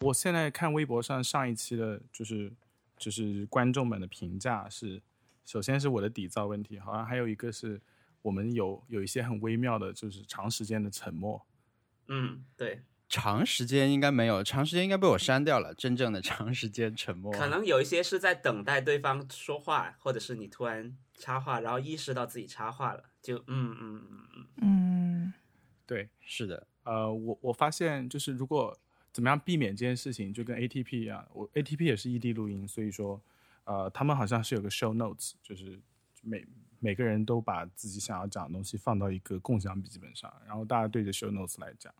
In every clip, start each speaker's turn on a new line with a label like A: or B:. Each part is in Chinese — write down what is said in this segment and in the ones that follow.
A: 我现在看微博上上一期的，就是就是观众们的评价是，首先是我的底噪问题，好像还有一个是我们有有一些很微妙的，就是长时间的沉默。
B: 嗯，对，
C: 长时间应该没有，长时间应该被我删掉了。真正的长时间沉默，
B: 可能有一些是在等待对方说话，或者是你突然插话，然后意识到自己插话了，就嗯嗯嗯嗯，
D: 嗯，
A: 对，
C: 是的，
A: 呃，我我发现就是如果怎么样避免这件事情，就跟 ATP 一样，我 ATP 也是异地录音，所以说，呃，他们好像是有个 show notes，就是每每个人都把自己想要讲的东西放到一个共享笔记本上，然后大家对着 show notes 来讲，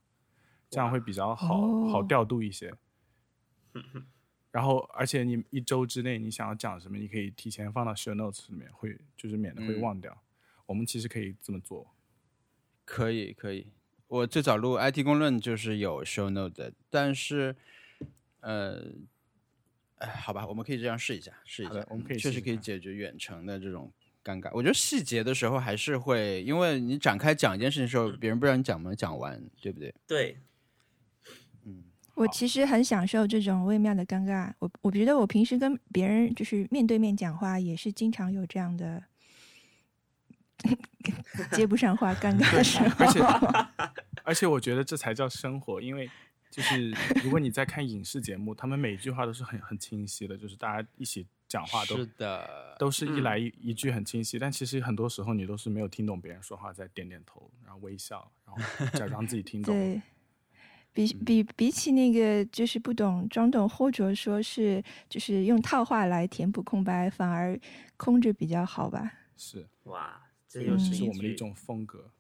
A: 这样会比较好
D: 哦
A: 好调度一些。然后，而且你一周之内你想要讲什么，你可以提前放到 show notes 里面，会就是免得会
C: 嗯
A: 忘掉。我们其实可以这么做。
C: 可以可以。我最早录 IT 公论就是有 show note 的，但是，呃，哎，好吧，我们可以这样试一下，试一
A: 好的
C: 下，
A: 我们可以
C: 确
A: 试
C: 实
A: 一
C: 可以
A: 下
C: 解决远程的这种尴尬。我觉得细节的时候还是会，因为你展开讲一件事情的时候，
B: 嗯
C: 别人不知道你讲没讲完，对不对？嗯
B: 对，
D: 我其实很享受这种微妙的尴尬。我我觉得我平时跟别人就是面对面讲话，也是经常有这样的 接不上话、尴尬的时 候。
A: 而 且而且我觉得这才叫生活，因为就是如果你在看影视节目，他们每一句话都是很很清晰的，就是大家一起讲话都
C: 是的，嗯
A: 都是一来一一句很清晰，但其实很多时候你都是没有听懂别人说话，在点点头，然后微笑，然后假装自己听懂。嗯
D: 对，比比比起那个就是不懂装懂或者说是就是用套话来填补空白，反而空着比较好吧。
A: 是，
B: 哇，这
A: 这
B: 又
A: 就是嗯是
B: 一
A: 我们的一
B: 句
A: 种风格。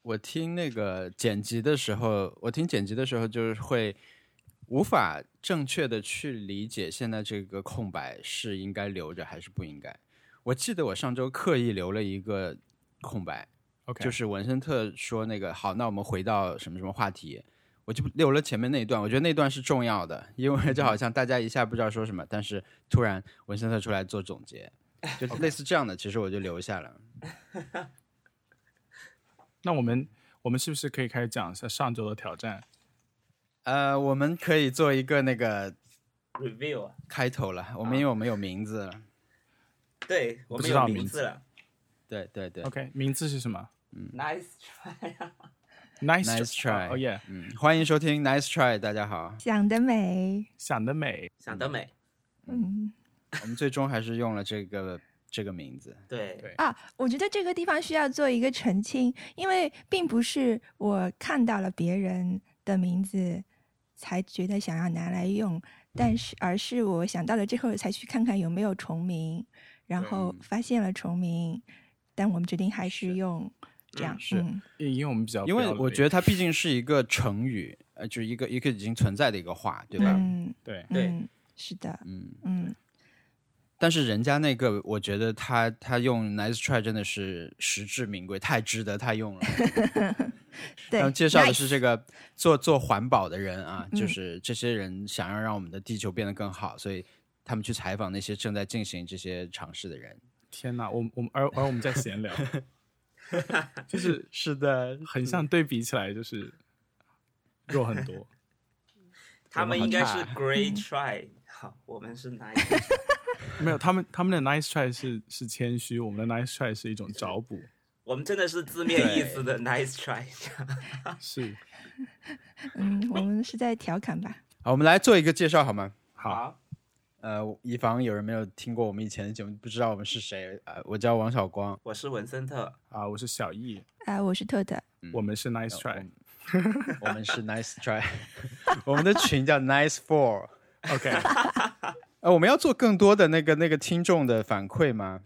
C: 我听那个剪辑的时候，我听剪辑的时候就是会无法正确的去理解现在这个空白是应该留着还是不应该。我记得我上周刻意留了一个空白
A: OK，
C: 就是文森特说那个好，那我们回到什么什么话题，我就留了前面那一段，我觉得那段是重要的，因为就好像大家一下不知道说什么，但是突然文森特出来做总结，就是类似这样的，其实我就留下了。
A: 那我们我们是不是可以开始讲一下上周的挑战？
C: 呃，我们可以做一个那个
B: review 啊，
C: 开头了，我们因为我们有名字了，
B: 对我
A: 不知
B: 们有
A: 道
B: 名
A: 名
B: 字
A: 字嗯
B: 了
C: 对对对
A: OK，名字是什么
B: ，nice try 啊，
A: ？Nice
C: ，Nice try，
A: 哦耶，
C: 嗯，欢迎收听 Nice try，大家好，
D: 想得美，
A: 想得美。
B: 想得美，
D: 嗯
C: 我们最终还是用了这个这个名字，
B: 对
A: 对
D: 啊，我觉得这个地方需要做一个澄清，因为并不是我看到了别人的名字才觉得想要拿来用，
C: 嗯
D: 但是而是我想到了之后才去看看有没有重名，然后
C: 嗯
D: 发现了重名，但我们决定还是用这样，
C: 是
D: 嗯
A: 因为我们比较
C: 因为我觉
A: 得
C: 得它毕竟是一个成语，呃，就是一个一个已经存在的一个话，对吧？
D: 嗯
A: 对
B: 对
D: 嗯，是的，
C: 嗯，
D: 嗯，
C: 但是人家那个，我觉得他他用 Nice try 真的是实至名归，太值得他用了。
D: 对
C: 然后，介绍的
D: nice
C: 是这个做做环保的人啊，
D: 嗯
C: 就是这些人想要让我们的地球变得更好，所以他们去采访那些正在进行这些尝试的人。
A: 天哪，我我们而而我们在闲 聊，就是
C: 是的，
A: 很像对比起来就是弱很多。
B: 他们应该是
C: 我们
B: great try，好，我们是 nice，
A: 没有，他们他们的 nice try 是是谦虚，我们的 nice try 是一种找补，
B: 我们真的是字面意思的 nice try，
A: 是
D: 嗯，我们是在调侃吧，
C: 好，我们来做一个介绍好吗？
A: 好。
C: 呃，以防有人没有听过我们以前的节目，不知道我们是谁。呃，我叫王小 光，
B: 我是文森特，
A: 啊，我是小易，
D: 啊，我是特特，
A: 我们是 nice
C: 我
A: try。
C: 我们是 Nice Try，我 们的群叫 Nice Four。
A: OK，
C: 呃，我们要做更多的那个那个听众的反馈吗？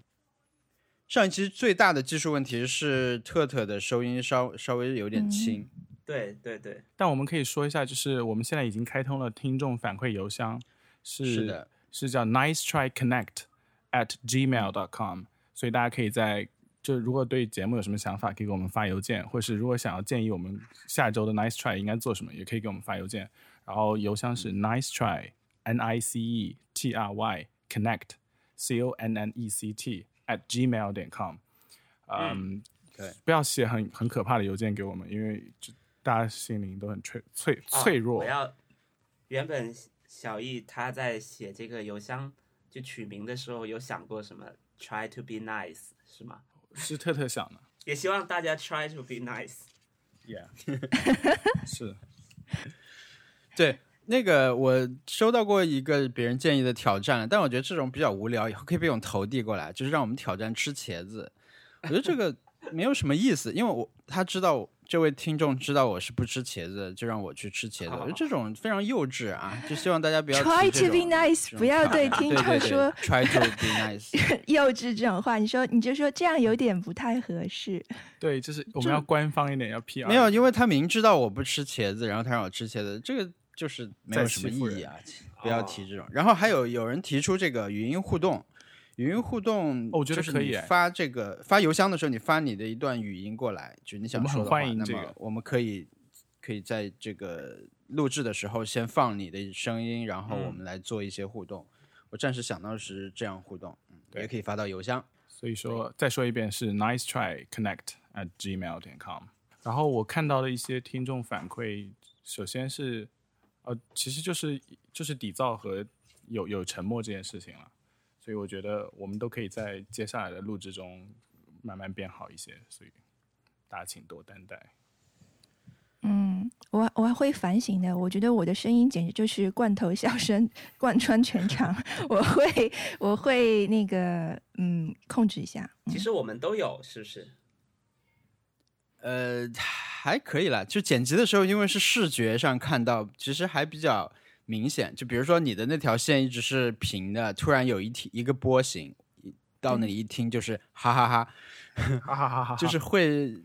C: 上一期最大的技术问题是特特的收音稍稍微有点轻，
B: 对对对，
A: 但我们可以说一下，就是我们现在已经开通了听众反馈邮箱，是
C: 是的，
A: 是叫 nice try connect at
C: 嗯
A: gmail dot com，所以大家可以在就如果对节目有什么想法，可以给我们发邮件，或是如果想要建议我们下周的 nice try 应该做什么，也可以给我们发邮件。然后邮箱是
C: 嗯
A: nice try n i c e t r y connect c o n n e c t at gmail 点 com。嗯，
C: 对，
A: 不要写很很啊可怕的邮件给我们，因为就大家心灵都很脆脆脆弱
B: 啊我。要原本小易他在写这个邮箱就取名的时候，有想过什么 try to be nice 是吗？
A: 是特特想的
B: 也希望大家 try to be nice。
A: ，Yeah，是
C: 对，那个我收到过一个别人建议的挑战，但我觉得这种比较无聊，以后可以被我们投递过来，就是让我们挑战吃茄子。我觉得这 个没有什么意思，因为我他知道这位听众知道我是不吃茄子的，就让我去吃茄子。我觉得这种非常幼稚啊，就希望大家不要
D: Try
C: 提这
D: to be
C: 种
D: nice，
C: 这种
D: 不要
C: 挑
D: 对
C: 战
D: 听
C: 对
D: 众
C: 对
D: 说
C: try to be nice。
D: 幼稚这种话，你说你就说这样有点不太合适。
A: 对，就是我们要官方一点，要 PR，
C: 没有，因为他明知道我不吃茄子，然后他让我吃茄子，这个就是没有
A: 在
C: 什么
A: 欺
C: 意
A: 负
C: 义
A: 人哦
C: 啊，不要提这种。然后还有有人提出这个语音互动，语音互动，
A: 哦我觉得可以哎
C: 发这个发邮箱的时候，你发你的一段语音过来，就你想
A: 我们
C: 说
A: 很
C: 的话，
A: 欢迎
C: 那
A: 这
C: 么
A: 个
C: 我们可以可以在这个录制的时候先放你的声音，然后我
B: 嗯
C: 们来做一些互动。我暂时想到是这样互动，嗯
A: 对
C: 也可以发到邮箱。
A: 所以说，再说一遍是 nice try connect at gmail 点 com。然后我看到的一些听众反馈，首先是，呃，其实就是就是底噪和有有沉默这件事情了，所以我觉得我们都可以在接下来的录制中慢慢变好一些，所以大家请多担待。
D: 嗯，我我会反省的。我觉得我的声音简直就是罐头笑声，贯穿全场。我会我会那个嗯，控制一下。
B: 其实我们都有，是不是？
C: 呃，还可以啦。就剪辑的时候，因为是视觉上看到，其实还比较明显。就比如说你的那条线一直是平的，突然有一听一个波形，一到那里一听就是哈哈 哈
A: 哈哈哈哈
C: 就是 会，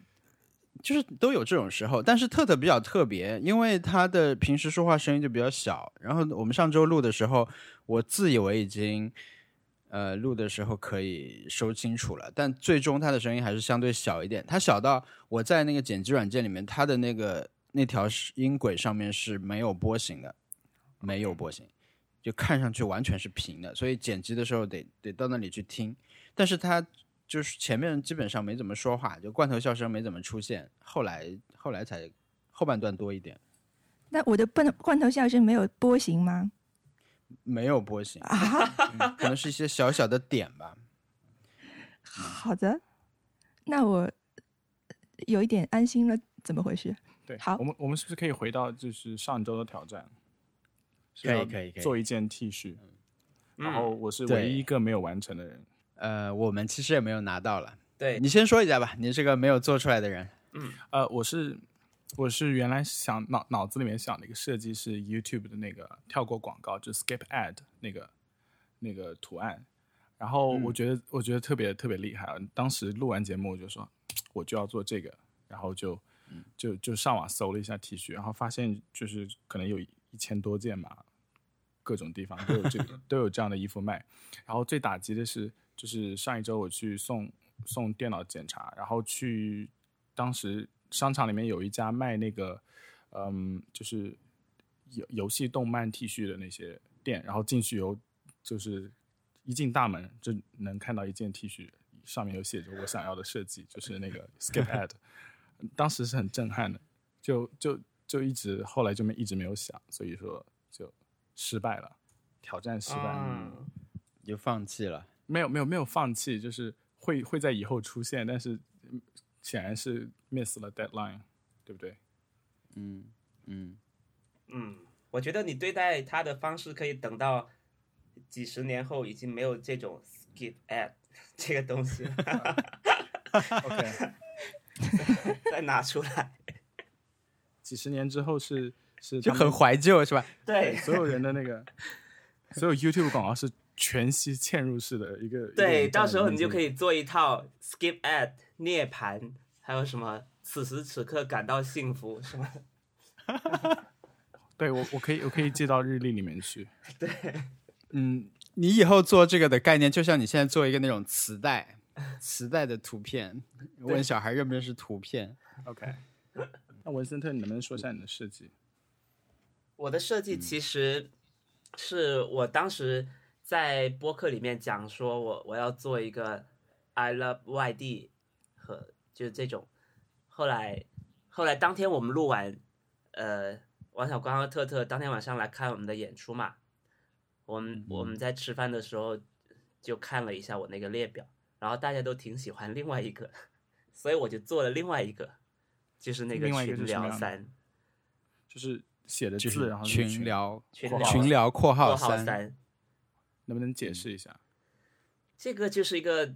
C: 就是都有这种时候。但是特特比较特别，因为他的平时说话声音就比较小。然后我们上周录的时候，我自以为已经。呃，录的时候可以收清楚了，但最终他的声音还是相对小一点。他小到我在那个剪辑软件里面，他的那个那条是音轨上面是没有波形的，没有波形，就看上去完全是平的。所以剪辑的时候得得到那里去听，但是他就是前面基本上没怎么说话，就罐头笑声没怎么出现，后来后来才后半段多一点，
D: 那我的罐罐头笑声没有波形吗？
C: 没有波形，
D: 啊，
C: 嗯可能是一些小小的点吧。
D: 好的，那我有一点安心了。怎么回事？
A: 对，
D: 好
A: 我们我们是不是可以回到就是上周的挑战？是
C: 可以
A: 要
C: 可以可以
A: 做一件 T 恤，然后我是唯
C: 对
A: 一一个没有完成的人。
C: 呃，我们其实也没有拿到了，
B: 对，
C: 你先说一下吧，你这个没有做出来的人，
A: 呃，我是我是原来想脑脑子里面想的一个设计是 YouTube 的那个跳过广告，就 skip ad 那个那个图案，然后我觉得、我觉得特别特别厉害啊！当时录完节目我就说我就要做这个，然后就就就上网搜了一下 T 恤，然后发现就是可能有一千多件嘛，各种地方都有这个都有这样的衣服卖。然后最打击的是，就是上一周我去送送电脑检查，然后去当时商场里面有一家卖那个，嗯，就是游游戏动漫 T 恤的那些店，然后进去有就是一进大门就能看到一件 T 恤，上面有写着我想要的设计，就是那个 skip ad，当时是很震撼的，就就就一直后来就没一直没有想，所以说就失败了，挑战失败了。
B: 嗯，
C: 你就放弃了。
A: 没有没有没有放弃，就是会会在以后出现，但是嗯显然是 miss 了 deadline，对不对？
C: 嗯嗯，
B: 嗯，我觉得你对待他的方式可以等到几十年后已经没有这种 skip ad 这个东西了
A: OK，
B: 再拿出来。
A: 几十年之后是是
C: 就
A: 他们
C: 很怀旧是吧？
B: 对
A: 所有人的那个，所有 YouTube 广告是全息嵌入式的一个。
B: 对，到时候你就可
A: 以。
B: 以做一套 skip ad 涅槃，还有什么此时此刻感到幸福什么的。
A: 对我我可以我可以记到日历里面去。
C: 嗯，你以后做这个的概念，就像你现在做一个那种磁带，磁带的图片，问小孩认不认识图片。
A: OK，那 文森特，你能不能说一下你的设计？
B: 我的设计
A: 嗯
B: 其实是我当时在播客里面讲说我我要做一个 I love 外地和就是这种，后来后来当天我们录完，呃，王小光和特特当天晚上来看我们的演出嘛，我们我
A: 嗯
B: 们在吃饭的时候就看了一下我那个列表，然后大家都挺喜欢另外一个，所以我就做了另外一个，就是那
A: 另外一个
B: 群
A: 是什么
B: 聊
A: 样的
B: 三
A: 就是写的
C: 就
A: 字，
C: 是
A: 然后就是
C: 群聊
B: 群
A: 括号
C: 群聊括
B: 括
C: 号
B: 号
C: 三，
B: 三，
A: 能不能
B: 嗯
A: 解释一下？
B: 这个就是一个，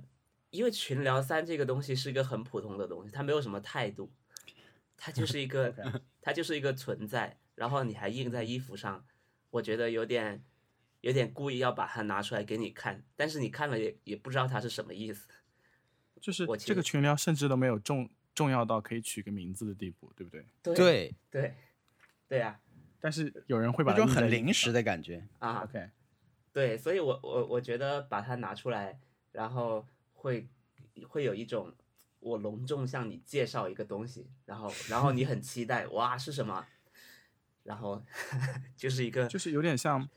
B: 因为群聊三这个东西是一个很普通的东西，它没有什么态度，它就是一个它就是一个存在，然后你还印在衣服上，我觉得有点有点故意要把它拿出来给你看，但是你看了也也不知道它是什么意思。
A: 就是
B: 我其
A: 这个
B: 实
A: 群聊甚至都没有重重要到可以取个名字的地步，对不对？
B: 对
C: 对，
B: 对对啊
A: 但是有人会把
C: 那
A: 它
C: 种
A: 印在衣
C: 很
A: 服
C: 临时
A: 上。
C: 的感觉。
B: 啊
A: OK，
B: 对，所以我我我觉得把它拿出来，然后会会有一种我隆重向你介绍一个东西，然后然后你很期待，哇是什么？然后 就是一个
A: 就是有点像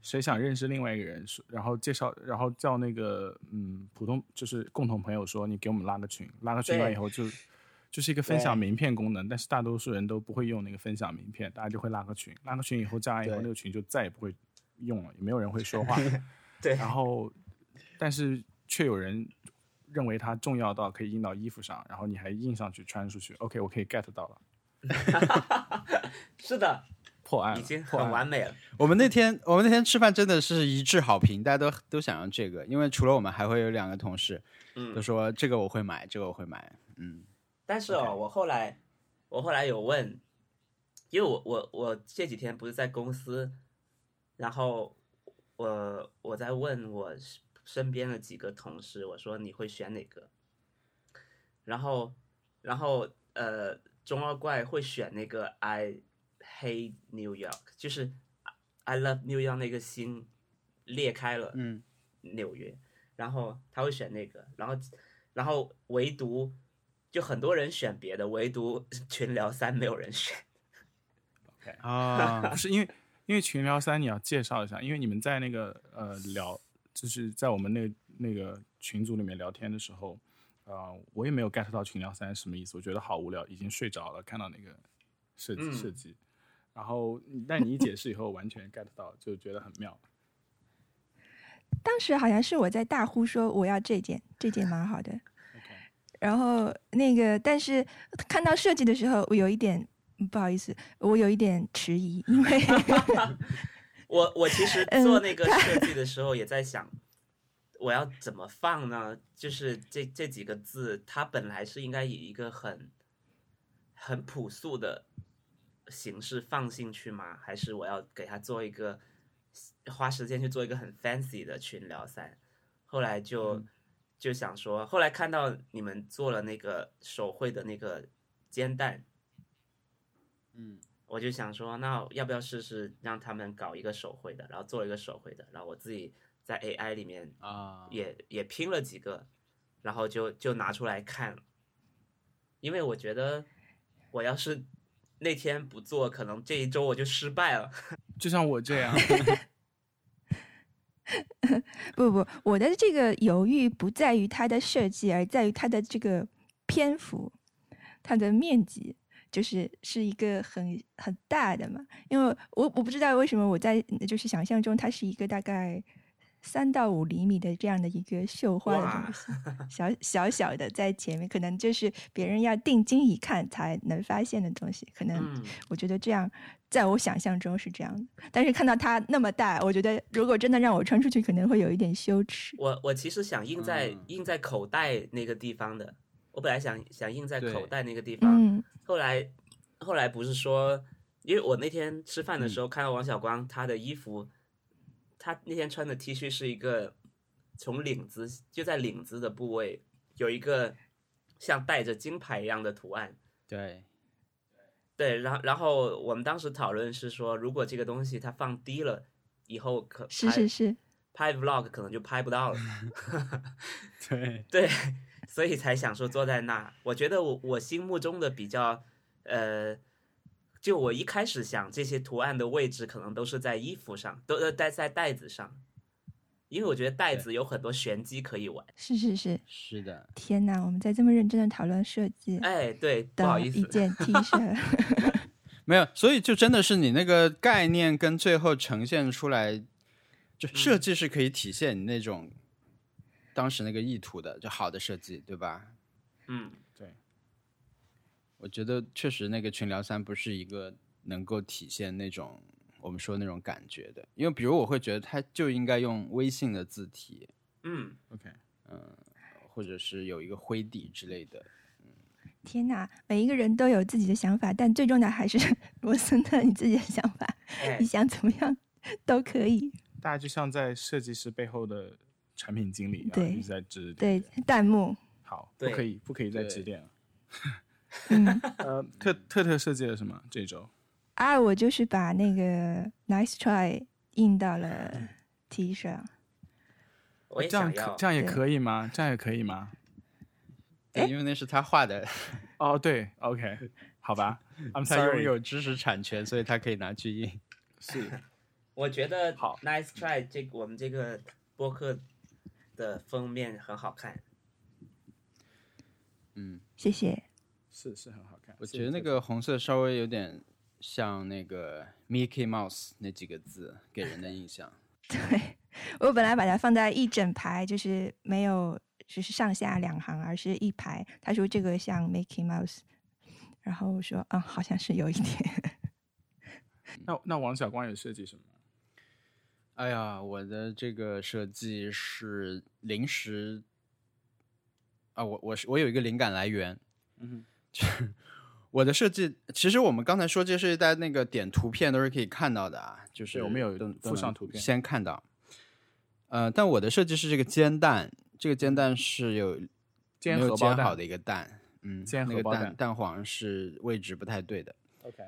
A: 谁想认识另外一个人，然后介绍，然后叫那个嗯普通就是共同朋友说你给我们拉个群，拉个群完
B: 对
A: 以后就就是一个分享
B: 对
A: 名片功能，但是大多数人都不会用那个分享名片，大家就会拉个群，拉个群以后加完以后
C: 对
A: 那个群就再也不会用了，也没有人会说 话，
B: 对
A: 然后但是却有人。认为它重要到可以印到衣服上，然后你还印上去穿出去。OK，我可以 get 到了，
B: 是的，
A: 破案了，
B: 已经
A: 破
B: 很
A: 案
B: 完美了。
C: 我们那天我们那天吃饭真的是一致好评，大家都都想要这个，因为除了我们还会有两个同事，
B: 嗯
C: 都说这个我会买，这个我会买，嗯，
B: 但是哦，我后来我后来有问，因为我我我这几天不是在公司，然后我我在问我身身边的几个同事，我说你会选哪个？然后然后呃，中二怪会选那个 I hate New York，就是 I love New York 那个心裂开了，
C: 嗯，
B: 纽约，然后他会选那个，然后然后唯独就很多人选别的，唯独群聊三没有人选。
C: 啊、
A: 不是因为因为群聊三你要介绍一下，因为你们在那个呃聊，就是在我们那个那个群组里面聊天的时候，呃，我也没有 get 到群聊三是什么意思，我觉得好无聊，已经睡着了，看到那个设计、
B: 嗯
A: 设计，然后但你一解释以后，完全 get 到，就觉得很妙。
D: 当时好像是我在大呼说我要这件，这件蛮好的。然后那个，但是看到设计的时候，我有一点嗯不好意思，我有一点迟疑，因为
B: 我我其实
D: 嗯
B: 做那个设计的时候也在想，我要怎么放呢？就是这这几个字，它本来是应该以一个很很朴素的形式放进去吗？还是我要给它做一个花时间去做一个很 fancy 的群聊三？后来就、就想说，后来看到你们做了那个手绘的那个煎蛋，
C: 嗯，
B: 我就想说，那要不要试试让他们搞一个手绘的，然后做一个手绘的，然后我自己在 AI 里面
C: 啊，
B: 也也拼了几个，然后就就拿出来看了。因为我觉得，我要是那天不做，可能这一周我就失败了。
A: 就像我这 样，
D: 不不，我的这个犹豫不在于它的设计，而在于它的这个篇幅，它的面积，就是是一个很很大的嘛。因为我我不知道为什么我在就是想象中它是一个大概三到五厘米的这样的一个绣花的
B: 哇
D: 东，西。小小小的在前面，可能就是别人要定睛一看才能发现的东西。可能
B: 嗯，
D: 我觉得这样，在我想象中是这样的。但是看到它那么大，我觉得如果真的让我穿出去，可能会有一点羞耻。
B: 我我其实想印在、
C: 嗯
B: 印在口袋那个地方的，我本来想想印在
C: 对
B: 口袋那个地方，
D: 嗯
B: 后来后来不是说，因为我那天吃饭的时候看到王小光他的衣服，他那天穿的 T 恤是一个从领子就在领子的部位有一个像带着金牌一样的图案。
C: 对，
B: 对，然后然后我们当时讨论是说，如果这个东西它放低了，以后可
D: 是是是，
B: 拍拍 vlog 可能就拍不到了。
C: 对，
B: 对， 所以才想说坐在那。我觉得我我心目中的比较，呃，就我一开始想这些图案的位置可能都是在衣服上，都呃在在袋子上，因为我觉得袋子有很多玄机可以玩。
D: 是是是。
C: 是的，
D: 天哪，我们在这么认真的讨论设计
B: 哎哎，对，不好
D: 的
B: 意
D: 一
B: 思，
D: 件 T 恤，
C: 没有，所以就真的是你那个概念跟最后呈现出来，就设计是可以体现你那种当时那个意图的，就好的设计，对吧？
B: 嗯，
C: 我觉得确实那个群聊三不是一个能够体现那种我们说那种感觉的，因为比如我会觉得它就应该用微信的字体，
B: 嗯，
A: OK，
C: 或者是有一个灰底之类的。
D: 天哪，每一个人都有自己的想法，但最重要的还是 罗森特你自己的想法，
B: 哎
D: 你，想怎么 样都可以。
A: 大家就像在设计师背后的产品经理一样，
D: 对
A: 一直在指
D: 对
A: 点。，
D: 弹 幕，
A: 好，不
B: 对
A: 可以，不可以再指
C: 对
A: 点了。
D: 嗯，
A: 呃，特特特设计了什么？这周
D: 啊，我就是把那个 Nice Try 印到了 T 啊上。
B: 我也
A: 这样
B: 想
A: 可
B: 要
A: 这，样也
D: 对
A: 可以吗？这样也可以吗？
C: 对，因为那是他画的，
A: 哦，对，OK，好 吧，I'm
C: 他拥
A: sorry，嗯
C: 有知识产权，所以他可以拿去印。
A: 是
B: 我觉得
A: 好
B: Nice Try 这个我们这个播客的封面很好看，
C: 嗯，
D: 谢谢。
A: 是是很好看。
C: 我
A: 谢
C: 觉得
A: 谢
C: 那
A: 特特
C: 个红色稍微有点像那个 Mickey Mouse 那几个字给人的印象。
D: 对，我本来把它放在一整排，就是没有就是上下两行，而是一排。他说这个像 Mickey Mouse，然后我说嗯，好像是有 一点。
A: 那那王小光有设计什么？
C: 哎呀，我的这个设计是临时啊，我我是我有一个灵感来源，
A: 嗯
C: 我的设计其实我们刚才说这些设计，大家那个点图片都是可以看到的啊，就是
A: 对我们有
C: 都
A: 附上图片
C: 先看到。呃，但我的设计是这个煎蛋，这个煎蛋是有
A: 煎
C: 没有
A: 荷包
C: 煎好
A: 蛋
C: 的一个蛋，嗯，
A: 煎
C: 那
A: 荷
C: 个
A: 包蛋
C: 蛋蛋黄是位置不太对的。
A: ，OK，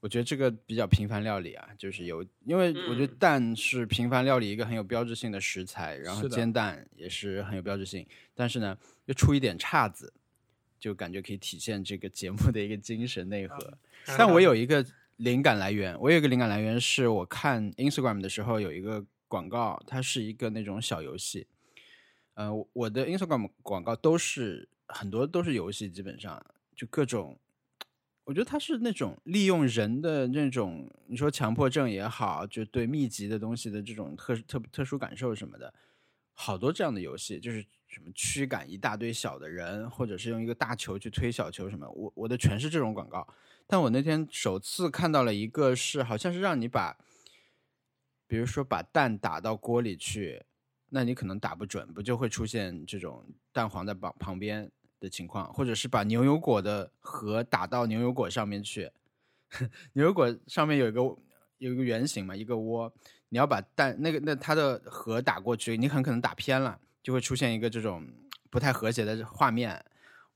C: 我觉得这个比较平凡料理啊，就是有，因为我觉得
B: 嗯
C: 蛋是平凡料理一个很有标志性的食材，然后
A: 是的
C: 煎蛋也是很有标志性，但是呢，又出一点岔子，就感觉可以体现这个节目的一个精神内核。但我有一个灵感来源，我有一个灵感来源是我看 Instagram 的时候有一个广告，它是一个那种小游戏。呃，我我的 Instagram 广告都是很多都是游戏，基本上就各种，我觉得它是那种利用人的那种，你说强迫症也好，就对密集的东西的这种特特特殊感受什么的，好多这样的游戏，就是什么驱赶一大堆小的人，或者是用一个大球去推小球什么，我我的全是这种广告。但我那天首次看到了一个是，好像是让你把，比如说把蛋打到锅里去，那你可能打不准，不就会出现这种蛋黄在旁旁边的情况，或者是把牛油果的核打到牛油果上面去， 牛油果上面有一个有一个圆形嘛，一个窝，你要把蛋那个那它的核打过去，你很可能打偏了，就会出现一个这种不太和谐的画面。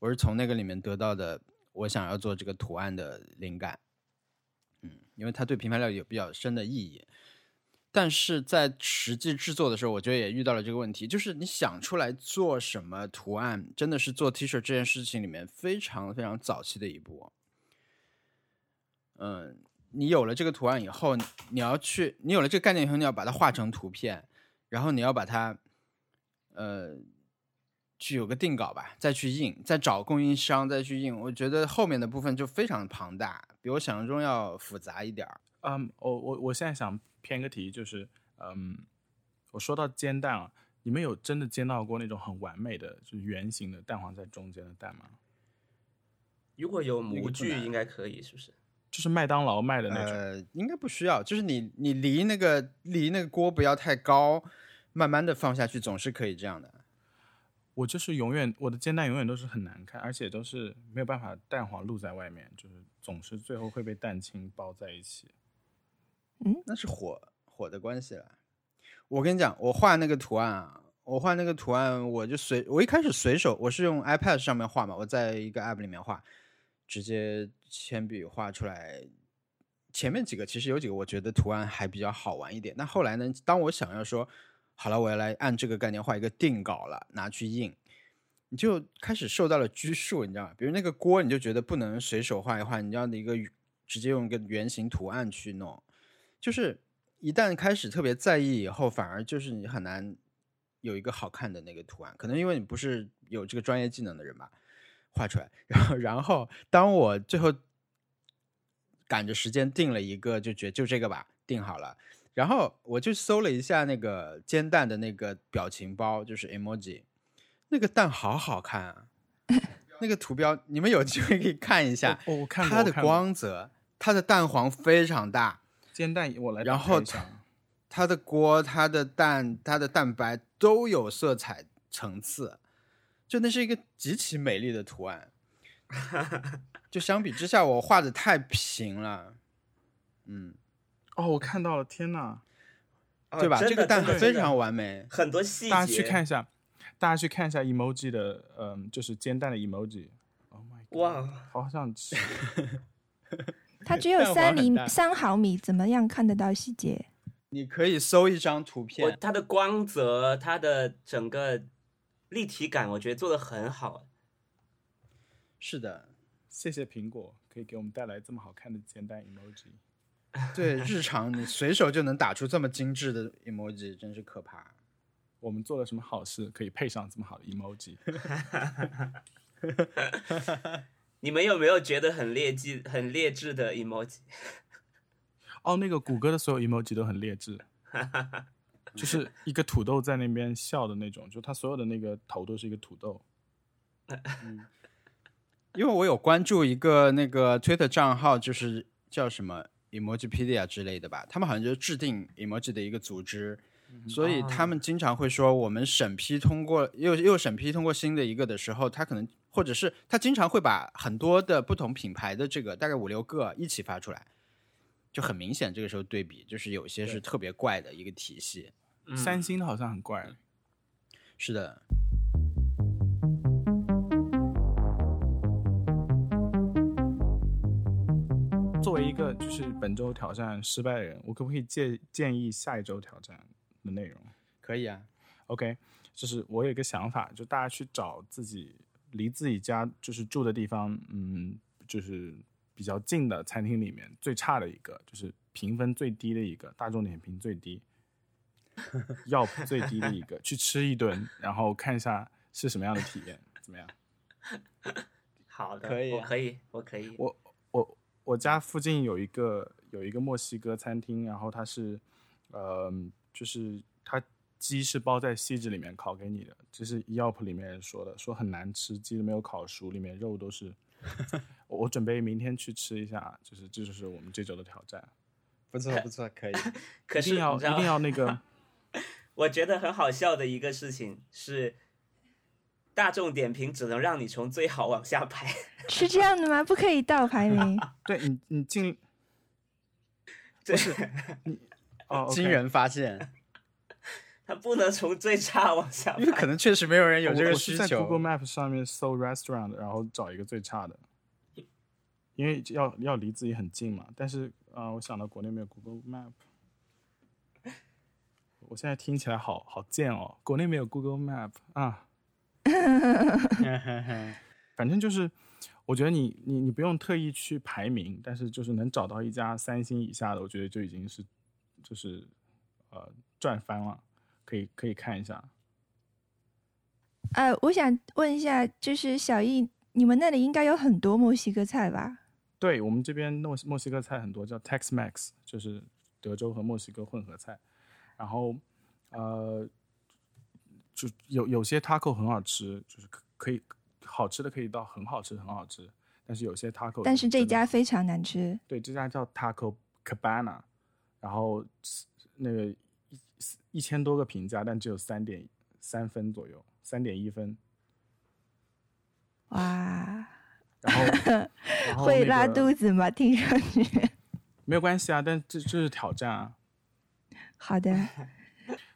C: 我是从那个里面得到的，我想要做这个图案的灵感。嗯，因为它对平凡料理有比较深的意义，但是在实际制作的时候，我觉得也遇到了这个问题，就是你想出来做什么图案，真的是做 T 恤这件事情里面非常非常早期的一步。嗯，你有了这个图案以后，你要去，你有了这个概念以后，你要把它画成图片，然后你要把它，呃，去有个定稿吧，再去印，再找供应商，再去印。我觉得后面的部分就非常庞大，比我想象中要复杂一点儿。
A: 嗯，我我我现在想偏个题，就是嗯，我说到煎蛋啊，你们有真的煎到过那种很完美的，就是圆形的蛋黄在中间的蛋吗？
B: 如果有
C: 那个
B: 模
C: 不
B: 具
C: 难
B: 应该可以，是不是？
A: 就是麦当劳卖的那种，
C: 呃，应该不需要，就是你你离那个离那个锅不要太高，慢慢的放下去，总是可以这样的。
A: 我就是永远我的煎蛋永远都是很难看，而且都是没有办法蛋黄露在外面，就是总是最后会被蛋清包在一起。
C: 那是火火的关系了。我跟你讲，我画那个图案啊，我画那个图案，我就随我一开始随手，我是用 iPad 上面画嘛，我在一个 App 里面画，直接铅笔画出来。前面几个其实有几个我觉得图案还比较好玩一点，那后来呢，当我想要说好了，我要来按这个概念画一个定稿了，拿去印。你就开始受到了拘束，你知道吗？比如那个锅，你就觉得不能随手画一画，你要一个直接用一个圆形图案去弄。就是一旦开始特别在意以后，反而就是你很难有一个好看的那个图案，可能因为你不是有这个专业技能的人吧，画出来。然后，然后当我最后赶着时间定了一个，就觉就这个吧，定好了。然后我就搜了一下那个煎蛋的那个表情包，就是 emoji，那个蛋好好看 啊，那个图标你们有机会可以看一下，
A: 哦，我看过
C: 它的
A: 我看过
C: 光泽，它的蛋黄非常大，
A: 煎蛋，我来
C: 然
A: 打开
C: 后
A: 一下啊
C: 它的锅、它的蛋、它的蛋白都有色彩层次，就那是一个极其美丽的图 案。就相比之下，我画的太平了，嗯，
A: 哦，我看到了，天呐！
B: 哦
C: 对吧？
B: 真
C: 这
B: 的
C: 个蛋
B: 真的
C: 非
B: 真的
C: 常完美，
B: 很多细节，
A: 大家去看一下，大家去看一下 emoji 的，嗯，就是煎蛋的 emoji。Oh my god！
B: 哇，哦
A: 好想吃。
D: 它只有
C: 蛋黄
D: 三
C: 很
D: 厘
C: 大
D: 三毫米，怎么样看得到细节？
C: 你可以搜一张图
B: 我
C: 片，
B: 它的光泽，它的整个立体感，我觉得做的很 好。
C: 是的，
A: 谢谢苹果，可以给我们带来这么好看的煎蛋 emoji。
C: 对，日常你随手就能打出这么精致的 emoji，真是可怕。
A: 我们做了什么好事可以配上这么好的 emoji？
B: 你们有没有觉得很劣迹、很劣质的 emoji？
A: 哦，那个谷歌的所有 emoji 都很劣 质，就是一个土豆在那边笑的那种，就它所有的那个头都是一个土豆。
C: 因为我有关注一个那个 Twitter 账号，就是叫什么 Emojipedia 之类的吧，他们好像就是制定 emoji 的一个组织，所以他们经常会说，我们审批通过又又审批通过新的一个的时候，他可能或者是他经常会把很多的不同品牌的这个大概五六个一起发出来，就很明显，这个时候对比就是有些是特别怪的一个体系，
B: 嗯
A: 三星的好像很怪，
C: 是的，
A: 作为一个就是本周挑战失败的人，我可不可以建建议下一周挑战的内容
C: 可以啊，
A: ？OK，就是我有一个想法，就大家去找自己离自己家就是住的地方，嗯，就是比较近的餐厅里面最差的一个，就是评分最低的一个，大众点评最低，Yelp 最低的一个，去吃一顿，然后看一下是什么样的体验，怎么样？
B: 好的，
C: 可以啊
B: 我可以，我可以。
A: 我我我家附近有一个有一个墨西哥餐厅，然后它是，呃，就是它鸡是包在锡纸里面烤给你的，这是 Yelp 里面说的，说很难吃，鸡没有烤熟，里面肉都 是。我我准备明天去吃一下，就是这就是我们这周的挑战，
C: 不错不错，可以。
B: 可是
A: 一定要
B: 你知道
A: 一定要那个
B: 我觉得很好笑的一个事情是，大众点评只能让你从最好往下排，
D: 是这样的吗？不可以倒排 名。
A: 对你你尽
B: 不是，
A: 哦
C: 惊
A: OK
C: 人发 现，
B: 它不能从最差往下
C: 因为可
B: 排。
C: 能确实没有人有这
A: 我
C: 个
A: 我
C: 需
A: 是在
C: 求。
A: Google Map 上面搜 restaurant，然后找一个最差的，因为要要离自己很近嘛。但是啊、呃我想到国内没有 Google Map，我现在听起来好好贱哦，国内没有 Google Map 啊。反正就是，我觉得你你你不用特意去排名，但是就是能找到一家三星以下的，我觉得就已经是就是呃赚翻了，可以可以看一下。
D: 呃，我想问一下，就是小易，你们那里应该有很多墨西哥菜吧？
A: 对我们这边墨西墨西哥菜很多叫 Tex Mex，就是德州和墨西哥混合菜。然后，呃，就有有些 taco 很好吃，就是可可以好吃的可以到很好吃很好吃，但是有些 taco
D: 但
A: 就是真
D: 这
A: 的
D: 家非常难吃。
A: 对这家叫 Taco Cabana，然后那个一一千多个评价，但只有三点三分左右，三点一分。
D: 哇，
A: 然后 然后
D: 会
A: 哦那
D: 拉
A: 个
D: 肚子吗？听上去。
A: 没有关系啊，但这这是挑战啊。
D: 好的，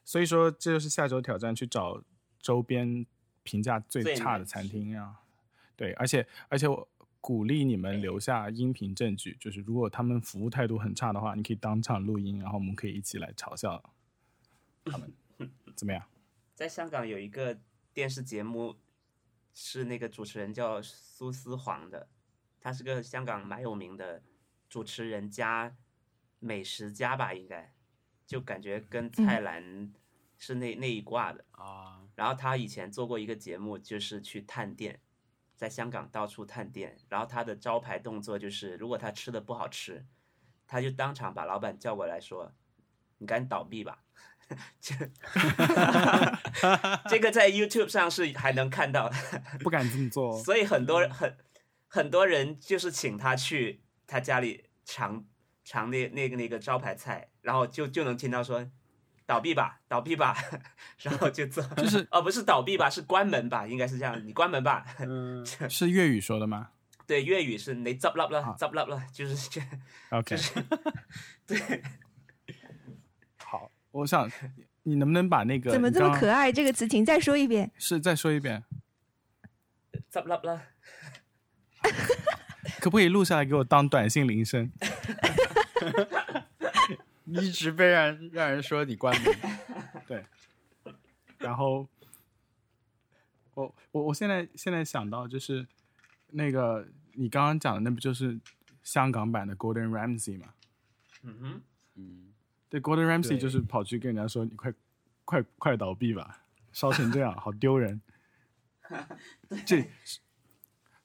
A: 所以说，这就是下周挑战，去找周边评价最
B: 最
A: 差的
B: 难
A: 餐
B: 吃
A: 厅啊。对，而且而且我鼓励你们留下音频证据，就是如果他们服务态度很差的话，你可以当场录音，然后我们可以一起来嘲笑他 们，怎么样？
B: 在香港有一个电视节目，是那个主持人叫苏思黄的，他是个香港蛮有名的主持人加美食家吧，应该就感觉跟蔡澜是那那一挂的。
C: 啊，
B: 然后他以前做过一个节目，就是去探店，在香港到处探店，然后他的招牌动作就是，如果他吃的不好吃，他就当场把老板叫过来说：“你赶紧倒闭吧。” 这这个在 YouTube 上是还能看到的，
A: 不敢这么 做。
B: 所以很多人很很多人就是请他去他家里尝尝那那个那个招牌菜，然后就就能听到说倒闭吧，倒闭吧， 然后就走，就是哦不是倒闭吧，是关门吧，应该是这样，你关门吧。
C: 嗯，
A: 是粤语说的吗
B: 对，粤语是你执笠啦
A: 啊，
B: 执笠啦，就是这
A: ？OK，
B: 对
A: 好，我想你能不能把那个
D: 怎么
A: 你
D: 这么
A: 刚刚
D: 可爱？这个词，请再说一遍。
A: 是再说一遍，
B: 执笠啦。
A: 可不可以录下来给我当短信铃声？
C: 你一直被让让人说你关 门，
A: 然后我我我现在现在想到就是那个你刚刚讲的，那不就是香港版的 Gordon Ramsay 吗？
B: 嗯哼，
C: 嗯，
A: 对，Gordon Ramsay
C: 对
A: 就是跑去跟人家说：“你快快快倒闭吧，烧成这样，好丢人。这”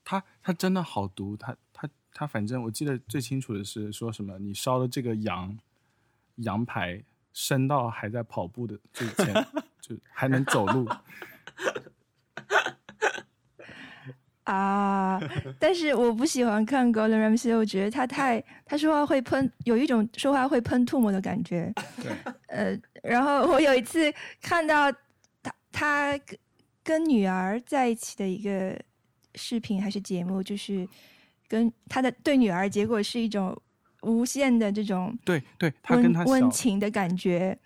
A: 他他真的好毒，他他他，反正我记得最清楚的是说什么，你烧的这个羊羊排生到还在跑步的最 前，就还能走路。
D: 啊，但是我不喜欢看 Gordon Ramsay，我觉得他太他说话会喷，有一种说话会喷吐沫的感觉。
A: 对，
D: 呃，然后我有一次看到他他跟跟女儿在一起的一个视频还是节目，就是跟他的对女儿，结果是一种无限的这种
A: 对对，他跟
D: 温
A: 他小
D: 温情的感觉，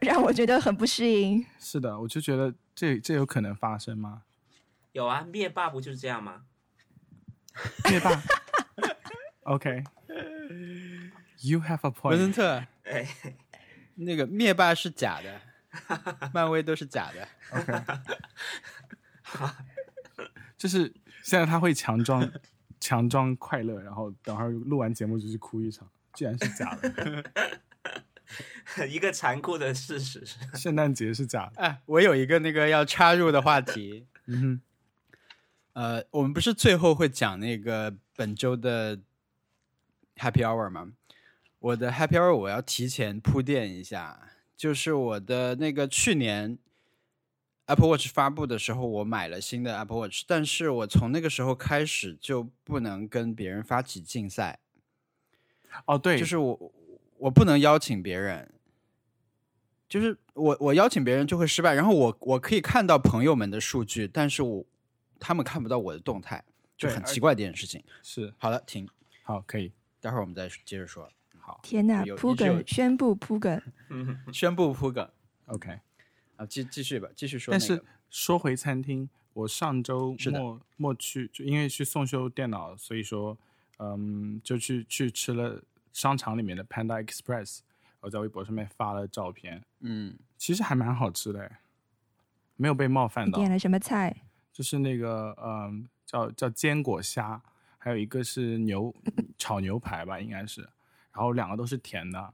D: 让我觉得很不适应。
A: 是的，我就觉得这这有可能发生吗？
B: 有啊，灭霸不就是这样吗？
A: 灭 霸，OK。You have a
C: 文森
A: point。
C: 特，
B: 哎，
C: 那个灭霸是假 的，漫威都是假的，
A: OK，就是现在他会强装强装快乐，然后等会儿录完节目就去哭一场，既然是假的，
B: 一个残酷的事实。
A: 圣诞节是假的，
C: 哎，我有一个那个要插入的话题，
A: 嗯
C: 呃，我们不是最后会讲那个本周的 Happy Hour 吗？我的 Happy Hour 我要提前铺垫一下，就是我的那个去年 Apple Watch 发布的时候，我买了新的 Apple Watch，但是我从那个时候开始就不能跟别人发起竞赛，
A: 哼，哦对，
C: 就是我我不能邀请别人，就是我我邀请别人就会失败。然后我我可以看到朋友们的数据，但是我他们看不到我的动态，就
A: 对
C: 很
A: 而
C: 奇怪的一件事情。
A: 是
C: 好了，停，
A: 好可以，
C: 待会儿我们再接着说。好，
D: 天呐
C: 有，
D: 铺
C: 一直有
D: 梗宣布铺梗，
B: 嗯，
C: 宣布铺梗
A: OK。
C: 啊，继继续吧，继续说、那
A: 但
C: 个。
A: 是说回餐厅，我上周
C: 是的
A: 末末去，就因为去送修电脑，所以说，嗯，就去去吃了商场里面的 Panda Express，我在微博上面发了照片，
C: 嗯，
A: 其实还蛮好吃的，没有被冒犯
D: 你
A: 到
D: 点。了什么菜？
A: 就是那个嗯，叫叫坚果虾，还有一个是牛炒牛排吧，应该是，然后两个都是甜的。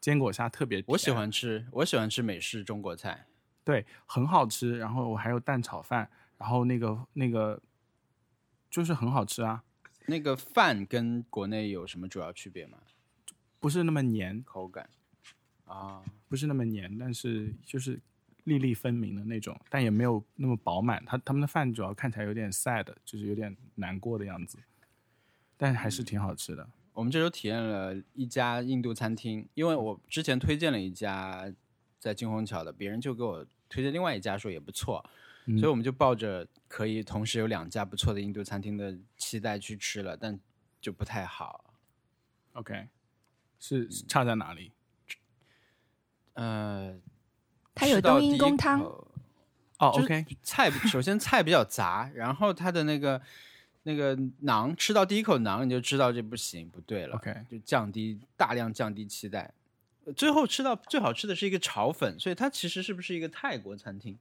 A: 坚果虾特别甜，
C: 我喜欢吃，我喜欢吃美式中国菜。
A: 对，很好吃。然后我还有蛋炒饭，然后那个那个就是很好吃啊，
C: 那个饭跟国内有什么主要区别吗？
A: 不是那么黏，
C: 口感啊，
A: 不是那么黏，但是就是粒粒分明的那种，但也没有那么饱满。他他们的饭主要看起来有点 sad，就是有点难过的样子，但还
C: 嗯
A: 是挺好吃的。
C: 我们这周体验了一家印度餐厅，因
A: 嗯
C: 为我之前推荐了一家在金虹桥的，别人就给我推荐另外一家说也不错，
A: 嗯
C: 所以我们就抱着可以同时有两家不错的印度餐厅的期待去吃了，但就不太好。
A: OK，是
C: 嗯
A: 是差在哪里？
C: 呃，
D: 它有
C: 吃到
D: 冬
C: 第一
D: 阴功汤，
C: 口
A: 哦
C: 就是
A: ，OK，
C: 菜首先菜比较杂，然后它的那个那个馕，吃到第一口馕你就知道这不行，不对了
A: OK
C: 就降低大量降低期待。呃最后吃到最好吃的是一个炒粉，所以它其实是不是一个泰国餐厅？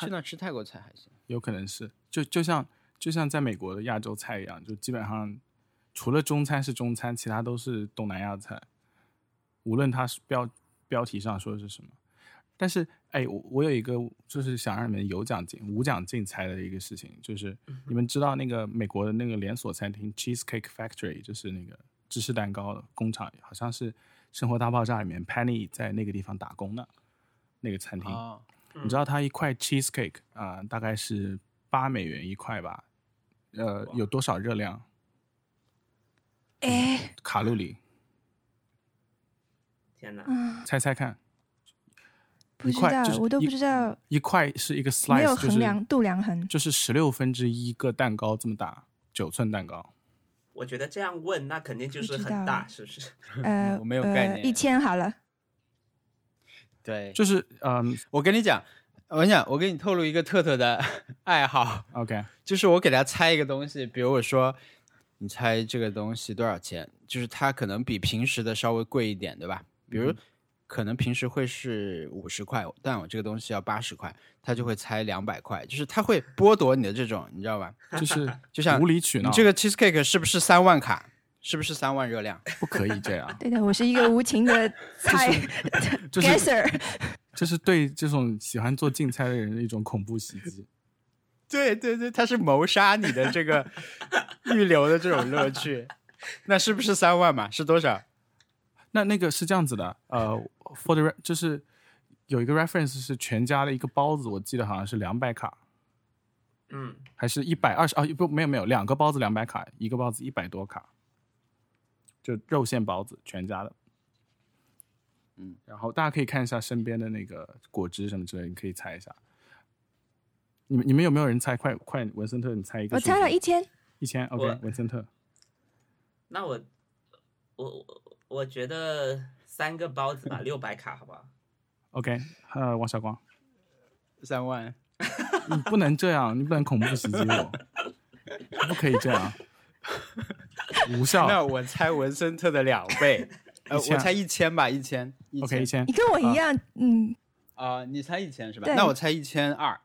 C: 去那吃泰国菜还行。
A: 有可能是，就就像就像在美国的亚洲菜一样，就基本上除了中餐是中餐，其他都是东南亚菜，无论它是标标题上说的是什么。但是，哎，我我有一个就是想让你们有奖竞、无奖竞猜的一个事情，就是你们知道那个美国的那个连锁餐厅 Cheesecake Factory，就是那个芝士蛋糕的工厂，好像是《生活大爆炸》里面 Penny 在那个地方打工的那个餐厅。
C: 哦，
A: 你
D: 嗯
A: 知道它一块 cheesecake 啊、大概是八美元一块吧？呃，有多少热量？
D: 哎，
A: 卡路里？
B: 天哪，
D: 啊，
A: 猜猜看，
D: 不知
A: 一块
D: 道
A: 就是，
D: 我都
A: 一
D: 不知道，
A: 一块是一个
D: 没
A: slice，
D: 有
A: 就
D: 衡量
A: 是
D: 度量衡。
A: 就是十六分之一个蛋糕这么大，九寸蛋糕。
B: 我觉得这样问那肯定就是
D: 不知
B: 很
D: 道
B: 大，是不是？
D: 呃，
C: 我没有概
D: 呃
C: 念
D: 一千好了，
C: 对，
A: 就是嗯
C: 我跟你讲，我跟你讲，我给你透露一个特特的 爱好，
A: ，OK，
C: 就是我给他猜一个东西，比如我说你猜这个东西多少钱，就是它可能比平时的稍微贵一点，对吧？比
A: 嗯
C: 如可能平时会是五十块，但我这个东西要八十块，他就会猜两百块，就是他会剥夺你的这种，你知道吧？
D: 。
A: 就是
C: 就像
A: 无理取
C: 你
A: 闹，
C: 这个 cheesecake 是不是三万卡？是不是三万热量？
A: 不可以这样
D: 对的，我是一个无情的猜
A: 就是
D: guesser，
A: 这是对这种喜欢做竞猜的人的一种恐怖袭击。
C: 对对对，他是谋杀你的这 个预留的这种乐趣。那是不是三万嘛？是多少？
A: 那那个是这样子的，呃，for the re- 就是有一个 reference 是全家的一个包子，我记得好像是两百卡，
B: 嗯，
A: 还是一百二十啊？不，没有没有，两个包子两百卡，一个包子一百多卡，就肉馅包子，全家的。嗯，然后大家可以看一下身边的那个果汁什么之类的，你可以猜一下。你们你们有没有人猜？快快，文森特，你猜一个
D: 我
A: 数字。
D: 猜了一千，
A: 一千
B: 我
A: ，OK，文森特，
B: 那我我我我觉得三个包子吧，六百卡，好不好？
A: OK，呃，王小光，
C: 三万。
A: 你不能这样，你不能恐怖袭击我，不可以这样，啊无
C: 那
A: 效。
C: 我猜文森特的两 倍，呃，
A: 一千
C: 我猜哦一千吧，一千，一
A: OK，一千
D: 你，跟我一样，嗯，
C: 啊、你猜一千是吧？
D: 对
C: 那我猜一千二，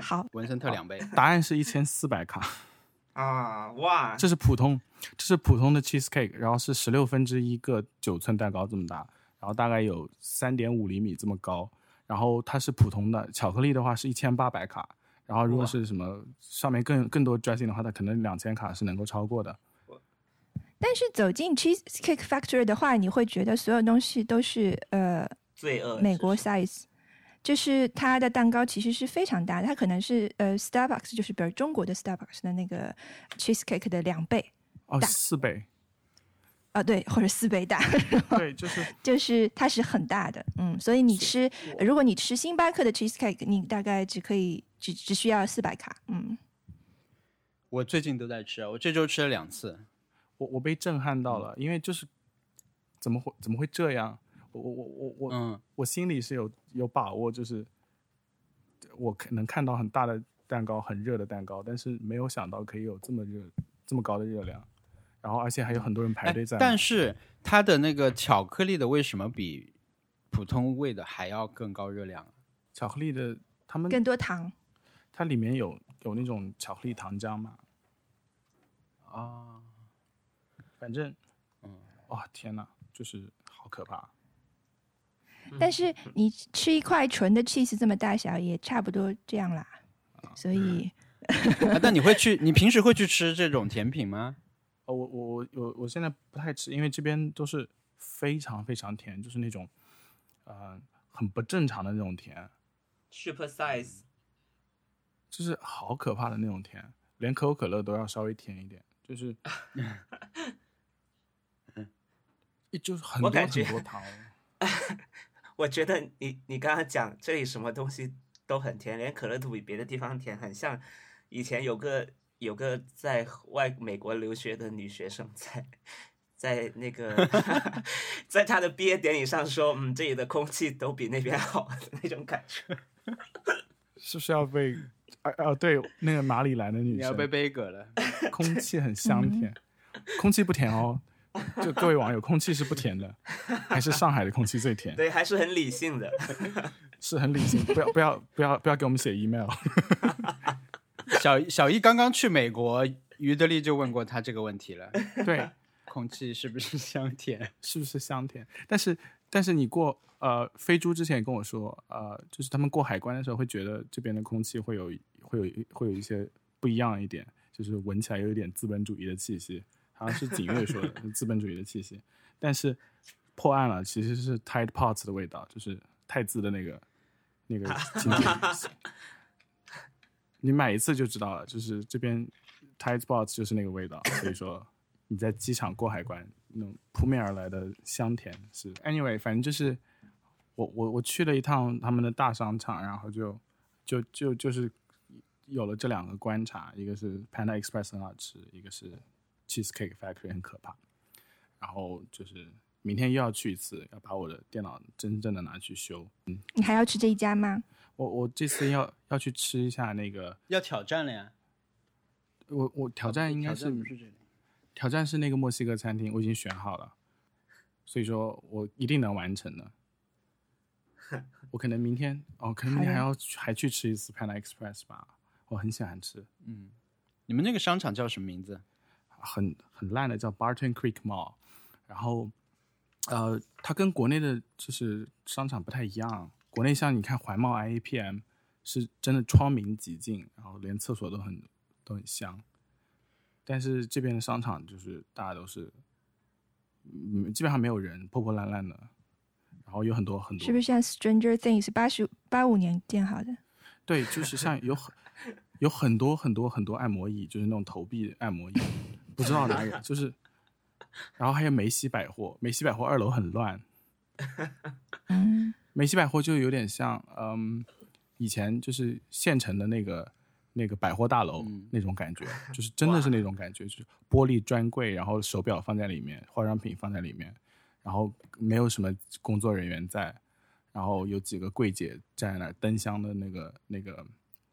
D: 好，
C: 文森特两倍。
A: 答案是一千四百卡，
B: 啊，哇，
A: 这是普通，这是普通的 cheesecake，然后是十六分之一个九寸蛋糕这么大，然后大概有三点五厘米这么高，然后它是普通的，巧克力的话是一千八百卡，然后如果
B: 哇
A: 是什么上面更更多 dressing 的话，它可能两千卡是能够超过的。
D: 但是走进 Cheesecake Factory 的话，你会觉得所有东西都是呃
B: 罪恶
D: 美
B: 是
D: 国
B: 不是
D: size，就是它的蛋糕其实是非常大的，它可能是呃 Starbucks 就是比如中国的 Starbucks 的那个 cheesecake 的两倍
A: 哦，
D: 大
A: 四倍，
D: 啊、对，或者四倍大，
A: 对，就是
D: 就是它是很大的，嗯，所以你吃，呃如果你吃星巴克的 cheesecake，你大概只可以只只需要四百卡，嗯，
C: 我最近都在吃，我这周吃了两次。
A: 我我被震撼到了，因为就是怎么会怎么会这样？我我我我我、
C: 嗯，
A: 我心里是有有把握，就是我可能看到很大的蛋糕，很热的蛋糕，但是没有想到可以有这么热这么高的热量，然后而且还有很多人排
C: 哎
A: 队在买。
C: 但是它的那个巧克力的为什么比普通味的还要更高热量？
A: 巧克力的他们
D: 更多糖，
A: 它里面有有那种巧克力糖浆嘛，
C: 哦，
A: 反正嗯，哇、天呐，就是好可怕。嗯
D: 但是你吃一块纯的 cheese 这么大小也差不多这样啦，所以
C: 啊那你会去？你平时会去吃这种甜品吗？
A: 哦，我我我我我现在不太吃，因为这边都是非常非常甜，就是那种，呃，很不正常的那种甜，
B: super size，
A: 就是好可怕的那种甜，连可口可乐都要稍微甜一点，就是，一就是很多
B: 我感
A: 很
B: 觉
A: 多糖。
B: 我觉得你你刚刚讲这里什么东西都很甜，连可乐都比别的地方甜，很像以前有个有个在外美国留学的女学生在在那 个在她的毕业典礼上说，嗯，这里的空气都比那边好的那种感觉。
A: 是不是要被？啊啊，对，那个哪里来的女
C: 你要被
A: 生？
C: 杯葛了。
A: 空气很香甜，空气不甜哦。就各位网友，空气是不甜的，还是上海的空气最甜？
B: 对，还是很理性的。
A: 是很理性，不要不要不要不要给我们写 email。
C: 小小易刚刚去美国，于德利就问过他这个问题了，
A: 对，
C: 空气是不是香甜？
A: 是不是香甜？但是但是你过呃飞猪之前也跟我说，呃，就是他们过海关的时候会觉得这边的空气会有会有会有一些不一样一点，就是闻起来有一点资本主义的气息，好像是景月说的是资本主义的气息，但是破案了其实是 Tide Pods 的味道，就是泰兹的那个那个清洁剂你买一次就知道了，就是这边 Tide Pods 就是那个味道，所以说你在机场过海关，那种扑面而来的香甜是。Anyway，反正就是我我我去了一趟他们的大商场，然后就就就就是有了这两个观察，一个是 Panda Express 很好吃，一个是 Cheesecake Factory 很可怕。然后就是明天又要去一次，要把我的电脑真正的拿去修。
D: 你还要去这一家吗？
A: 我我这次要要去吃一下那个，
E: 要挑战了呀。
A: 我我挑战应该是
E: 挑战不是这里？
A: 挑战是那个墨西哥餐厅，我已经选好了，所以说我一定能完 成的。我可能明天哦，可能明天还要去还去吃一次 Panda Express 吧，我很喜欢吃，
C: 嗯，你们那个商场叫什么名字？
A: 很很烂的叫 Barton Creek Mall，然后呃，它跟国内的就是商场不太一样，国内像你看环贸 IAPM 是真的窗明几净，然后连厕所都很都很香，但是这边的商场就是大家都是，嗯，基本上没有人，破破烂烂的，然后有很多很多，
D: 是不是像《Stranger Things》八十八五年建好的？
A: 对，就是像有很有很多很多很多按摩椅，就是那种投币按摩椅，不知道哪里就是，然后还有梅西百货，梅西百货二楼很乱，
D: 嗯，
A: 梅西百货就有点像嗯，以前就是县城的那个那个百货大楼、那种感觉，就是真的是那种感觉，就是玻璃专柜，然后手表放在里面，化妆品放在里面，然后没有什么工作人员在，然后有几个柜姐站在那儿灯箱的那个那个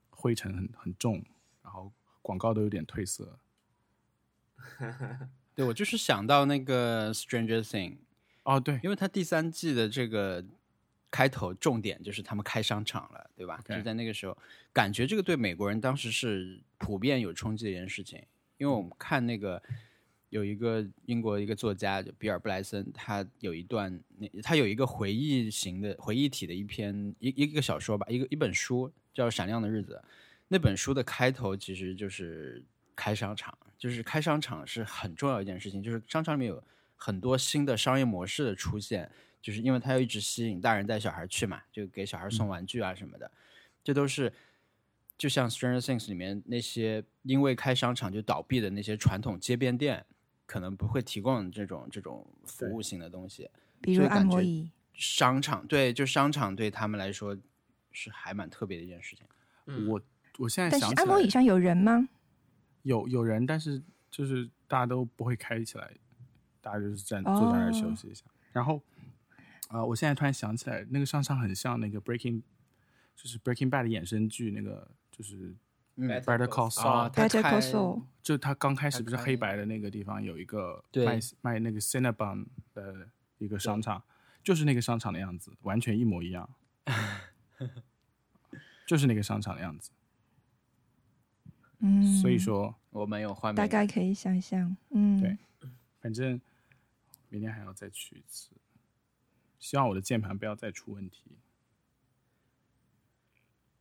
A: 灰尘很很重，然后广告都有点褪色。
C: 对我就是想到那个《Stranger Thing》，
A: 哦，对，
C: 因为它第三季的这个开头重点就是他们开商场了，对吧
A: OK
C: 就在那个时候，感觉这个对美国人当时是普遍有冲击的一件事情。因为我们看那个有一个英国一个作家就比尔布莱森，他有一段那他有一个回忆型的回忆体的一篇一一个小说吧，一个一本书叫《闪亮的日子》。那本书的开头其实就是开商场，就是开商场是很重要一件事情，就是商场里面有很多新的商业模式的出现，就是因为它要一直吸引大人带小孩去嘛，就给小孩送玩具啊什么的，这都是就像《Stranger Things》里面那些因为开商场就倒闭的那些传统街边店，可能不会提供这种这种服务性的东西。
D: 比
C: 就
D: 如
C: 是
D: 按
C: 感
D: 摩
C: 觉
D: 椅，
C: 商场对，就商场对他们来说是还蛮特别的一件事情。
B: 嗯
A: 我我现在
D: 但是
A: 想起来
D: 按摩椅上有人吗？
A: 有有人，但是就是大家都不会开起来，大家就是站坐在那儿
C: 哦
A: 休息一下。然后，呃，我现在突然想起来，那个商场很像那个 Breaking，就是 Breaking Bad 的衍生剧，那个就是
C: 嗯
A: Better Call
C: 啊
A: Saul，、
C: 它
D: Better Call
C: 开
D: Saul
A: 就他刚开始
C: 它
A: 不是
C: 开
A: 黑白的那个地方有一个
C: 对
A: 卖卖那个 Cinnabon 的一个商场，就是那个商场的样子，完全一模一 样，就是那个商场的样子。
D: 嗯，
A: 所以说，
C: 我们有画面
D: 大
C: 感，
D: 概可以想象，嗯，
A: 对反正明天还要再去一次，希望我的键盘不要再出问题。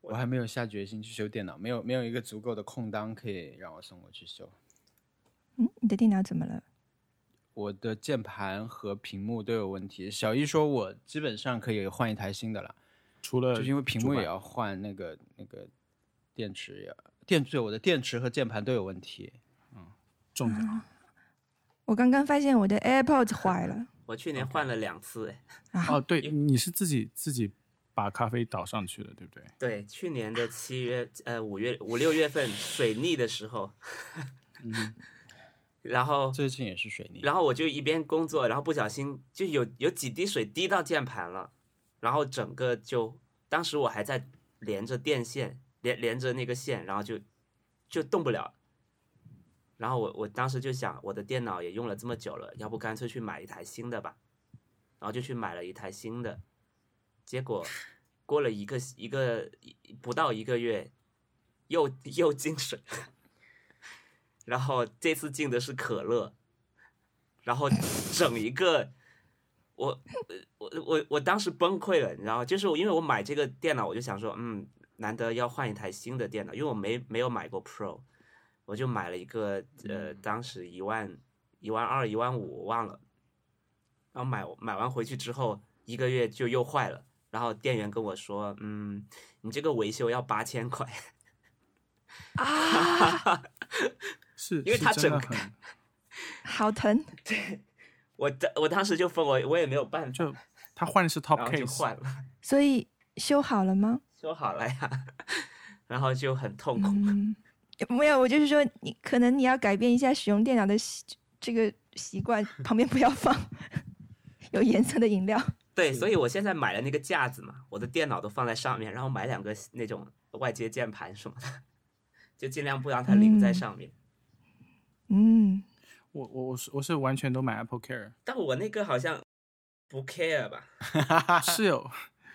C: 我还没有下决心去修电脑，没有没有一个足够的空档可以让我送过去修。
D: 嗯，你的电脑怎么了？
C: 我的键盘和屏幕都有问题。小易说，我基本上可以换一台新的了，
A: 除了
C: 就是因为屏幕
A: 主
C: 也
A: 板
C: 要换，那个那个电池也电对我的电池和键盘都有问题。
A: 中奖，
D: 我刚刚发现我的 AirPods 坏了
B: 我去年换了两次，哎，
A: 哦，对，你是自己自己把咖啡倒上去的，对不对？
B: 对，去年的七月，呃，五月五六月份水逆的时候， 然后
C: 最近也是水泥，
B: 然后我就一边工作，然后不小心就有有几滴水滴到键盘了，然后整个就，当时我还在连着电线，连连着那个线，然后就就动不了。然后我我当时就想，我的电脑也用了这么久了，要不干脆去买一台新的吧。然后就去买了一台新的，结果过了一个一个一不到一个月，又又进水了。 然后这次进的是可乐，然后整一个，我我我我当时崩溃了，你知道吗？就是我因为我买这个电脑，我就想说，嗯，难得要换一台新的电脑，因为我没没有买过 Pro，我就买了一个呃，当时一万一万二一万五我忘了，然后买买完回去之后一个月就又坏了，然后店员跟我说，嗯，你这个维修要八千块，
D: 啊，
A: 是
B: 因为它
A: 是真的
B: 整个
A: 很
D: 好疼！
B: 我当我当时就疯，我我也没有办法，
A: 就 他换的是 top
B: 然后就
A: case，
B: 换了。
D: 所以修好了吗？
B: 修好了呀，然后就很痛苦。
D: 嗯，没有，我就是说，你可能你要改变一下使用电脑的习这个习 惯，旁边不要放有颜色的饮料。
B: 对，所以我现在买了那个架子嘛，我的电脑都放在上面，然后买两个那种外接键盘什么的，就尽量不让它淋在上面。
D: 嗯，
A: 我我我是我是完全都买 Apple Care，
B: 但我那个好像不 care 吧？
A: 是有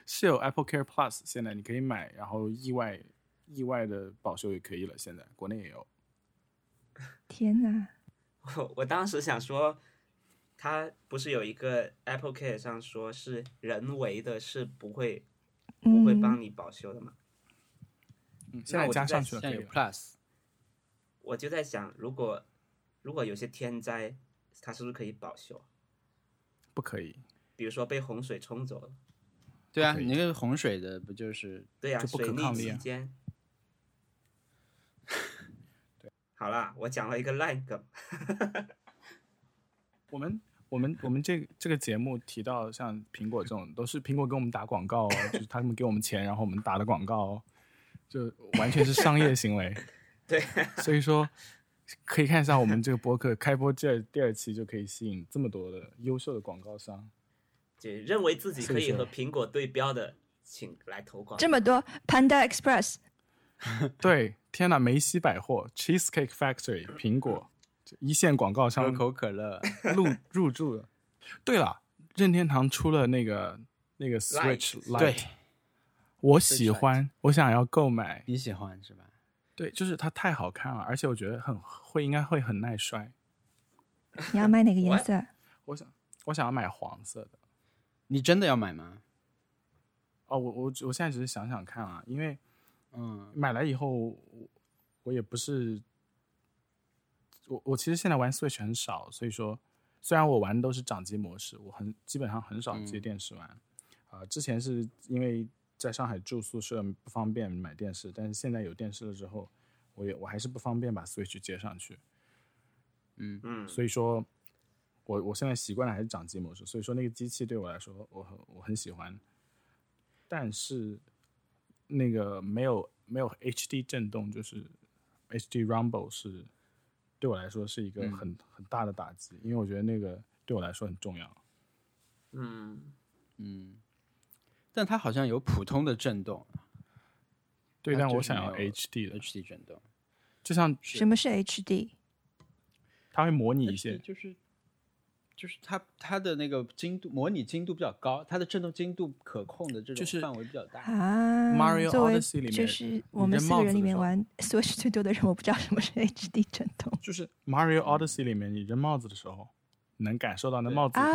A: 是有 Apple Care Plus，现在你可以买，然后意外意外的保修也可以了，现在国内也有。
D: 天哪，
B: 我我当时想说，它不是有一个 Apple Care 上说是人为的，是不会不会帮你保修的嘛？
A: 嗯，现在加上去
C: 现
A: 了，
C: 在
A: 可以了。
C: 有 Plus，
B: 我就在想，如果如果有些天灾，它是不是可以保修？
A: 不可以，
B: 比如说被洪水冲走了。
C: 对啊，
A: 可以
C: 你那个洪水的不就是
B: 对呀、
A: 就不
B: 水
A: 可
B: 逆
A: 抗力
B: 期
A: 啊
B: 间。好啦，我讲了一个烂梗，
A: 我们我们我们这个这个节目提到像苹果这种，都是苹果给我们打广告、哦，就是他们给我们钱，然后我们打的广告、哦，就完全是商业行为。
B: 对，
A: 所以说可以看一下我们这个播客开播这第二期就可以吸引这么多的优秀的广告商。
B: 就认为自己可以
A: 是是
B: 和苹果对标的，请来投广
D: 这么多 Panda Express
A: 对，天呐，梅西百货、Cheesecake Factory、苹果这一线广告
C: 可
A: 商
C: 口可乐？
A: 入入驻了。对了，任天堂出了那个那个 Switch Lite，
C: 对
A: 我喜欢，我想要购买。
C: 你喜欢是吧？
A: 对，就是它太好看了，而且我觉得很会，应该会很耐摔。
D: 你要买哪个颜色？
A: 我想，我想要买黄色的。
C: 你真的要买吗？
A: 哦，我我我现在只是想想看啊，因为
C: 嗯，
A: 买来以后，我我也不是，我我其实现在玩 Switch 很少，所以说虽然我玩的都是掌机模式，我很基本上很少接
C: 嗯
A: 电视玩。啊、之前是因为在上海住宿舍不方便买电视，但是现在有电视了之后，我也我还是不方便把 Switch 接上去。
B: 嗯，
A: 所以说，我我现在习惯了还是掌机模式，所以说那个机器对我来说，我很我很喜欢，但是那个没有没有 HD 震动，就是 HD Rumble 是对我来说是一个很、很大的打击，因为我觉得那个对我来说很重要。
B: 嗯，
C: 但它好像有普通的震动
A: 对，
C: 那
A: 但
C: 就
A: 我
C: 是
A: 想
C: 没
A: 要
C: 有
A: HD 的，
C: ，HD 震动。
A: 就像
D: 什么是 HD？
A: 它会模拟一
C: HD
A: 些，
C: 呃就是就是它它的那个精度模拟精度比较高，它的震动精度可控的这
A: 就
C: 种
A: 是
C: 范围比较大。
D: 啊
A: Mario
D: 作为
A: Odyssey 里面
D: 就是我
A: 你扔
D: 们四
A: 帽
D: 个
A: 子
D: 人
A: 的
D: 里面
A: 时候
D: 玩 Switch 最多的人，我不知道什 么是 HD 震动
A: 就是 Mario Odyssey 里面你扔帽子的时候，能感受到那帽子
D: 啊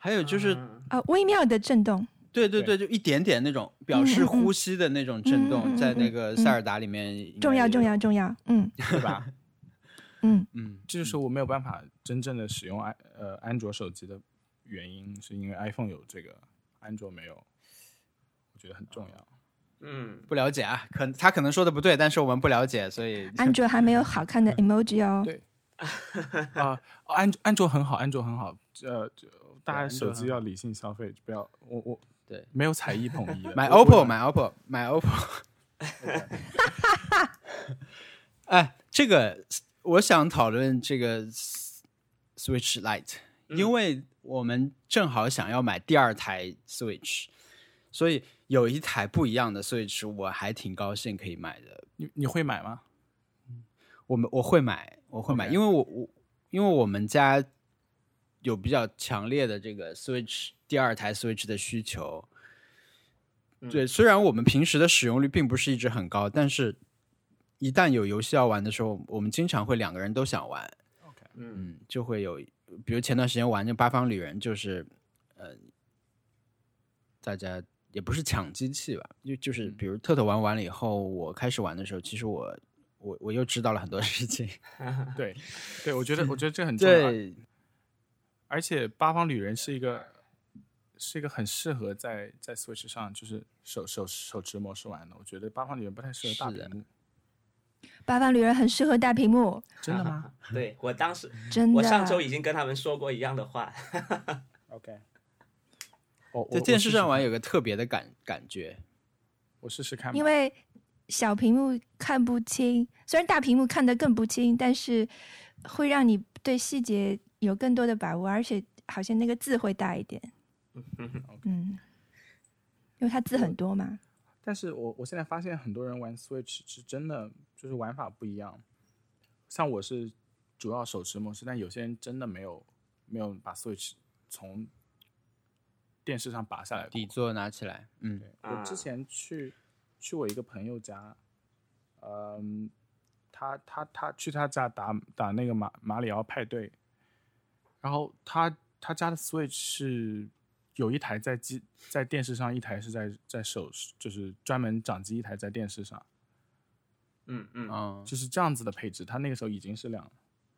C: 还有就是，
B: 嗯
D: 啊，微妙的震动，
C: 对对
A: 对
C: 对，就一点点那种表示呼吸的那种震
D: 嗯嗯嗯嗯
C: 动，
D: 嗯
C: 在那个塞尔达里面应该也
D: 重要重要重要， 嗯
A: 对吧？
D: 嗯，
C: 嗯，
A: 这就是我没有办法真正的使用安呃安卓手机的原因，是因为 iPhone 有这个，安卓没有，我觉得很重要。
B: 嗯，
C: 不了解啊，可他可能说的不对，但是我们不了解，所以
D: 安卓还没有好看的 emoji 哦，
A: 对啊、安安卓很好，安卓很好，呃，就大家
C: 安卓
A: 手机要理性消费，不要我我
C: 对
A: 没有彩衣统一的，
C: 买
A: 我不会
C: OPPO，买 OPPO，买 OPPO。哎，这个我想讨论这个 Switch Lite，因为我们正好想要买第二台 Switch，所以有一台不一样的 Switch，我还挺高兴可以买的。
A: 你你会买吗？
C: 我们我会买，我会买
A: OK
C: 因为我我因为我们家有比较强烈的这个 Switch 第二台 Switch 的需求。对，虽然我们平时的使用率并不是一直很高，但是一旦有游戏要玩的时候，我们经常会两个人都想玩，
A: OK
B: 嗯
C: 嗯，就会有比如前段时间玩那八方旅人，就是呃，大家也不是抢机器吧，就就是比如特特玩完了以后，我开始玩的时候，其实我我我又知道了很多事情。
A: 对，对，我觉得我觉得这很重要。
C: 对，
A: 而且《八方旅人》是一个是一个很适合在在 Switch 上就是手手手持模式玩的。我觉得《八方旅人》不太适合大
C: 是的
A: 屏幕，
D: 八方旅人很适合大屏幕，
A: 真的吗
B: 啊对我当时，
D: 真的。
B: 我上周已经跟他们说过一样的话。
A: ？OK，哦，我
C: 在电视上，
A: 我
C: 玩
A: 试试
C: 有个特别的感感觉，
A: 我试试看吧。
D: 因为小屏幕看不清，虽然大屏幕看得更不清，但是会让你对细节有更多的把握，而且好像那个字会大一点。 嗯，因为它字很多嘛。
A: 但是我我现在发现很多人玩 Switch 是真的就是玩法不一样，像我是主要手持模式，但有些人真的没有没有把 Switch 从电视上拔下来过。
C: 底座拿起来，嗯，
A: 我之
B: 啊
A: 前去去我一个朋友家，嗯，他他他去他家打打那个马马里奥派对，然后他他家的 Switch 是有一台在机在电视上，一台是在在手就是专门掌机，一台在电视上，
B: 嗯嗯，
C: 嗯，
A: 就是这样子的配置。他那个时候已经是两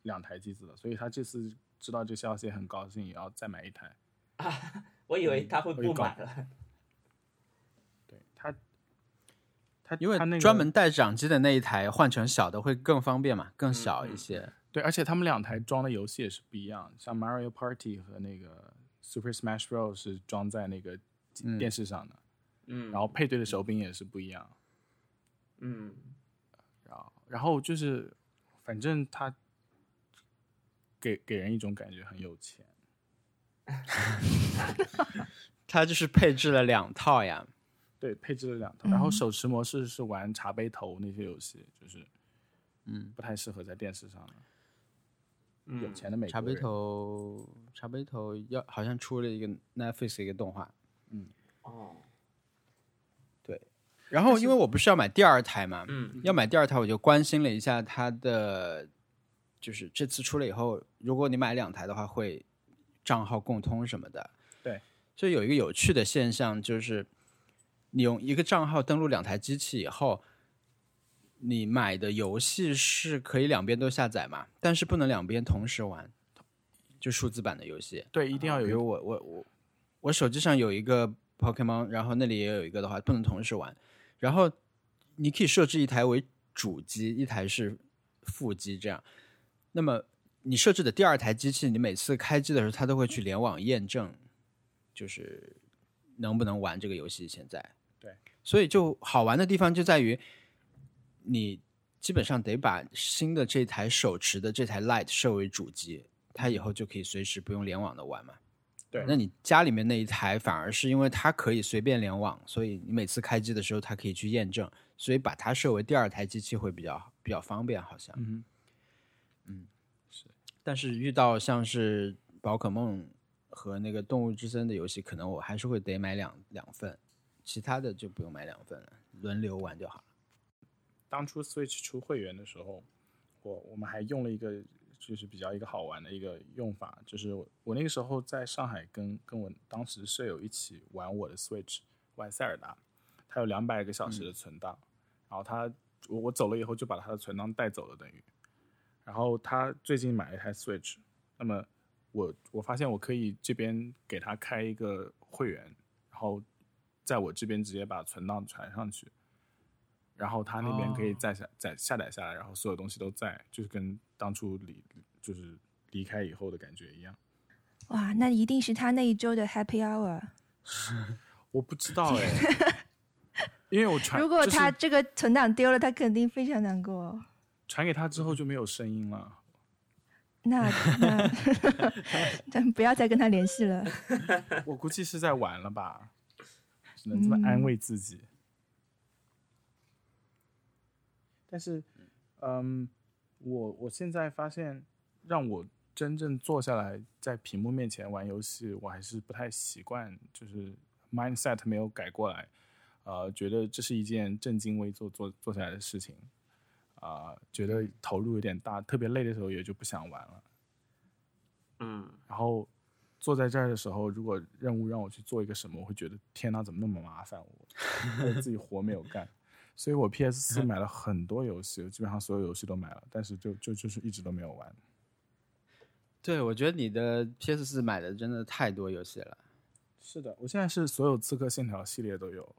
A: 两台机子了，所以他这次知道这消息很高兴，也要再买一台。
B: 我以为他会
A: 我一
B: 不
A: 搞
B: 买了。
A: 对他。他
C: 因为
A: 他那个
C: 专门带掌机的那一台换成小的会更方便嘛，更小
A: 嗯
C: 一些。
A: 对，而且他们两台装的游戏也是不一样，像 Mario Party 和那个 Super Smash Bros 是装在那个机
C: 嗯
A: 电视上的，
B: 嗯，
A: 然后配对的手柄也是不一样。
B: 嗯，
A: 然后，然后就是，反正他给给人一种感觉很有钱。
C: 它就是配置了两套呀，
A: 对，配置了两套，然后
D: 嗯
A: 手持模式是玩茶杯头那些游戏，就是
C: 嗯，
A: 不太适合在电视上的。
B: 嗯
A: 有钱的美国
C: 茶杯
A: 人，
C: 头，茶杯头要好像出了一个 Netflix 的一个动画，
B: 哦，
C: 然后因为我不是要买第二台嘛，
B: 嗯
C: 要买第二台我就关心了一下它的，就是这次出了以后，如果你买两台的话，会账号共通什么的。
A: 对，
C: 所以有一个有趣的现象就是，你用一个账号登录两台机器以后，你买的游戏是可以两边都下载嘛，但是不能两边同时玩，就数字版的游戏。
A: 对，一定要有
C: 啊比
A: 一个
C: 如我我我我手机上有一个 Pokemon，然后那里也有一个的话，不能同时玩。然后你可以设置一台为主机，一台是副机，这样。那么你设置的第二台机器，你每次开机的时候，它都会去联网验证，就是能不能玩这个游戏。现在
A: 对，
C: 所以就好玩的地方就在于你。基本上得把新的这台手持的这台 Lite 设为主机，它以后就可以随时不用联网的玩嘛。
A: 对
C: 那你家里面那一台反而是因为它可以随便联网，所以你每次开机的时候它可以去验证，所以把它设为第二台机器会比较比较方便，好像。
A: 嗯
C: 但是遇到像是宝可梦和那个动物之森的游戏，可能我还是会得买两两份，其他的就不用买两份了，轮流玩就好了。
A: 当初 Switch 出会员的时候，我我们还用了一个就是比较一个好玩的一个用法，就是我我那个时候在上海跟跟我当时舍友一起玩我的 Switch 玩塞尔达，它有两百个小
D: 嗯
A: 时的存档，然后他我我走了以后就把他的存档带走了等于，然后他最近买了一台 Switch，那么我我发现我可以这边给他开一个会员，然后在我这边直接把存档传上去，然后他那边可以
C: 哦
A: 再下再下载下来，然后所有东西都在，就是跟当初离就是离开以后的感觉一样。
D: 哇，那一定是他那一周的 Happy Hour。
A: 我不知 道哎、因为我传
D: 如果
A: 就是
D: 他这个存档丢了，他肯定非常难过。
A: 传给他之后就没有声音了。
D: 那那， 咱不要再跟他联系了。
A: 我估计是在玩了吧，只能这么安慰自己。但是，嗯，我我现在发现，让我真正坐下来在屏幕面前玩游戏，我还是不太习惯，就是 mindset 没有改过来，呃，觉得这是一件正襟危坐做做下来的事情，啊、觉得投入有点大，特别累的时候也就不想玩了。
B: 嗯
A: 然后坐在这儿的时候，如果任务让我去做一个什么，我会觉得天呐，怎么那么麻烦？ 我我自己活没有干，所以我 PS 四买了很多游戏，基本上所有游戏都买了，但是就就就是一直都没有玩。
C: 对，我觉得你的 PS 四买的真的太多游戏了。
A: 是的，我现在是所有《刺客信条》系列都有，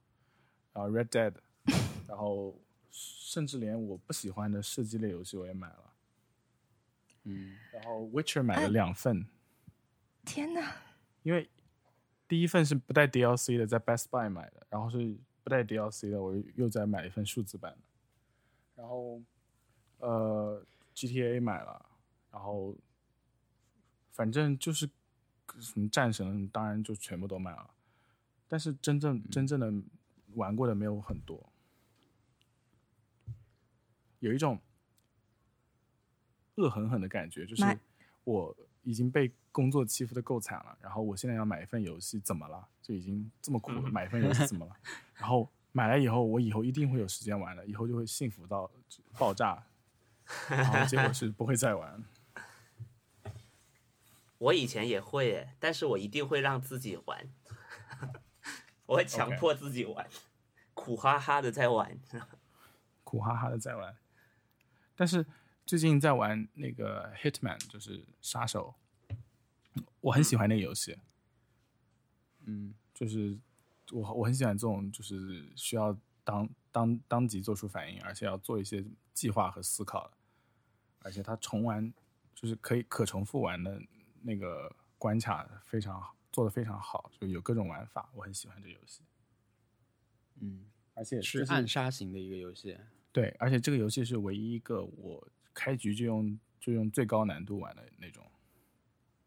A: 然后 Red Dead，然 后甚至连我不喜欢的射击类游戏我也买了，
C: 嗯，
A: 然后 Witcher 买了两份，
D: 天哪，
A: 因为第一份是不带 DLC 的，在 Best Buy 买的，然后是不带 DLC 的，我又再买一份数字版的，然后呃 GTA 买了，然后反正就是什么战神，当然就全部都买了，但是真正真正的玩过的没有很多，有一种恶狠狠的感觉，就是
D: 买
A: 我已经被工作欺负的够惨了，然后我现在要买一份游戏，怎么了？就已经这么苦了，买一份游戏怎么了？然后买来以后，我以后一定会有时间玩的，以后就会幸福到爆炸，然后结果是不会再玩。
B: 我以前也会耶，但是我一定会让自己玩， 我会强
A: OK
B: 迫自己玩苦哈哈的在玩。
A: 苦哈哈的在玩。但是最近在玩那个 Hitman，就是杀手，我很喜欢那个游戏。
C: 嗯，
A: 就是我我很喜欢这种，就是需要当当当即做出反应，而且要做一些计划和思考的，而且它重玩就是可以可重复玩的那个关卡非常好，做的非常好，就有各种玩法，我很喜欢这个游戏。
C: 嗯，
A: 而且
C: 是暗杀型的一个游戏。
A: 对，而且这个游戏是唯一一个我开局就用就用最高难度玩的那种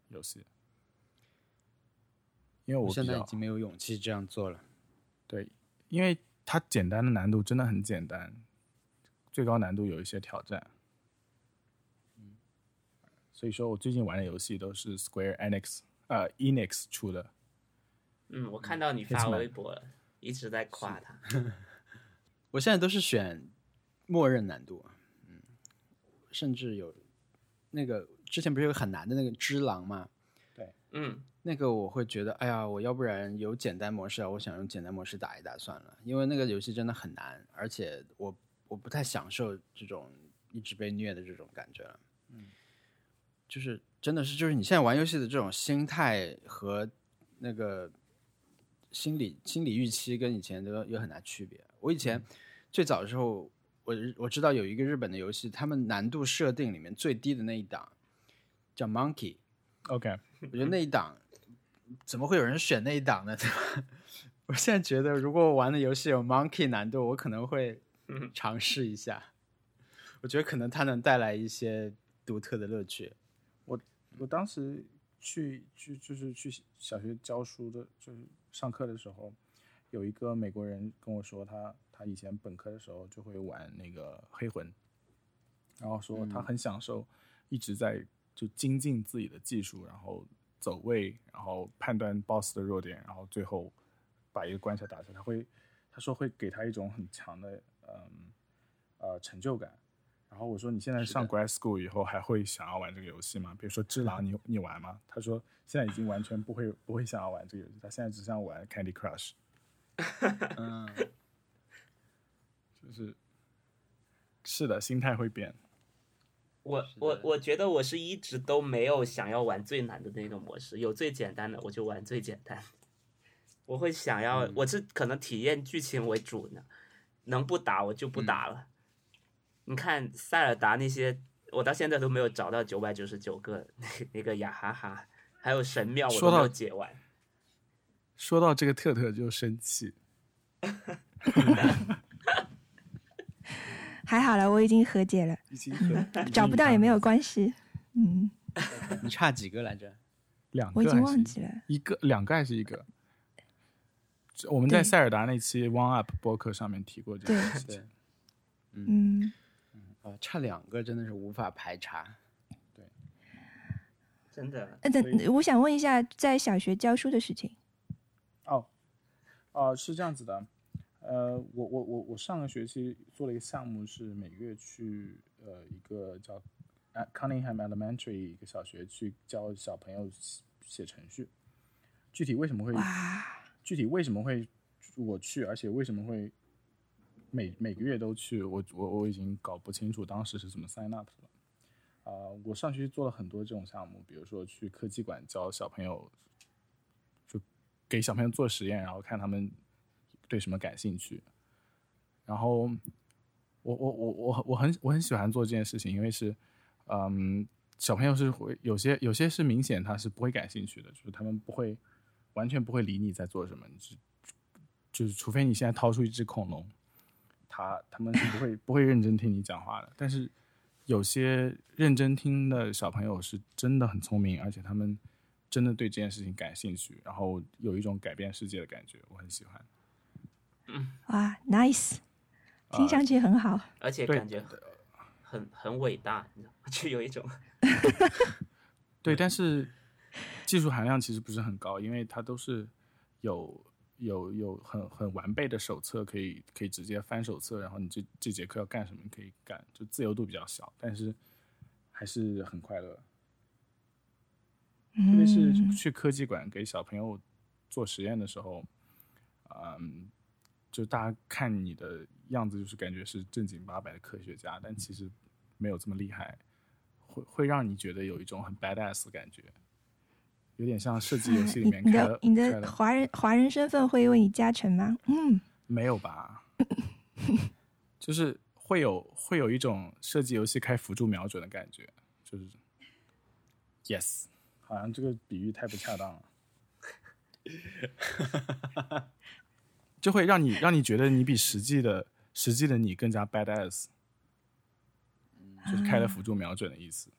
A: 游戏，因为我
C: 我现
A: 比
C: 在已
A: 较
C: 经没有勇气这样做了。
A: 对，因为它简单的难度真的很简单，最高难度有一些挑战。
C: 嗯
A: 所以说我最近玩的游戏都是 Square Enix 呃 Enix 出的，
B: 嗯，我看到你发微博了，一直在夸他。
C: 我现在都是选默认难度，嗯，甚至有那个之前不是有个很难的那个《只狼》嘛，
B: 嗯，
C: 那个我会觉得，哎呀，我要不然有简单模式啊，我想用简单模式打一打算了，因为那个游戏真的很难，而且我我不太享受这种一直被虐的这种感觉了。嗯，就是真的是就是你现在玩游戏的这种心态和那个心理心理预期跟以前都有很大区别。我以前最早的时候，我我知道有一个日本的游戏，他们难度设定里面最低的那一档叫 Monkey。
A: OK，
C: 我觉得那一档怎么会有人选那一档呢？ 对吧？我现在觉得，如果我玩的游戏有 Monkey 难度，我可能会
B: 嗯
C: 尝试一下。我觉得可能它能带来一些独特的乐趣。
A: 我当时去去就是去小学教书的，就是上课的时候，有一个美国人跟我说他他以前本科的时候就会玩那个黑魂，然后说他很享受一直在就精进自己的技术，然后走位，然后判断 BOSS 的弱点，然后最后把一个关卡打下来，他会他说会给他一种很强的嗯呃成就感。然后我说你现在
C: 是的
A: 上 grad school 以后还会想要玩这个游戏吗？比如说《只狼》，你你玩吗？他说现在已经完全不会不会想要玩这个游戏，他现在只想玩 Candy Crush。
C: 嗯，
A: 就是是的，心态会变。
B: 我
C: 是的
B: 我我觉得我是一直都没有想要玩最难的那个模式，有最简单的我就玩最简单。我会想要，我
A: 嗯
B: 是可能体验剧情为主呢，能不打我就不
A: 嗯
B: 打了。你看塞尔达那些，我到现在都没有找到九百九十九个 那那个雅哈哈，还有神庙我
A: 说
B: 都没
A: 到
B: 有解完。
A: 说到这个特特就生气，
D: 还好了，我已经和解了，
A: 已经 和
D: 找不到也没有关系。嗯，
C: 你差几个来着？
A: 两个
D: 我已
A: 还是一个，
D: 经忘记了。
A: 一个两个还是一个。这我们在
D: 对
A: 塞尔达那期 One Up 播客上面提过这个
D: 对
A: 事
C: 对
A: 情，，
D: 嗯，
C: 啊，差两个真的是无法排查。
B: 真的，
D: 呃，
A: 所以
D: 等我想问一下，在小学教书的事情，
A: 哦，哦、是这样子的，呃，我我我我上个学期做了一个项目，是每月去呃一个叫呃 Cunningham Elementary 一个小学去教小朋友写写程序。具体为什么会
D: 哇，
A: 具体为什么会我去，而且为什么会每每个月都去，我我我已经搞不清楚当时是怎么 sign up 的了。啊、我上学期做了很多这种项目，比如说去科技馆教小朋友，就给小朋友做实验，然后看他们对什么感兴趣。然后我我我我我很我很喜欢做这件事情，因为是嗯，小朋友是会有些有些是明显他是不会感兴趣的，就是他们不会完全不会理你在做什么，你只就是除非你现在掏出一只恐龙，他他们是不会不会认真听你讲话的。但是有些认真听的小朋友是真的很聪明，而且他们真的对这件事情感兴趣，然后有一种改变世界的感觉，我很喜欢。
D: 哇，nice，听
A: 啊
D: 上去很好。
B: 而且
A: 对
B: 感觉很很很伟大，你知道吗 就有一种
A: 对，但是技术含量其实不是很高，因为它都是有有有很很完备的手册，可以可以直接翻手册，然后你这这节课要干什么你可以干，就自由度比较小，但是还是很快乐。特别是
D: 嗯
A: 去科技馆给小朋友做实验的时候，嗯，就大家看你的样子，就是感觉是正经八百的科学家，但其实没有这么厉害，会会让你觉得有一种很 badass 的感觉，有点像射击游戏里面
D: 你
A: 开
D: 的
A: 了
D: 你
A: 开
D: 的
A: 了
D: 华人华人身份会为你加成吗？嗯，
A: 没有吧？就是会有会有一种射击游戏开辅助瞄准的感觉，就是 yes，好像这个比喻太不恰当了，就会让你让你觉得你比实际的实际的你更加 badass，就是
D: 嗯
A: 开了辅助瞄准的意思。嗯，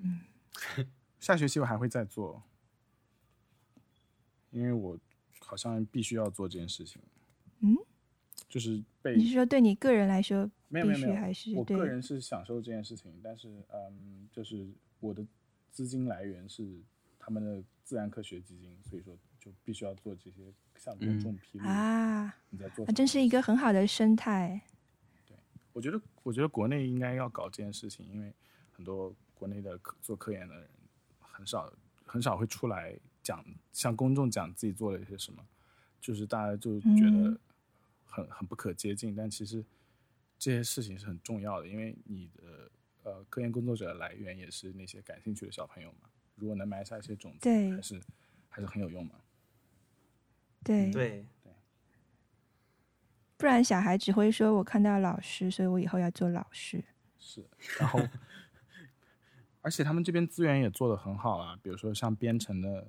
D: 嗯
A: 下学期我还会再做，因为我好像必须要做这件事情。
D: 嗯，
A: 就是被
D: 你是说对你个人来说
A: 没有没有
D: 必须
A: 没有，
D: 还是
A: 我
D: 对
A: 个人是享受这件事情，但是嗯，就是我的资金来源是他们的自然科学基金，所以说就必须要做这些向公众披露
D: 嗯啊？
A: 你在做
D: 啊
A: 什么。
D: 真是一个很好的生态。
A: 我觉得我觉得国内应该要搞这件事情，因为很多国内的科做科研的人很少很少会出来讲向公众讲自己做了一些什么，就是大家就觉得
D: 嗯
A: 很、很不可接近，但其实这些事情是很重要的，因为你的呃科研工作者的来源也是那些感兴趣的小朋友嘛，如果能埋下一些种子，
D: 对
A: 还是还是很有用嘛。嗯
D: 对，
B: 对
D: 不然小孩只会说我看到老师，所以我以后要做老师。
A: 是，然后，而且他们这边资源也做得很好啊，比如说像编程的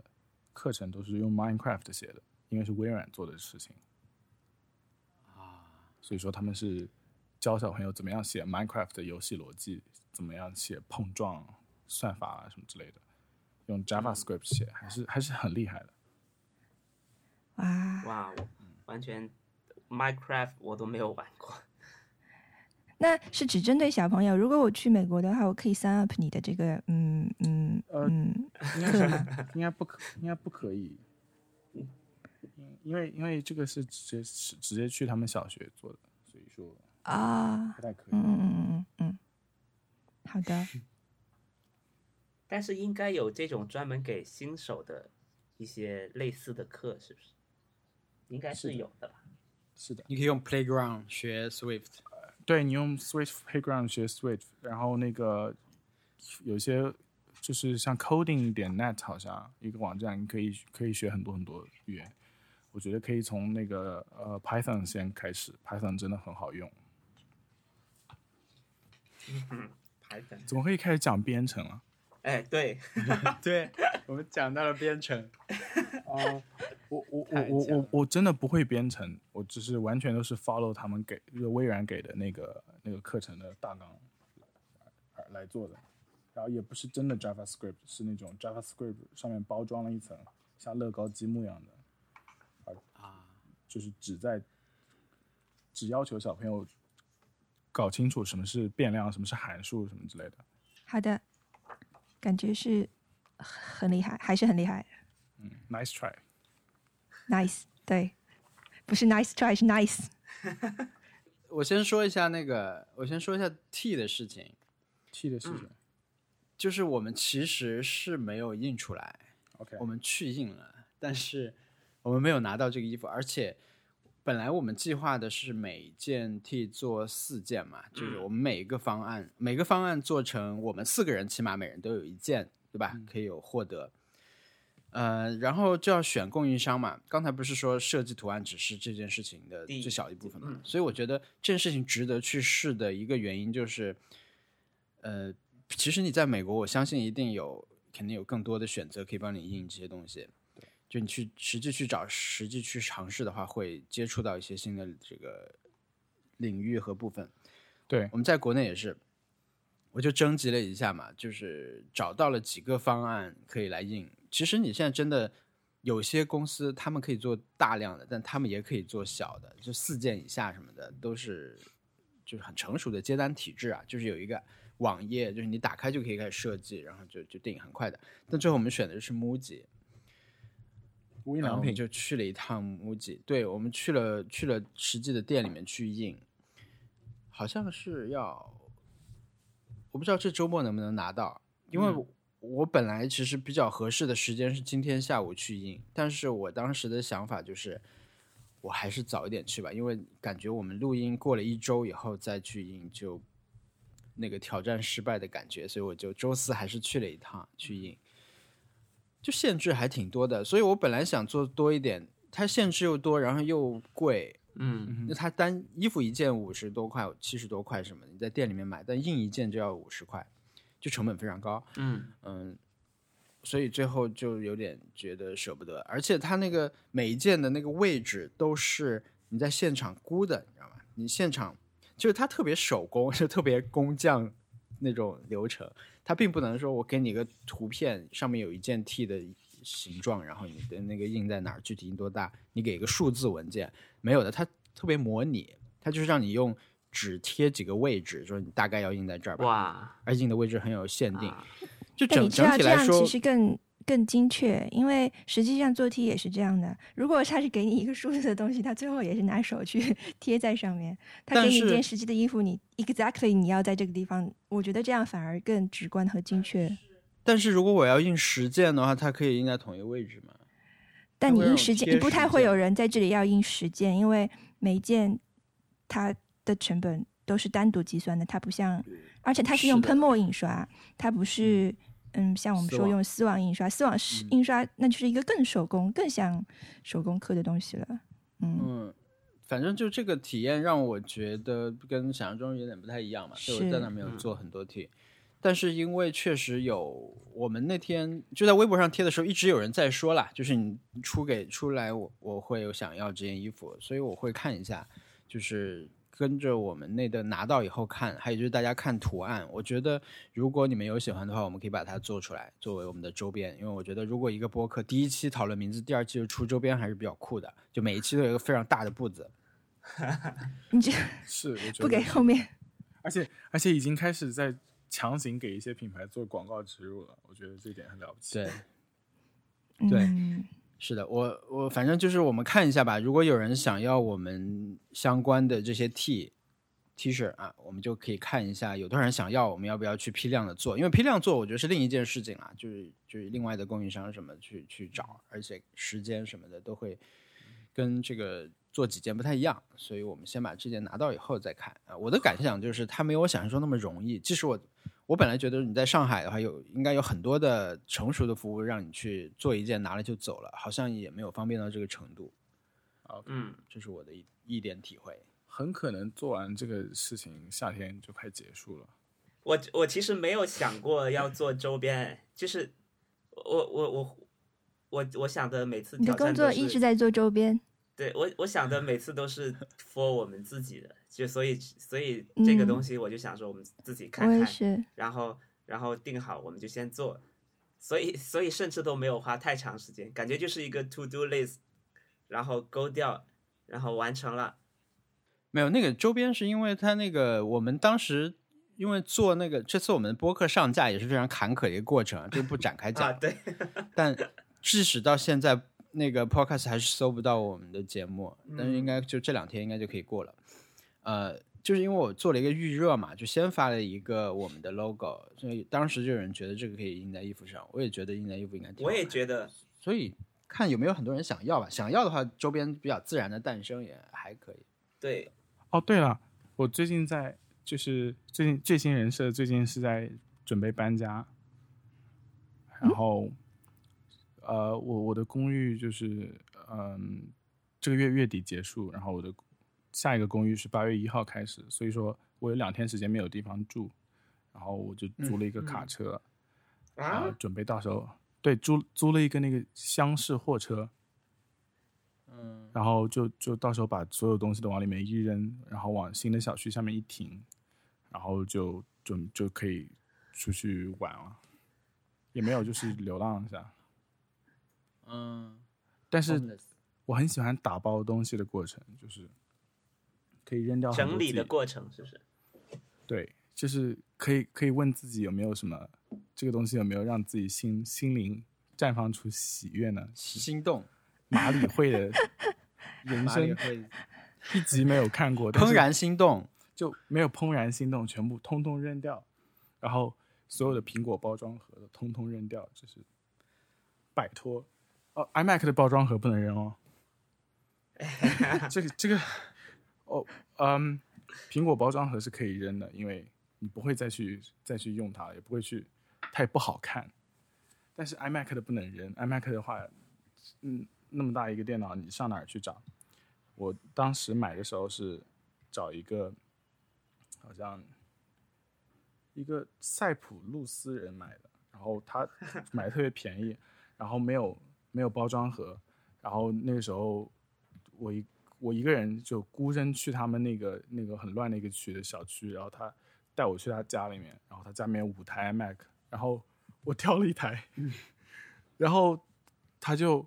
A: 课程都是用 Minecraft 写的，因为是微软做的事情，
C: 啊，
A: 所以说他们是教小朋友怎么样写 Minecraft 的游戏逻辑，怎么样写碰撞算法啊什么之类的，用 JavaScript 写，还是还是很厉害的。
D: 哇，
B: 哇，我完全 Minecraft 我都没有玩过。
D: 那是只针对小朋友。如果我去美国的话，我可以 sign up 你的这个，嗯嗯
A: 呃
D: 嗯，
A: 应该是应该不可应该不可以，因因为因为这个是直接直直接去他们小学做的，所以说
D: 啊，
A: 不太可以。
D: 嗯嗯嗯嗯嗯，好的，
B: 但是应该有这种专门给新手的一些类似的课，是不是？应该
A: 是
B: 是
A: 的
B: 有的吧？
A: 是的。
C: 你可以用 Playground 学 Swift，
A: 对你用 Swift Playground 学 Swift，然后那个有些就是像 coding 点 net 好像一个网站，你可以可以学很多很多语言。我觉得可以从那个呃 Python 先开始，Python 真的很好用。
B: 还等，
A: 怎么可以开始讲编程了、啊
B: 哎，对，
C: 对我们讲到了编程，
A: 哦，我我我
C: 太
A: 我
C: 强
A: 我我真的不会编程，我只是完全都是 follow 他们给微软给的那个那个课程的大纲来来做的，然后也不是真的 JavaScript，是那种 JavaScript 上面包装了一层像乐高积木一样的，
C: 啊，
A: 就是只在只要求小朋友搞清楚什么是变量，什么是函数，什么之类的。
D: 好的，感觉是很厉害，还是很厉害
A: 嗯，nice try。
D: ，nice，对，不是 nice try，是 nice，
C: 我先说一下那个，我先说一下 T 的事情。
A: T 的是什么
C: 就是我们其实是没有印出来，
A: ？OK，
C: 我们去印了，但是我们没有拿到这个衣服，而且本来我们计划的是每件 T 做四件嘛，就是我们每一个方案，每个方案做成我们四个人起码每人都有一件，对吧？可以有获得。呃，然后就要选供应商嘛。刚才不是说设计图案只是这件事情的
B: 第一
C: 最小一部分嘛？
B: 嗯
C: 所以我觉得这件事情值得去试的一个原因就是，呃，其实你在美国，我相信一定有肯定有更多的选择可以帮你印这些东西。就你去实际去找、实际去尝试的话，会接触到一些新的这个领域和部分。
A: 对
C: 我们在国内也是，我就征集了一下嘛，就是找到了几个方案可以来印。其实你现在真的有些公司他们可以做大量的，但他们也可以做小的，就四件以下什么的都是就是很成熟的接单体制啊，就是有一个网页，就是你打开就可以开始设计，然后就就定很快的。但最后我们选的是 MUJI。
A: 无印
C: 然后
A: 良
C: 我们
A: 品
C: 就去了一趟 MUJI，对我们去了去了实际的店里面去印，好像是要，我不知道这周末能不能拿到，因为我我本来其实比较合适的时间是今天下午去印，但是我当时的想法就是，我还是早一点去吧，因为感觉我们录音过了一周以后再去印就那个挑战失败的感觉，所以我就周四还是去了一趟去印。就限制还挺多的，所以我本来想做多一点，它限制又多，然后又贵，
B: 嗯，
C: 那它单衣服一件五十多块、七十多块什么的，你在店里面买，但印一件就要五十块，就成本非常高。
B: 嗯
C: 嗯，所以最后就有点觉得舍不得，而且它那个每一件的那个位置都是你在现场估的，你知道吗？你现场就是它特别手工， 就特别工匠那种流程，它并不能说我给你个图片，上面有一件 T 的形状，然后你的那个印在哪儿，具体印多大，你给一个数字文件，没有的，它特别模拟，它就是让你用。纸贴几个位置，说你大概要印在这儿吧，
B: 哇，
C: 而印的位置很有限定，
B: 啊
C: 就
D: 但
C: 整
D: 你知
C: 整
D: 道
C: 体
D: 这
C: 来
D: 样
C: 说
D: 其，实更更精确，因为实际上做题也是这样的。如果他是给你一个数字的东西，他最后也是拿手去 贴在上面。他
C: 但
D: 给你一
C: 是
D: 件实际的衣服，你 exactly 你要在这个地方，我觉得这样反而更直观和精
C: 呃
D: 确。
C: 但是如果我要印十件的话，它可以印在同一个位置嘛？
D: 但
C: 它
D: 你
C: 会
D: 印
C: 让
D: 十
C: 我
D: 件，
C: 贴
D: 你不太
C: 十
D: 会
C: 件
D: 有人在这里要印十件，因为每一件它的成本都是单独计算的，它不像，而且它是
C: 是
D: 用
C: 的
D: 喷墨印刷，它不是嗯像我们
C: 丝
D: 说
C: 网
D: 用丝网印刷，丝网是印刷那就是一个更手工、更像手工课的东西了。嗯，
C: 嗯，反正就这个体验让我觉得跟想象中有点不太一样嘛，所以我在
D: 是
C: 那没有
B: 嗯
C: 做很多题。但是因为确实有，我们那天就在微博上贴的时候，一直有人在说啦，就是你出给出来我，我会有想要这件衣服，所以我会看一下，就是跟着我们那个拿到以后看，还有就是大家看图案。我觉得如果你们有喜欢的话，我们可以把它做出来作为我们的周边，因为我觉得如果一个播客第一期讨论名字，第二期就出周边还是比较酷的，就每一期都有一个非常大的步子。
D: 你这
A: 是我觉
D: 不给
A: 得，
D: 后面
A: 而且而且已经开始在强行给一些品牌做广告植入了，我觉得这点很了不起。
C: 对，对
D: 嗯。
C: 是的，我我反正就是我们看一下吧。如果有人想要我们相关的这些 T T 恤啊，我们就可以看一下有多少人想要，我们要不要去批量的做？因为批量做，我觉得是另一件事情啦，就是就是另外的供应商什么去去找，而且时间什么的都会跟这个做几件不太一样，所以我们先把这件拿到以后再看啊。我的感想就是，它没有我想象中那么容易。即使我我本来觉得你在上海的话有应该有很多的成熟的服务让你去做一件拿了就走了，好像也没有方便到这个程度，
B: 嗯
C: 这是我的一一点体会。
A: 很可能做完这个事情，夏天就快结束了。
B: 我我其实没有想过要做周边，就是我我我我我想的每次
D: 你的
B: 挑战
D: 工
B: 都
D: 作
B: 是
D: 一直在做周边，
B: 对我我想的每次都 是 for 我们自己的，就所以所以这个
D: 嗯
B: 东西我就想说我们自己看
D: 我也
B: 看，
D: 是。
B: 然后然后定好我们就先做，所以所以甚至都没有花太长时间，感觉就是一个 to do list，然后勾掉，然后完成了，
C: 没有那个周边是因为它那个我们当时因为做那个这次我们播客上架也是非常坎坷的一个过程，这个不展开讲
B: 啊
C: 了。
B: 对，
C: 但即使到现在，那个
A: 嗯
C: podcast 还是搜不到我们的节目，但是应该就这两天应该就可以过了。呃，就是因为我做了一个预热嘛，就先发了一个我们的 logo，所以当时就有人觉得这个可以印在衣服上，我也觉得印在衣服应该挺
B: 我
C: 好
B: 也
C: 看
B: 觉得
C: 所以看有没有很多人想要吧。想要的话，周边比较自然的诞生也还可以。
B: 对，
A: 哦，对了，我最近在就是最近最新人设最近是在准备搬家，然后、呃，我我的公寓就是嗯、这个月月底结束，然后我的下一个公寓是八月一号开始，所以说我有两天时间没有地方住，然后我就租了一个卡车。然后
B: 啊，
A: 准备到时候对租租了一个那个厢式货车，嗯，然后就就到时候把所有东西都往里面一扔，然后往新的小区下面一停，然后就准就可以出去玩了，也没有就是流浪一下，
C: 嗯，
A: 但
B: 哦
A: 是
C: 是
A: 我很喜欢打包东西的过程，就是可以扔掉很多
B: 整理
A: 自
B: 的
A: 己
B: 过程是不是？
A: 对，就是可以可以问自己有没有什么这个东西有没有让自己心心灵绽放出喜悦呢？
C: 心动，
A: 马里会的人
C: 马里
A: 生
C: 会
A: 一集没有看过， 但
C: 怦
A: 是
C: 然心动。
A: 就没有怦然心动，全部通通扔掉，然后所有的苹果包装盒都通通扔掉，就是摆脱哦，iMac 的包装盒不能扔哦。这个这个哦，嗯，苹果包装盒是可以扔的，因为你不会再去再去用它了，也不会去，它也不好看。但是 iMac 的不能扔，iMac 的话，嗯，那么大一个电脑，你上哪儿去找？我当时买的时候是找一个好像一个塞浦路斯人买的，然后他买的特别便宜，然后没有没有包装盒，然后那个时候我一我一个人就孤身去他们那个那个很乱的一个区的小区，然后他带我去他家里面，然后他家里面有五台 iMac，然后我挑了一台， 然后他就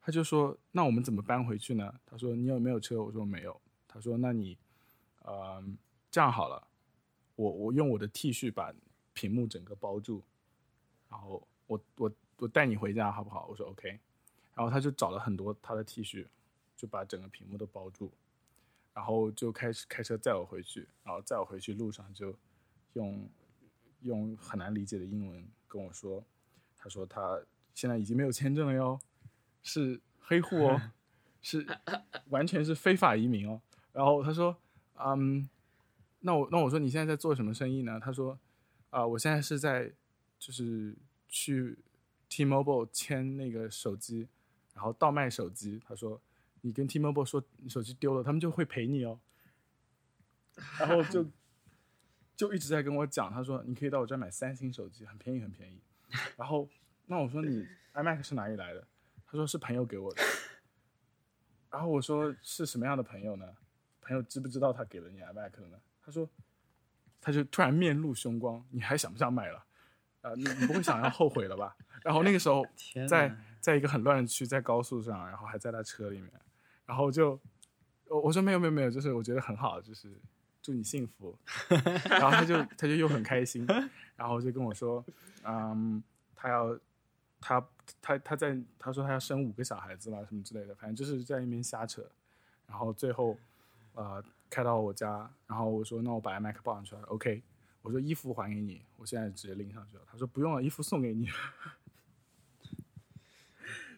A: 他就说：“那我们怎么搬回去呢？”他说：“你有没有车？”我说：“没有。”他说：“那你，呃，这样好了，我我用我的 T 恤把屏幕整个包住，然后我我我带你回家好不好？”我说：“OK。”然后他就找了很多他的 T 恤，就把整个屏幕都包住，然后就开始开车载我回去，然后载我回去路上就用用很难理解的英文跟我说，他说他现在已经没有签证了哟，是黑户哦，是完全是非法移民哦。然后他说，嗯，那我那我说你现在在做什么生意呢？他说，啊、我现在是在就是去 T-Mobile 签那个手机，然后倒卖手机。他说，你跟 T-Mobile 说你手机丢了，他们就会赔你哦。然后就就一直在跟我讲，他说你可以到我这儿买三星手机，很便宜很便宜。然后那我说你 iMac 是哪里来的？他说是朋友给我的。然后我说是什么样的朋友呢？朋友知不知道他给了你 iMac 了呢？他说，他就突然面露凶光，你还想不想买了？啊、你你不会想要后悔了吧？ 然后那个时候
C: 天
A: 在在一个很乱的区，在高速上，然后还在他车里面，然后就我我说没有没有没有，就是我觉得很好，就是祝你幸福。 然后他就他就又很开心，然后就跟我说，嗯，他要他他他在他说他要生五个小孩子嘛，什么之类的，反正就是在那边瞎扯。然后最后呃开到我家，然后我说那我把 iMac 抱上去了，OK。我说衣服还给你，我现在直接拎上去了。他说不用了，衣 服送给你。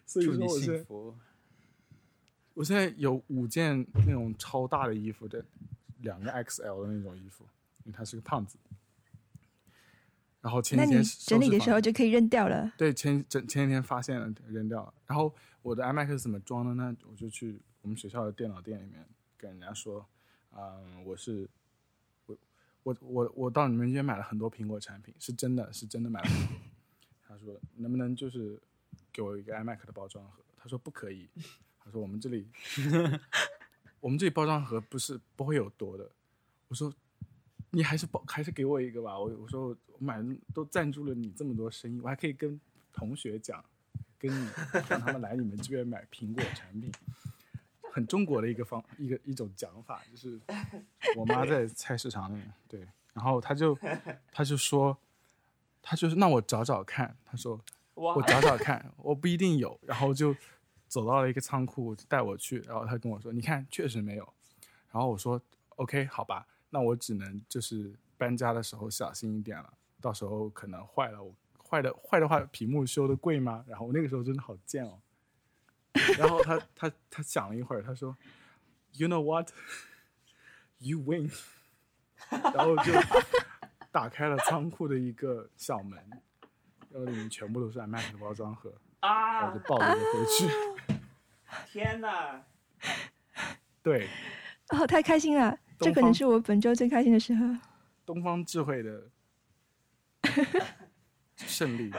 A: 所以
C: 祝
A: 说
C: 你
A: 我现在
C: 幸福。
A: 我现在有五件那种超大的衣服，这两个 XL 的那种衣服，因为他是个胖子。然后前
D: 那
A: 几天
D: 你
A: 收拾
D: 整理的
A: 房
D: 时候就可以扔掉了。
A: 对，前前前几天发现了扔掉了。然后我的 iMac 是怎么装的呢？我就去我们学校的电脑店里面跟人家说，嗯，我是我我我我到你们这边买了很多苹果产品，是真的是真的买了很多。 他说能不能就是给我一个 iMac 的包装盒？他说不可以。他说我们这里我们这里包装盒不是不会有多的。我说你还是包还是给我一个吧。我我说我买都赞助了你这么多生意，我还可以跟同学讲，跟你让他们来你们这边买苹果产品， 很中国的一个方一个一种讲法，就是我妈在菜市场里面对，然后她就她就说，她就是那我找找看，她说
B: 哇
A: 我，找找看，我不一定有。然后就走到了一个仓库，带我去，然后他跟我说：“你看，确实没有。”然后我说：“ OK，好吧，那我只能就是搬家的时候小心一点了，到时候可能坏了，我坏的坏的话，屏幕修的贵吗？然后我那个时候真的好贱哦。然后他他他想了一会儿，他说，You know what? You win。然后就打开了仓库的一个小门，然后里面全部都是 iMac 的包装盒，然
B: 啊
A: 后就！抱着就回去。
B: 天哪！
A: 对，
D: 哦，太开心了，这
A: 东
D: 可能
A: 方
D: 是我本周最开心的时候。
A: 东方智慧的胜利。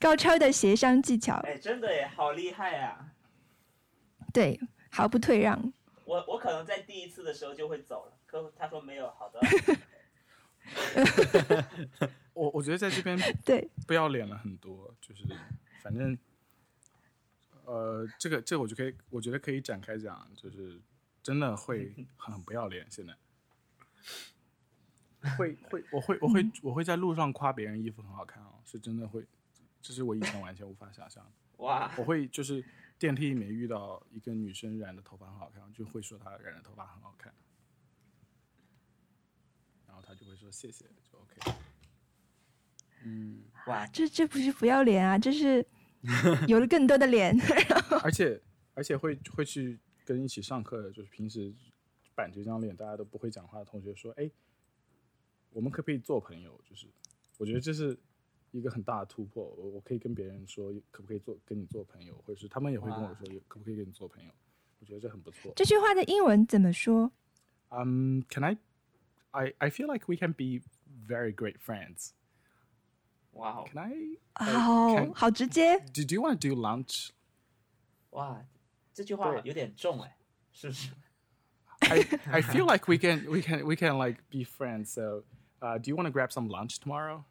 D: 高超的协商技 巧，
B: 哎，真的耶，好厉害啊呀、
D: 对，毫不退让。
B: 我我可能在第一次的时候就会走了，客户他说没有， 好的。
A: 我我觉得在这边
D: 对
A: 不要脸了很多，就是反正，呃，这个这个我就可以，我觉得可以展开讲，就是真的会很不要脸，现在会会我会我会我会在路上夸别人衣服很好看哦，是真的会，这是我以前完全无法想象的。
B: 哇，
A: 我会就是电梯里面遇到一个女生染的头发很好看，我就会说她染的头发很好看，然后她就会说谢谢，就 OK。
C: 嗯，
B: 哇，
D: 这这不是不要脸啊，这 是有了更多的脸。
A: 而且而且会会去跟一起上课，就是平时板着一张脸，大家都不会讲话的同学说：“哎，我们可不可以做朋友？”就是我觉得这是一个很大的突破。我我可以跟别人说可不可以做跟你做朋友，或者是他们也会跟我
B: 哇
A: 说可不可以跟你做朋友。我觉得这很不错。
D: 这句话的英文怎么说？
A: Um, can I? I I feel like we can be very great friends.
B: 哇哦
A: Can I?
D: 好
A: can-
D: 好直接，
A: Do Do you want to do lunch?
B: 哇，这句话
A: 对
B: 有点重哎，是不是？
A: I, I feel like we can we can we can like be friends. So, uh, do you want to grab some lunch tomorrow?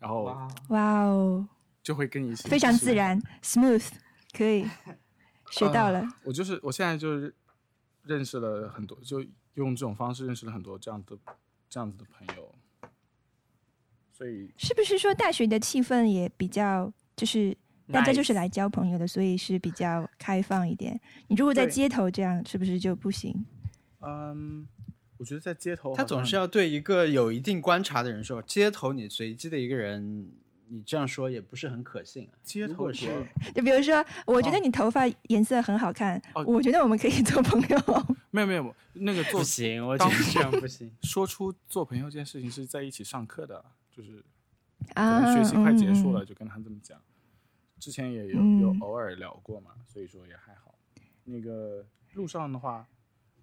A: 然后
B: 哇，
D: 哇哦，
A: 就会跟你一起
D: 非常
A: 就是
D: 自然，smooth，可以学到了。
A: 我就是我现在就是认识了很多，就用这种方式认识了很多这样的这样子的朋友，所以
D: 是不是说大学的气氛也比较就是？大家就是来交朋友的，所以是比较开放一点。你如果在
A: 对
D: 街头这样，是不是就不行？
A: 嗯，我觉得在街头
C: 他
A: 好
C: 总
A: 像
C: 是要对一个有一定观察的人说，街头你随机的一个人，你这样说也不是很可信啊。
A: 街
C: 如
A: 头
C: 果
A: 国
C: 是
D: 就比如说，我觉
A: 哦
D: 得你头发颜色很好看，
A: 哦
D: 我觉得我们可以做朋友。
A: 没有没有那个做
C: 不行，我觉
A: 当。
C: 得这样不行
A: 说出做朋友这件事情是在一起上课的，就是可能
D: 啊，
A: 学习快结束
D: 嗯
A: 了，就跟他这么讲。之前也有
D: 嗯
A: 有偶尔聊过嘛，所以说也还好。那个路上的话，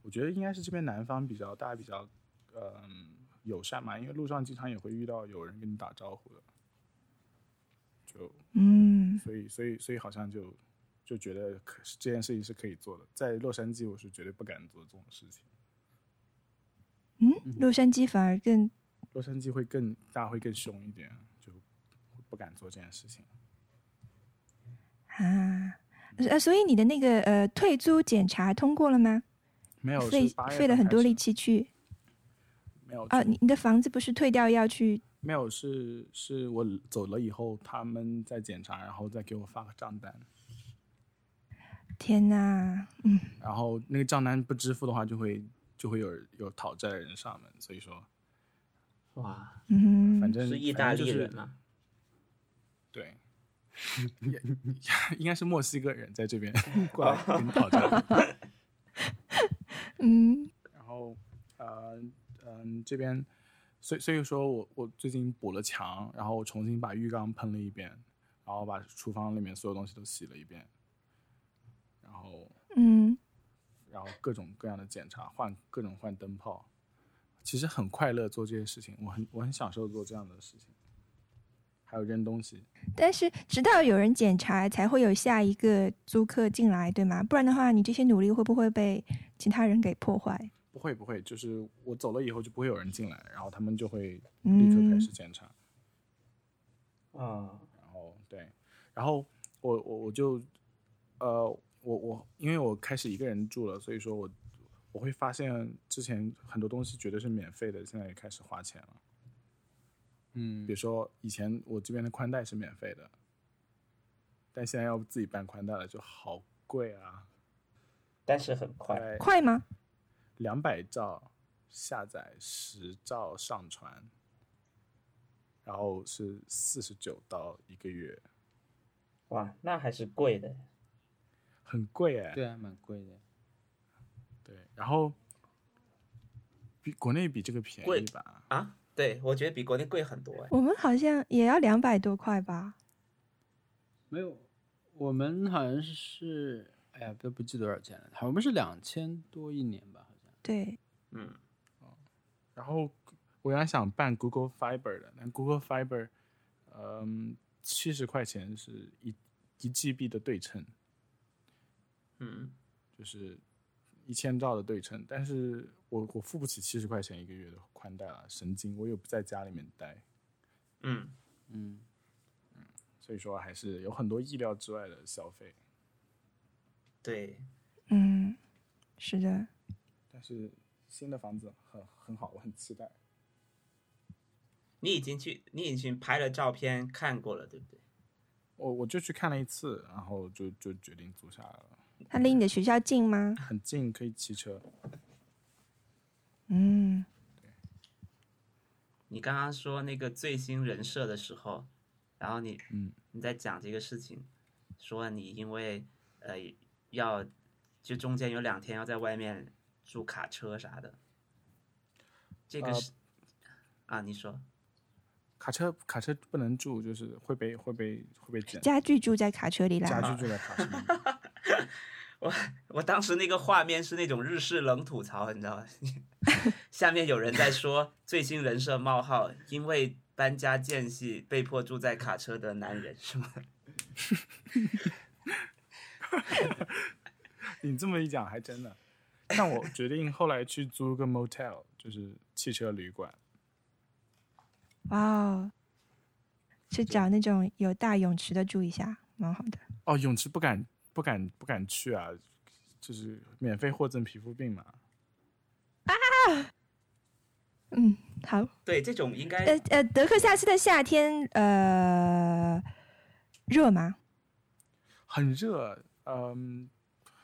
A: 我觉得应该是这边南方比较大家比较嗯、友善嘛，因为路上经常也会遇到有人跟你打招呼的，就
D: 嗯，
A: 所以所以所以好像就就觉得可这件事情是可以做的。在洛杉矶，我是绝对不敢做这种事情。
D: 嗯嗯，洛杉矶反而更
A: 洛杉矶会更大家会更凶一点，就不敢做这件事情。
D: 啊，呃，所以你的那个呃退租检查通过了吗？
A: 没有，
D: 费
A: 是8月份
D: 费了很多力
A: 开
D: 气去
A: 始，没有
D: 啊，
A: 就
D: 你你的房子不是退掉要去
A: 没有是是我走了以后，他们再检查，然后再给我发个账单，
D: 天呐，
A: 然后那个账单不支付的话，就会就会有有讨债人上门，所以说
B: 哦哇，
D: 嗯，
A: 反正
B: 是意大利人
A: 嘛，
B: 吗？
A: 对，也应该是墨西哥人在这边过来给你讨债的，
D: 嗯，
A: 然后呃嗯、这边，所以所以说我我最近补了墙，然后我重新把浴缸喷了一遍，然后把厨房里面所有东西都洗了一遍，然后
D: 嗯，
A: 然后各种各样的检查，换各种换灯泡，其实很快乐做这些事情，我很我很享受做这样的事情，还有扔东西，
D: 但是直到有人检查，才会有下一个租客进来，对吗？不然的话，你这些努力会不会被其他人给破坏？
A: 不会不会，就是我走了以后就不会有人进来，然后他们就会立刻
D: 嗯
A: 开始检查，
B: 嗯，
A: 然后对，然后我我我就呃我我因为我开始一个人住了，所以说我我会发现之前很多东西绝对是免费的，现在也开始花钱了。
C: 嗯
A: 比如，说以前我这边的宽带是免费的，但现在要自己办宽带了，就好贵啊，
B: 但是很
A: 大
B: 快，
A: 概
D: 快吗？
A: 两百兆下载十兆上传，然后是四十九刀一个月，
B: 哇，那还是贵的。
A: 很贵哎、
C: 对啊，蛮贵的。
A: 对，然后比国内比这个便
B: 贵
A: 宜吧？
B: 啊，对，我觉得比国内贵很多哎。
D: 我们好像也要两百多块吧？
C: 没有，我们好像是，哎呀，都不记得多少钱了。好，我们是两千多一年吧，好像。
D: 对，
B: 嗯，
A: 然后我原来想办 Google Fiber 的，但 Google Fiber，嗯、7七十块钱是一一 GB 的对称，
B: 嗯，
A: 就是一千兆的对称，但是我我付不起七十块钱一个月的宽带了，神经，我又不在家里面待，
B: 嗯，
C: 嗯，
A: 所以说还是有很多意料之外的消费。
B: 对，
D: 嗯，是的，
A: 但是新的房子很很好，我很期待。
B: 你已经去，你已经拍了照片看过了，对不对？
A: 我我就去看了一次，然后就就决定租下来了，
D: 它离你的学校近吗？
A: 很近，可以骑车。
D: 嗯，
B: 你刚刚说那个最新人设的时候，然后你，
A: 嗯，
B: 你在讲这个事情，说你因为呃要，就中间有两天要在外面住卡车啥的，这个
A: 呃
B: 是、啊，你说
A: 卡车卡车不能住，就是会被会被会被检。
D: 家具住在卡车里
A: 家
D: 啦。
A: 具住在卡车里，
B: 我当时那个画面是那种日式冷吐槽，你知道吗？ 下面有人在说最新人设冒号，因为搬家间隙被迫住在卡车的男人是吗？
A: 你这么一讲还真的。但我决定后来去租个 motel，就是汽车旅馆。
D: 哇哦，去找那种有大泳池的住一下，蛮好的。
A: 哦，泳池不敢不敢不敢去啊，就是免费获赠皮肤病嘛。
D: 嗯，好。
B: 对，这种应
D: 呃
B: 该
D: 呃，德克萨斯的夏天，呃，热吗？
A: 很热，嗯，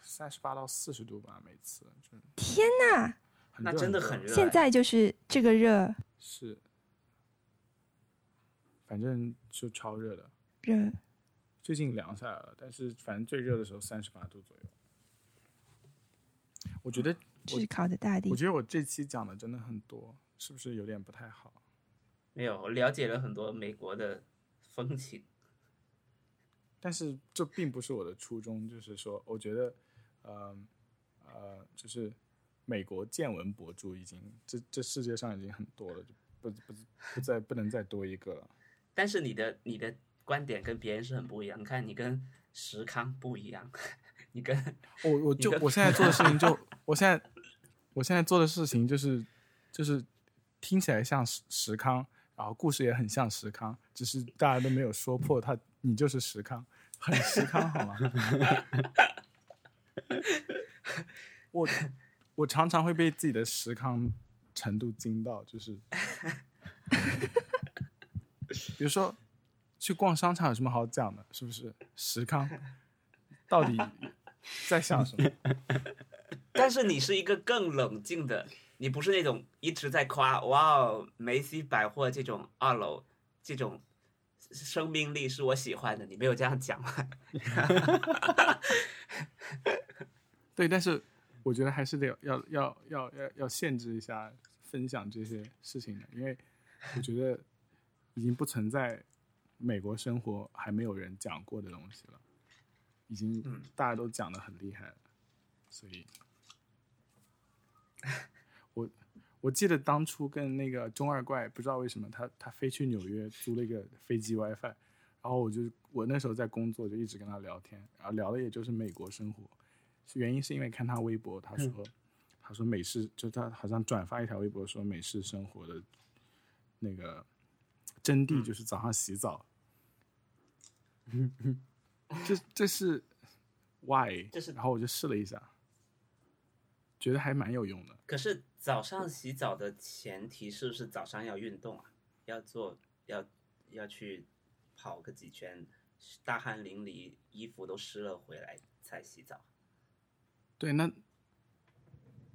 A: 三十八到四十度吧，每次就是
D: 天呐，
A: 很
B: 那
A: 热
B: 真的
A: 很
B: 很
A: 热
B: 热哎。
D: 现在就是这个热，
A: 是，反正就超热的。
D: 热，
A: 最近凉下来了，但是反正最热的时候三十八度左右。我觉得，
D: 炙烤的大地
A: 我。觉得我这期讲的真的很多，是不是有点不太好？
B: 没有，我了解了很多美国的风情。
A: 但是这并不是我的初衷，就是说，我觉得，呃，呃，就是美国见闻博主已经这这世界上已经很多了，就不不不再不能再多一个了。
B: 但是你的你的观点跟别人是很不一样，你看你跟石康不一样， 你跟
A: 我我就
B: 你的
A: 我现在做的事情就我现在我现在做的事情就是就是听起来像石石康，然后故事也很像石康，只是大家都没有说破他，你就是石康，很石康好吗？ 我我常常会被自己的石康程度惊到，就是，比如说去逛商场有什么好讲的？是不是石康到底在想什么？
B: 但是你是一个更冷静的，你不是那种一直在夸哇哦梅西百货这种二楼这种生命力是我喜欢的，你没有这样讲吗？
A: 对，但是我觉得还是得要要要要要要限制一下分享这些事情的，因为我觉得已经不存在美国生活还没有人讲过的东西了，已经
B: 嗯
A: 大家都讲的很厉害了，所以我我记得当初跟那个中二怪不知道为什么他他飞去纽约租了一个飞机 WiFi。然后我就我那时候在工作，就一直跟他聊天，然后聊的也就是美国生活，原因是因为看他微博，
B: 嗯
A: 他说、他说美式，就他好像转发一条微博说美式生活的那个真
B: 嗯
A: 谛就是早上洗澡，这这是 why，
B: 这是
A: 然后我就试了一下，觉得还蛮有用的，
B: 可是早上洗澡的前提是不是早上要运动啊？要做要要去跑个几圈，大汗淋漓，衣服都湿了回来才洗澡。
A: 对，那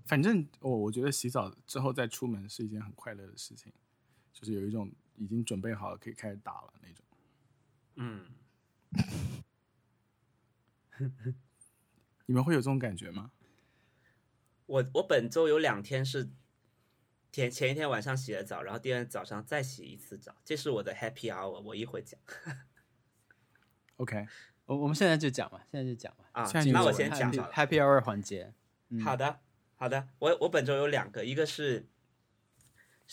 A: 反正我、我觉得洗澡之后再出门是一件很快乐的事情，就是有一种已经准备好了可以开始打了那种。
B: 嗯，
A: 你们会有这种感觉吗？
B: 我我本周有两天是前前一天晚上洗了澡，然后第二天早上再洗一次澡，这是我的 happy hour。我一会讲
A: OK，
C: 我我们现在就讲吧，现在就讲吧。
B: 啊
A: 现在，你
B: 那
A: 就
B: 我
A: 讲
B: 先讲
C: Happy-
B: 好了。
C: Happy Hour 环节。嗯
B: 好的，好的，我我本周有两个，一个是，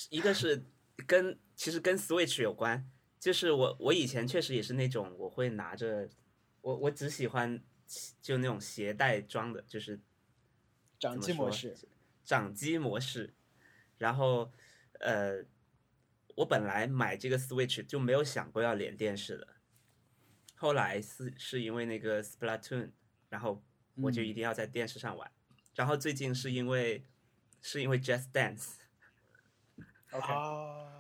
B: 一个是跟其实跟 Switch 有关，就是我我以前确实也是那种我会拿着，我我只喜欢就那种携带装的，就是
C: 掌机模式
B: 怎么说，掌机模式。然后，呃，我本来买这个 Switch 就没有想过要连电视的，后来是是因为那个 Splatoon，然后我就
C: 嗯
B: 一定要在电视上玩。然后最近是因为是因为 Just Dance，
C: OK，啊
A: 哦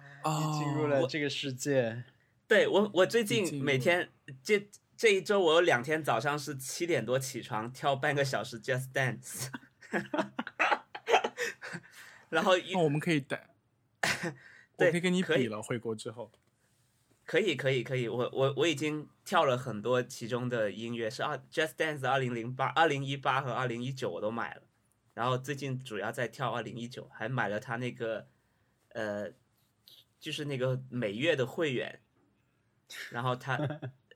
C: 你进入了这个世界。
B: 对我我最
A: 你进
B: 近
A: 入
B: 每天这这一周我有两天早上是七点多起床跳半个小时 Just Dance，然后一
A: 那我们可以等，
B: 对
A: 我可以跟你
B: 可以
A: 比了。回国之后，
B: 可以，可以，可以，我我我已经跳了很多其中的音乐，是二 Just Dance 二零零八、二零一八和二零一九我都买了，然后最近主要在跳二零一九，还买了他那个呃，就是那个每月的会员，然后他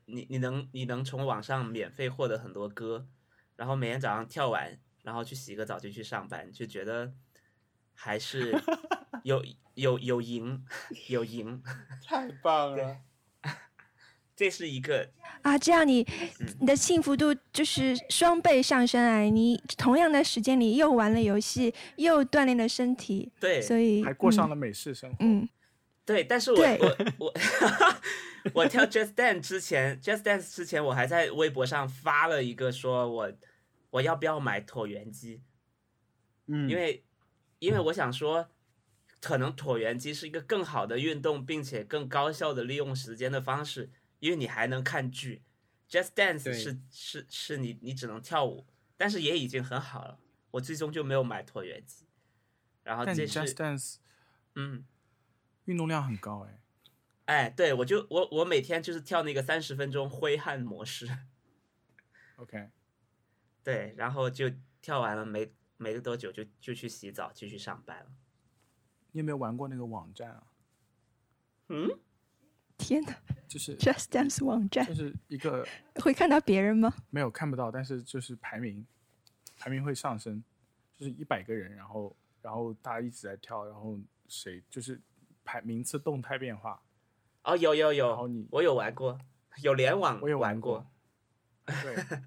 B: 你你能你能从网上免费获得很多歌，然后每天早上跳完，然后去洗个澡就去上班，就觉得还是有有有赢 有赢。
C: 太棒了！
B: 这是一个
D: 啊，这样你
B: 嗯
D: 你的幸福度就是双倍上升哎！你同样的时间里又玩了游戏，又锻炼了身体，
B: 对
D: 所以
A: 还过上了
D: 了
A: 美式生活。
D: 嗯
B: 对，但是我
D: 对
B: 我我 我跳 Just Dance 之前，Just Dance 之前，我还在微博上发了一个说我我要不要买椭圆机，
C: 嗯，
B: 因为因为我想说，可能椭圆机是一个更好的运动，并且更高效的利用时间的方式，因为你还能看剧。Just Dance
C: 对
B: 是是是你你只能跳舞，但是也已经很好了。我最终就没有买椭圆机，然后
A: 但
B: 这
A: Just
B: 是
A: Dance
B: 嗯。
A: 运动量很高哎，
B: 哎，对我就我我每天就是跳那个三十分钟挥汗模式，
A: OK，
B: 对，然后就跳完了没没多久就就去洗澡，继续上班了。
A: 你有没有玩过那个网站啊？
B: 嗯，
D: 天哪
A: 就是
D: ，Just Dance 网站
A: 就是一个
D: 会看到别人吗？
A: 没有看不到，但是就是排名，排名会上升，就是一百个人，然后然后大家一直在跳，然后谁就是排名次动态变化，
B: 哦，有有
A: 然后
B: 有，
A: 你
B: 我有玩过，有联网
A: 我也
B: 玩
A: 过，对，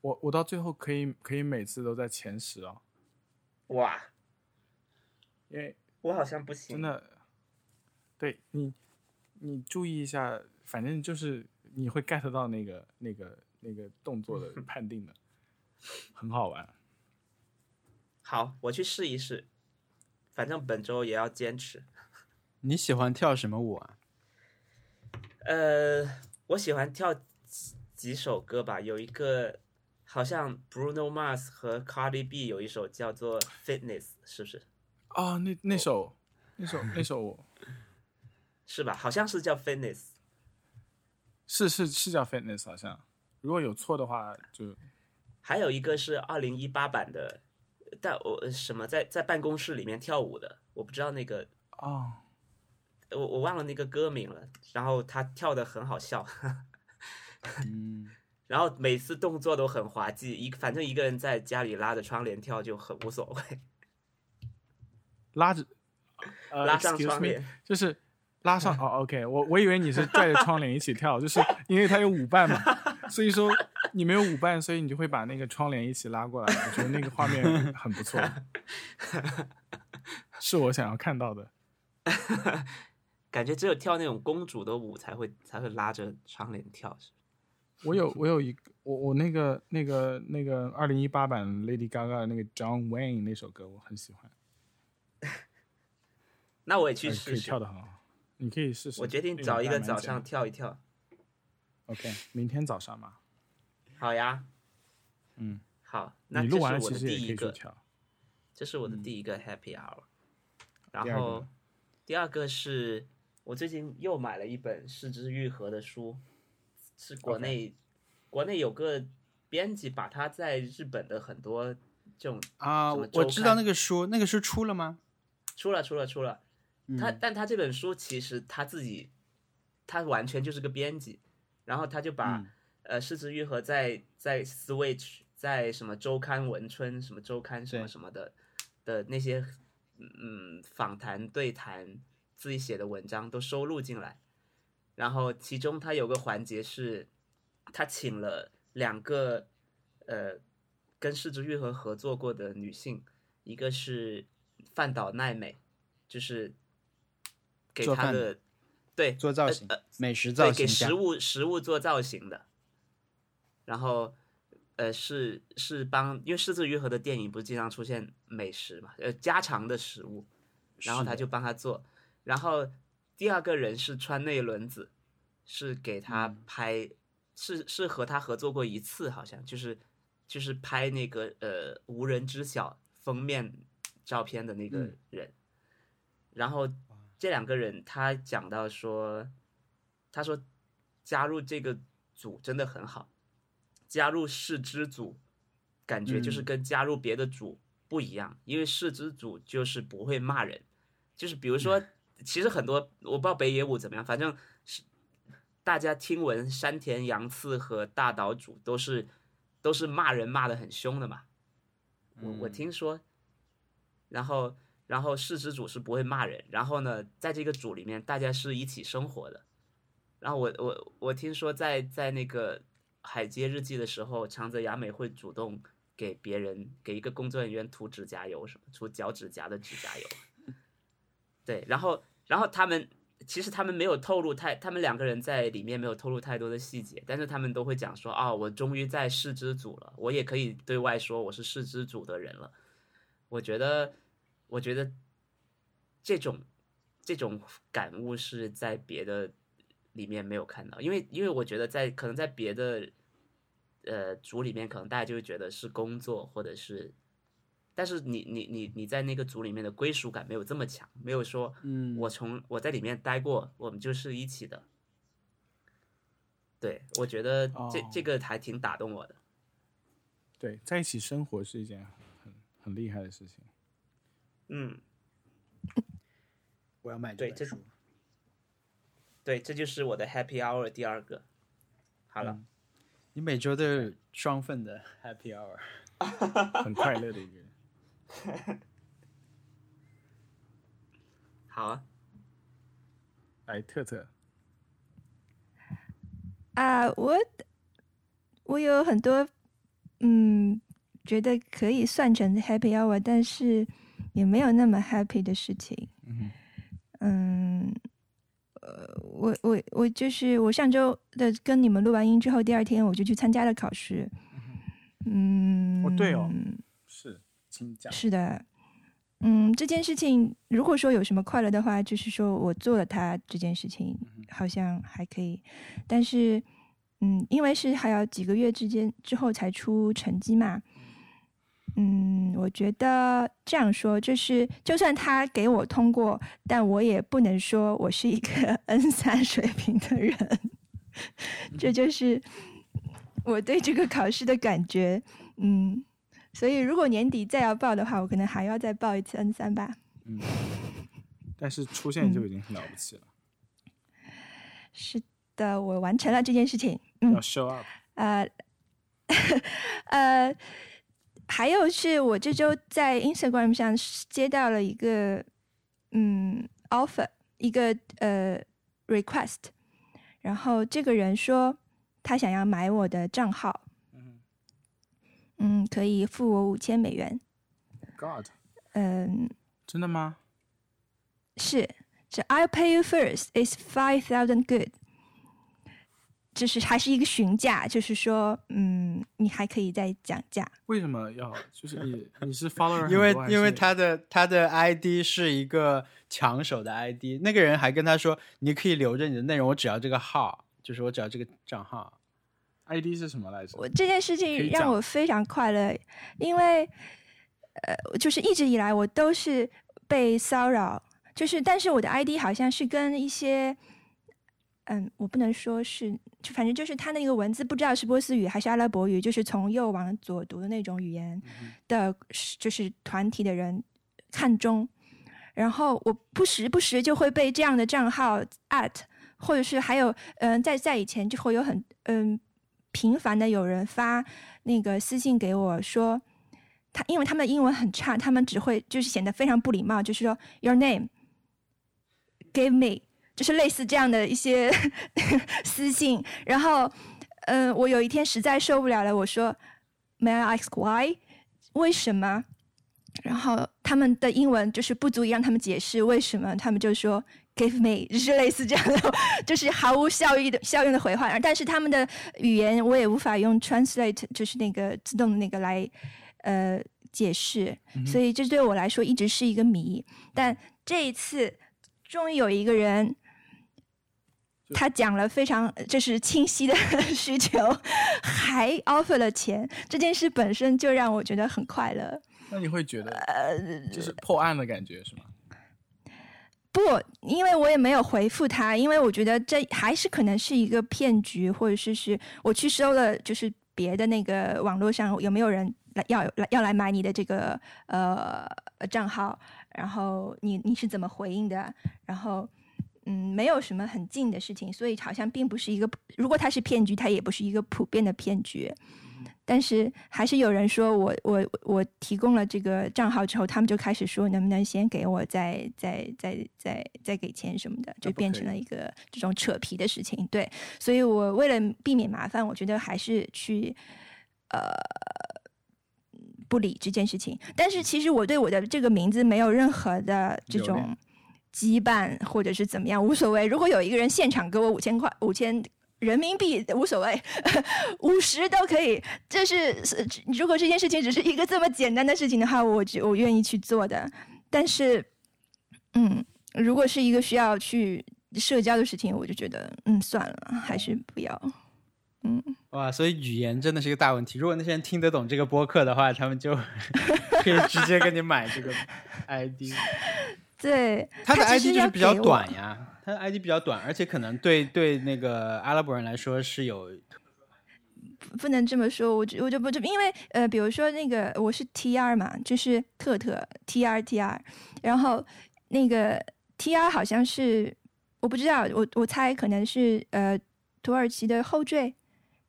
A: 我我到最后可以可以每次都在前十啊，
B: 哇，
A: 因为
B: 我好像不行，
A: 真的，对你，你注意一下，反正就是你会 get 到那个那个那个动作的判定的，很好玩。
B: 好，我去试一试，反正本周也要坚持。
C: 你喜欢跳什么舞啊？
B: 呃，我喜欢跳几几首歌吧，有一个好像 Bruno Mars 和 Cardi B 有一首叫做 Fitness，是不是？
A: 啊，那那首那首那首
B: 是吧？好像是叫 Fitness。
A: 是是是叫 fitness 好像，如果有错的话就
B: 还有一个是二零一八版的，但我什么在在办公室里面跳舞的，我不知道那个哦
A: 啊
B: 我我忘了那个歌名了。然后他跳的很好笑，
C: 嗯，
B: 然后每次动作都很滑稽，一反正一个人在家里拉着窗帘跳就很无所谓，
A: 拉着呃
B: 拉上
A: excuse
B: 窗
A: me，
B: 帘。
A: 就是拉 上哦 OK，我我以为你是拽着窗帘一起跳，就是因为它有舞伴嘛，所以说你没有舞伴，所以你就会把那个窗帘一起拉过来，我觉得那个画面很不 错，是我想要看到的。
B: 感觉只有跳那种公主的舞才会才会拉着窗帘跳，是吧
A: 我有我有一个我我那个那个那个二零一八版 Lady Gaga 的那个 John Wayne 那首歌我很喜欢，
B: 那我也去
A: 呃可
B: 试
A: 以
B: 试
A: 跳。的很好，你可以试试。
B: 我决定
A: 那
B: 找一个
A: 还蛮
B: 早
A: 简单
B: 上跳一跳。
A: OK，明天早上嘛，
B: 好呀，
A: 嗯，
B: 好，那
A: 你
B: 这
A: 嗯
B: 是
A: 录完了
B: 我
A: 其
B: 的
A: 实
B: 第
A: 也可
B: 一
A: 以去
B: 个。
A: 跳。
B: 这是我的第一个 happy hour。
A: 嗯第
B: 然
A: 二个
B: 后
A: 呢
B: 第二个是我最近又买了一本是之愈合的书，是国
A: OK
B: 内国内有个编辑把它在日本的很多这种
C: 啊，
B: 什么
C: 我
B: 周
C: 我知道
B: 刊
C: 那个书，那个书出了吗？
B: 出了出了出了，他
C: 嗯
B: 但他这本书其实他自己，他完全就是个编辑，然后他就把、
C: 嗯
B: 呃市之愈合在在 Switch 在什么周刊文春什么周刊什么
C: 对
B: 什么的的那些嗯访谈对谈自己写的文章都收录进来，然后其中他有个环节是，他请了两个呃跟市之愈合合作过的女性，一个是饭岛奈美，就是给
C: 做
B: 他
C: 饭
B: 的对
C: 做造型
B: 呃呃，
C: 美食造
B: 对
C: 型
B: 给
C: 家
B: 食物食物做造型的，然后呃是是帮因为狮子愈合的电影不是经常出现美食嘛，呃家常的食物，然后
C: 是
B: 他
C: 的
B: 就帮他做，然后第二个人是川内伦子，是给他
C: 嗯
B: 拍，是是和他合作过一次，好像就是就是拍那个呃无人知晓封面照片的那个
C: 嗯
B: 人，然后这两个人他讲到说，他说加入这个组真的很好，加入试之组，感觉就是
C: 嗯
B: 跟加入别的组不一样，因为试之组就是不会骂人，就是比如说，其实很多我不知道北野武怎么样，反正是大家听闻山田洋次和大岛渚都是都是骂人骂的很凶的嘛，我我
C: 嗯
B: 听说，然后然后市之主是不会骂人，然后呢，在这个组里面大家是一起生活的，然后我我我听说在在那个海街日记的时候，长泽雅美会主动给别人给一个工作人员涂指甲油什么涂脚指甲的指甲油，对，然后然后他们。其实他们没有透露太，他们两个人在里面没有透露太多的细节，但是他们都会讲说，哦，我终于在市之组了，我也可以对外说我是市之组的人了。我觉得，我觉得这种这种感悟是在别的里面没有看到，因为因为我觉得在可能在别的呃组里面，可能大家就会觉得是工作或者是，但是你你你你在那个组里面的归属感没有这么强，没有说
C: 嗯
B: 我从我在里面待过，我们就是一起的。对，我觉得这、这
A: 哦
B: 个还挺打动我的。
A: 对，在一起生活是一件很很厉害的事情。
B: 嗯，
C: 我要买
B: 对
C: 本
B: 这
C: 书。
B: 对，这就是我的 Happy Hour 第二个。好了，
C: 你每周都有双份的 Happy Hour。
A: 很快乐的一个人。
B: 好啊，
A: 来，特特，
D: 啊，我我有很多嗯，觉得可以算成 happy hour，但是也没有那么 happy 的事情。
C: 嗯
D: 嗯，呃，我我我就是我上周的跟你们录完音之后，第二天我就去参加了考试。嗯，
A: 哦对哦是，请讲。
D: 是的，嗯，这件事情如果说有什么快乐的话，就是说我做了它这件事情，好像还可以。但是，嗯，因为是还要几个月之间之后才出成绩嘛，嗯，我觉得这样说就是，就算他给我通过，但我也不能说我是一个 N 三水平的人，这就是我对这个考试的感觉，嗯。所以如果年底再要报的话，我可能还要再报一次 N 三吧。
A: 嗯，但是出现就已经很了不起了，
D: 是的，我完成了这件事情。嗯
A: 要，show up。
D: 呃， 呃，还有是我这周在 Instagram 上接到了一个嗯 offer，一个呃 request，然后这个人说他想要买我的账号，
A: 嗯
D: 嗯，可以付我五千美元。
A: ，God，
D: 嗯，
A: 真的吗？
D: 是，这 I'll pay you first is five thousand good。这是还是一个询价，就是说，嗯，你还可以再讲价。
A: 为什么要？就是你你 是 follower，很
C: 因为
A: 多还
C: 因为
A: 是
C: 他的他的 ID 是一个抢手的 ID，那个人还跟他说，你可以留着你的内容，我只要这个号，就是我只要这个账号。
A: ID 是什么来着？
D: 我这件事
A: 可
D: 情
A: 以
D: 让
A: 讲
D: 我非常快乐，因为呃，就是一直以来我都是被骚扰，就是但是我的 ID 好像是跟一些，嗯，我不能说是，就反正就是他那个文字不知道是波斯语还是阿拉伯语，就是从右往左读的那种语言
A: 嗯
D: 的，就是团体的人看中，然后我不时不时就会被这样的账号 at，或者是还有嗯、在在以前就会有很嗯频繁的有人发那个私信给我说，他因为他们的英文很差，他们只会就是显得非常不礼貌，就是说 your name give me，就是类似这样的一些 私信，然后嗯、呃我有一天实在受不了了，我说 may I ask why？为什么？然后他们的英文就是不足以让他们解释为什么，他们就说 “give me”，就是 类似这样的， 就是毫无效益的效用的回话。但是他们的语言我也无法用 translate，就是那个自动的那个来呃解释，所以这对我来说一直是一个谜。但这一次终于有一个人。他讲了非常就是清晰的 需求，还 offer 了钱，这件事本身就让我觉得很快乐。
A: 那你会觉得
C: 呃
A: 就是破案的感觉是吗？
D: 不，因为我也没有回复他，因为我觉得这还是可能是一个骗局，或者是是我去搜了，就是别的那个网络上有没有人来要来要来买你的这个呃账号，然后你你是怎么回应的，然后。嗯，没有什么很近的事情，所以好像并不是一个，如果它是骗局，它也不是一个普遍的骗局。
A: 嗯
D: 但是还是有人说我我我提供了这个账号之后，他们就开始说能不能先给我再再再再再给钱什么的，就
A: 不
D: 变
A: 可
D: 成
A: 以
D: 了一个这种扯皮的事情。对，所以我为了避免麻烦，我觉得还是去呃不理这件事情。但是其实我对我的这个名字没有任何的这
C: 留恋
D: 种羁绊或者是怎么样，无所谓。如果有一个人现场给我五千块五千。人民币无所谓， 五十都可以。这是是如果这件事情只是一个这么简单的事情的话，我就我愿意去做的。但是，嗯，如果是一个需要去社交的事情，我就觉得，嗯，算了，还是不要。
C: 哇，所以语言真的是一个大问题。如果那些人听得懂这个播客的话，他们就 可以直接给你买这个 ID。
D: 对，
C: 他的
D: 其
C: ID
D: 实
C: 就是
D: 要
C: 比较
D: 给我
C: 短呀，他的 ID 比较短，而且可能对对那个阿拉伯人来说是有
D: 不能这么说，我就我就不就因为呃，比如说那个我是 T R 嘛，就是特特 T R T R，然后那个 T R 好像是我不知道，我我猜可能是呃土耳其的后缀，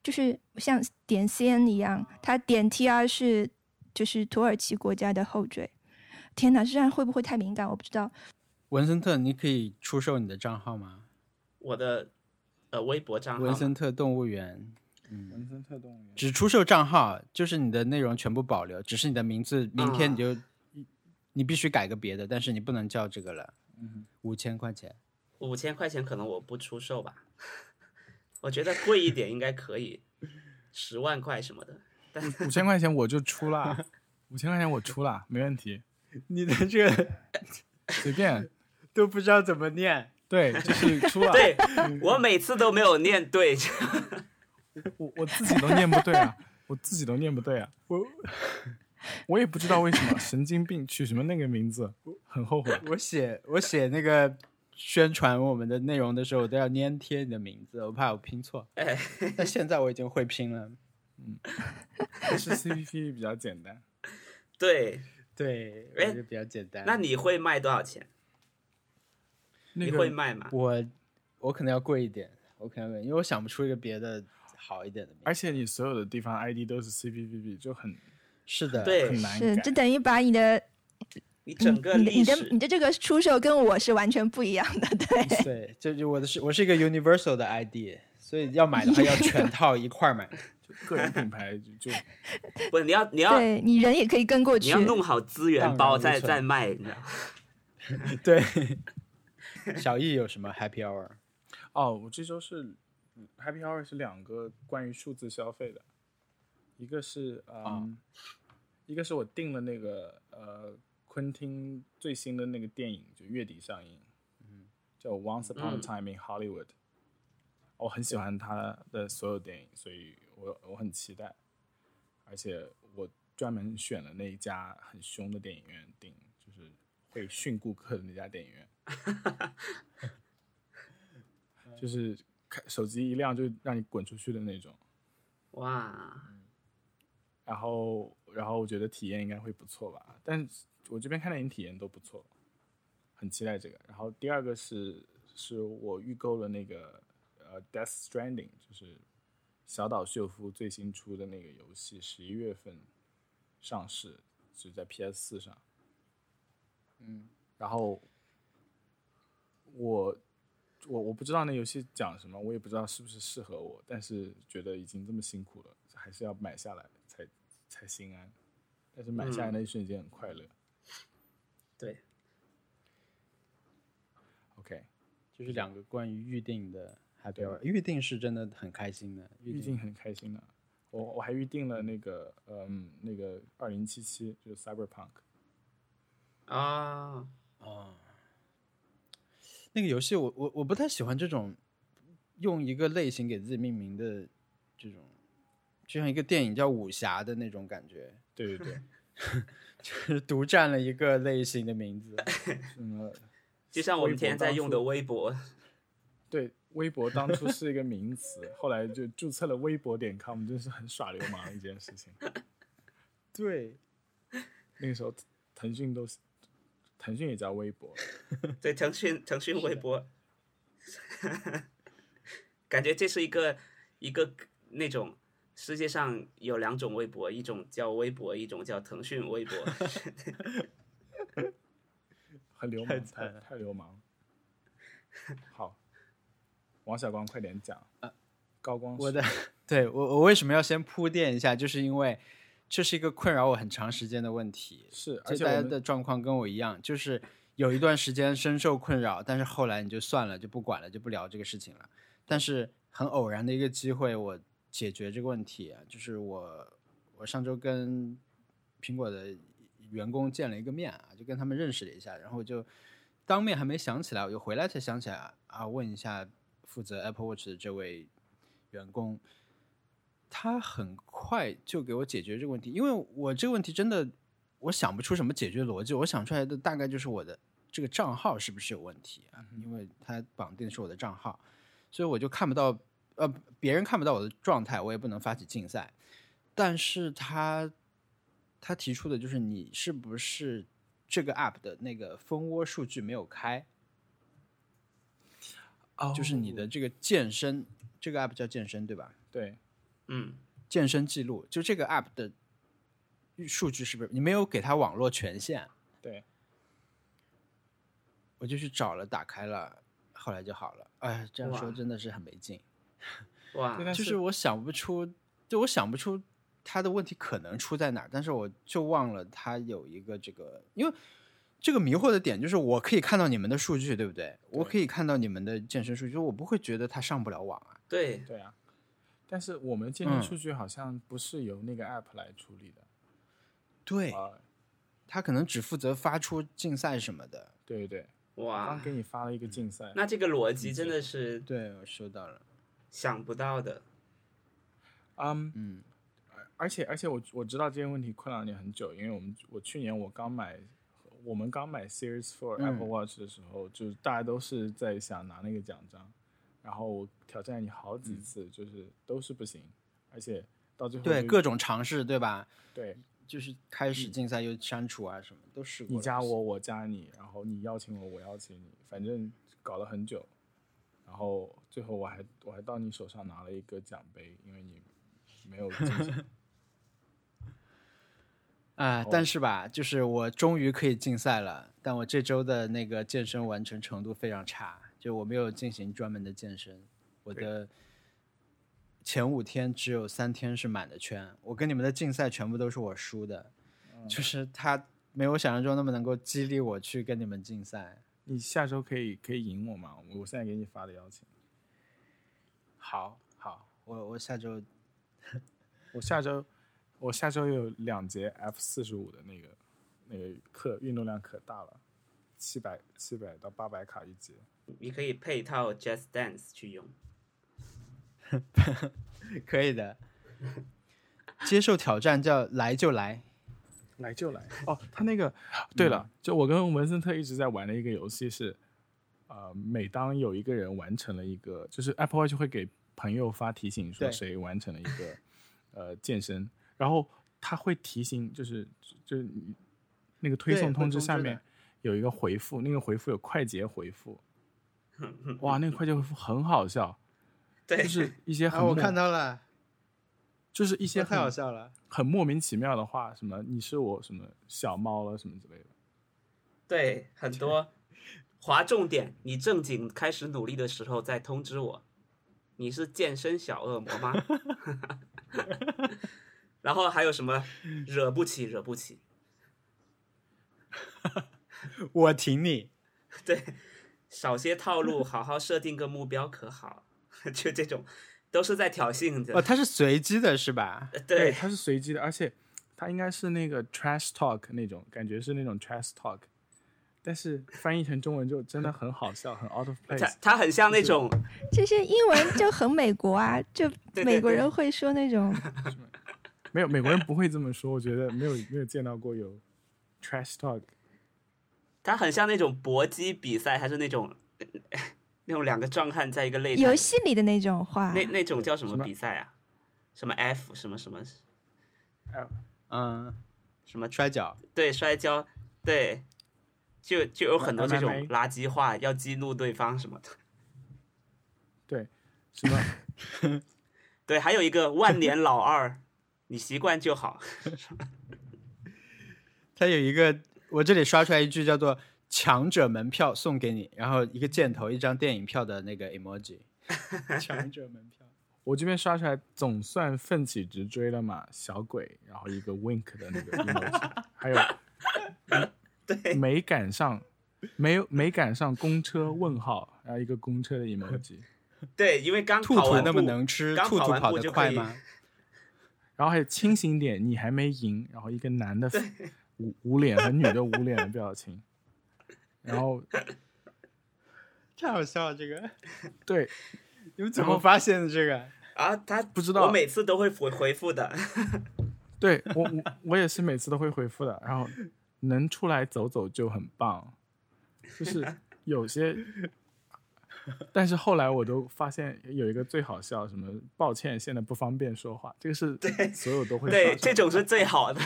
D: 就是像点 C N 一样，它点 T R 是就是土耳其国家的后缀。天哪，这样会不会太敏感？我不知道。
C: 文森特，你可以出售你的账号吗？
B: 我的呃微博账号
C: 文
B: 嘛
C: 森特动物园嗯
A: 文森特动物园
C: 只出售账号，就是你的内容全部保留，只是你的名字，明天你就、你必须改个别的，但是你不能叫这个了。五千块钱，
B: 五千块钱可能我不出售吧， 我觉得贵一点应该可以，十万块什么的。
A: 五千块钱我就出了，五千块钱我出了，没问题，
C: 你的这个
A: 随便。
C: 都不知道怎么念。
A: 对，就是出了。
B: 对我每次都没有念对，
A: 我我自己都念不对啊，我自己都念不对啊，我我也不知道为什么，神经病取什么那个名字，很后悔。
C: 我写我写那个宣传我们的内容的时候，我都要粘贴你的名字，我怕我拼错。
B: 哎，
C: 但现在我已经会拼了。
A: 但是 CPP 比较简单，
B: 对，
C: 对，
B: 哎
C: 我就比较简单。
B: 那你会卖多少钱？
A: 那
B: 你会
A: 个
B: 卖吗？
C: 我我可能要贵一点，我可能要贵因为我想不出一个别的好一点的名字。
A: 而且你所有的地方 ID 都是 CPPB，就很
C: 是的，
B: 对
A: 很难
D: 是，
A: 改
D: 这。等于把你的
B: 你
D: 你
B: 整个
D: 嗯你的
B: 历
D: 你的你
B: 史，
D: 的这个出售跟我是完全不一样的，对。
C: 对，就就我的是我是一个 Universal 的 ID，所以要买的话要 全套一块儿买。
A: 个人品牌就就
B: 不，你要你要
D: 对你人也可以跟过
B: 你
D: 去
B: 要。弄好资
C: 荡
B: 源
C: 然
B: 包
C: 无
B: 再
C: 存
B: 再卖，你知道？
C: 对， 小易有什么 Happy Hour？
A: 哦，我这周是嗯 Happy Hour 是两个关于数字消费的，一个是嗯，一个是我订了那个呃昆汀最新的那个电影，就月底上映，叫《Once Upon a
B: 嗯
A: Time in Hollywood》，我很喜欢他的所有电影，所以我我很期待，而且我专门选了那一家很凶的电影院订，就是会训顾客的那家电影院，就是开手机一亮就让你滚出去的那种。
B: 哇，
A: 然后，然后我觉得体验应该会不错吧。但是我这边看电影体验都不错，很期待这个。然后第二个是，是我预购了那个呃《Death Stranding》，就是小岛秀夫最新出的那个游戏，十一月份上市，就在 PS 四上。
C: 嗯，
A: 然后我我我不知道那游戏讲什么，我也不知道是不是适合我，但是觉得已经这么辛苦了，还是要买下来才才心安。但是买下来那一瞬间很快乐。
B: 对，
A: OK，
C: 就是两个关于预定的 happy hour，预定是真的很开心的，
A: 预
C: 预
A: 定很开心的，啊我我还预定了那个嗯那个二零七七，就是 Cyberpunk。
B: 啊，
C: 哦那个游戏我，我我不太喜欢这种用一个类型给自己命名的这种，就像一个电影叫武侠的那种感觉，
A: 对对对，
C: 就是独占了一个类型的名字。
A: 什么
B: 就像我
A: 微
B: 们
A: 博
B: 天天在
A: 当
B: 用
A: 初
B: 的微博，
A: 对，微博当初是一个名词，后来就注册了微博点 com，真是很耍流氓的一件事情。
C: 对，
A: 那个时候腾讯都是，腾讯也叫微博，
B: 对，腾讯腾讯微博， 感觉这是一个一个那种世界上有两种微博，一种叫微博，一种叫腾讯微博。
A: 很流
C: 太
A: 氓，
C: 惨
A: 太
C: 了
A: 太流氓。好，王小光快点讲。高光
C: 呃我
A: 是
C: 的，对我我为什么要先铺垫一下，就是因为这是一个困扰我很长时间的问题，
A: 是，而
C: 就
A: 且
C: 大家
A: 我们
C: 的状况跟我一样，就是有一段时间深受困扰，但是后来你就算了，就不管了，就不聊这个事情了。但是很偶然的一个机会，我解决这个问题啊，就是我我上周跟苹果的员工见了一个面啊，就跟他们认识了一下，然后就当面还没想起来，我就回来才想起来啊，问一下负责 Apple Watch 的这位员工，他很快就给我解决这个问题，因为我这个问题真的我想不出什么解决逻辑，我想出来的大概就是我的这个账号是不是有问题啊？因为它绑定的是我的账号，所以我就看不到呃别人看不到我的状态，我也不能发起竞赛。但是他他提出的就是你是不是这个 app 的那个蜂窝数据没有开？就是你
B: 哦
C: 的这个健身这个 app 叫健身对吧？
A: 对
B: 嗯，
C: 健身记录，就这个 app 的数据是不是你没有给它网络权限？
A: 对，
C: 我就去找了，打开了，后来就好了。哎，这样说
B: 哇
C: 真的是很没劲，
B: 哇
A: 对，但
C: 就是我想不出，就我想不出他的问题可能出在哪儿，但是我就忘了他有一个这个，因为这个迷惑的点就是我可以看到你们的数据，对不对？我可以看到你们的健身数据，就我不会觉得他上不了网啊。
B: 对
A: 对啊，但是我们健身
C: 嗯
A: 数据好像不是由那个 app 来处理的
C: 对
A: 啊。
C: 他可能只负责发出竞赛什么的。
A: 对对对，我
B: 哇
A: 刚，给你发了一个竞赛，
B: 那这个逻辑真的是
C: 对，我收到了。
B: 想不到的。
A: 嗯，
C: 嗯
A: 而且而且我我知道这些问题困扰你很久，因为我们我去年我刚买，我们刚买 Series Four
C: 嗯
A: Apple Watch 的时候，就是大家都是在想拿那个奖章，然后我挑战你好几次，就是都是不行，而且到最后
C: 嗯对，
A: 就
C: 各种尝试，对吧？
A: 对
C: 就是开始竞赛又删除啊，什么都试过了。
A: 你加我我加你，然后你邀请我我邀请你，反正搞了很久，然后最后我还我还到你手上拿了一个奖杯，因为你没有进行
C: 啊、
E: 哦
C: 但是吧，就是我终于可以竞赛了，但我这周的那个健身完成程度非常差，就我没有进行专门的健身，我的前五天只有三天是满的圈，我跟你们的竞赛全部都是我输的，
E: 嗯
C: 就是他没有我想象中那么能够激励我去跟你们竞赛。
A: 你下周可以可以赢我吗？我现在给你发的邀请。
C: 好，好，我我下周
A: 我下周我下周有两节 F 四十五的那个那个课，运动量可大了，七百七百到八百卡一节。
B: 你可以配套 Just Dance 去用，
C: 可以的，接受挑战叫来就来。
A: 来就来。 哦，他那个，对
E: 嗯
A: 了，就我跟文森特一直在玩的一个游戏是，呃，每当有一个人完成了一个，就是 Apple Watch 会给朋友发提醒说
E: 对
A: 谁完成了一个呃健身，然后他会提醒，就是就是你那个推
E: 对
A: 送
E: 会
A: 通知
E: 通知
A: 下
E: 的
A: 面有一个回复，那个回复有快捷 回复，哇，那个快捷回复很好笑，
B: 对，
A: 就是一些很
E: 啊，我
A: 莫
E: 看到了，
A: 就是一些
E: 这 太好
A: 很
E: 笑了。
A: 很莫名其妙的话，什么你是我什么小猫了什么之类的。
B: 对，很多划重点。你正经开始努力的时候再通知我。你是健身小恶魔吗？ 然后还有什么惹不起，惹不起。
E: 我挺你，
B: 对，少些套路，好好设定个目标可好？ 就这种，都是在挑衅
E: 哦，
B: 的。
E: 它是随机的，是吧？
B: 对，
A: 它是随机的，而且它应该是那个 trash talk 那种，感觉是那种 trash talk，但是翻译成中文就真的很好笑，很 out of
B: 它
A: place。
B: 它很像那种
D: 就是英文就很美国啊，就
B: 对对
D: 美国
B: 对
D: 人会说 那种
A: 没有美国人不会这么说，我觉得没有没有见到过有 trash talk。
B: 它很像那种搏击比赛，还是那种 那种两个壮汉在一个擂台
D: 游戏里的那种话，
B: 那那种叫什
A: 什
B: 么
A: 么
B: 比赛啊？什么 F 什么什么
A: 哎
E: 嗯，
B: 什么
E: 摔跤，
B: 对摔跤，对，就就有很多这种
A: MMA
B: 垃圾话，要激怒对方什么的。
A: 对，什么？
B: 对，还有一个万年老二， 你习惯就好。
E: 它有一个，我这里刷出来一句叫做“强者门票送给你”，然后一个箭头，一张电影票的那个 emoji。强者门票，
A: 我这边刷出来，总算奋起直追了嘛，小鬼，然后一个 wink 的那个 emoji，还有
B: 对
A: 没赶上，没有没赶上公车问号，然后一个公 车的 emoji，
B: 对，因为刚
E: 兔
B: 跑
E: 兔
B: 完
E: 那么
B: 步
E: 能吃，
B: 刚
E: 兔
B: 跑
E: 兔
B: 完
E: 跑
B: 步
E: 得
B: 就
E: 快
B: 可以
E: 吗？
A: 然后还有清醒点，你还没赢，然后一个男的捂捂脸和女的捂脸的表情， 然后
E: 太好笑了，这 个
A: 对
E: 你们怎么发现的这个？
B: 啊，他不
A: 知道
B: 我每次都会回回复的。
A: 对我我我也是每次都会回复的，然后能出来走走就很棒，就是有 些，但是后来我都发现有一个最好笑，什么抱歉现在不方便说话，这个是所有都会发
B: 对，
A: 生
B: 这种是最好的。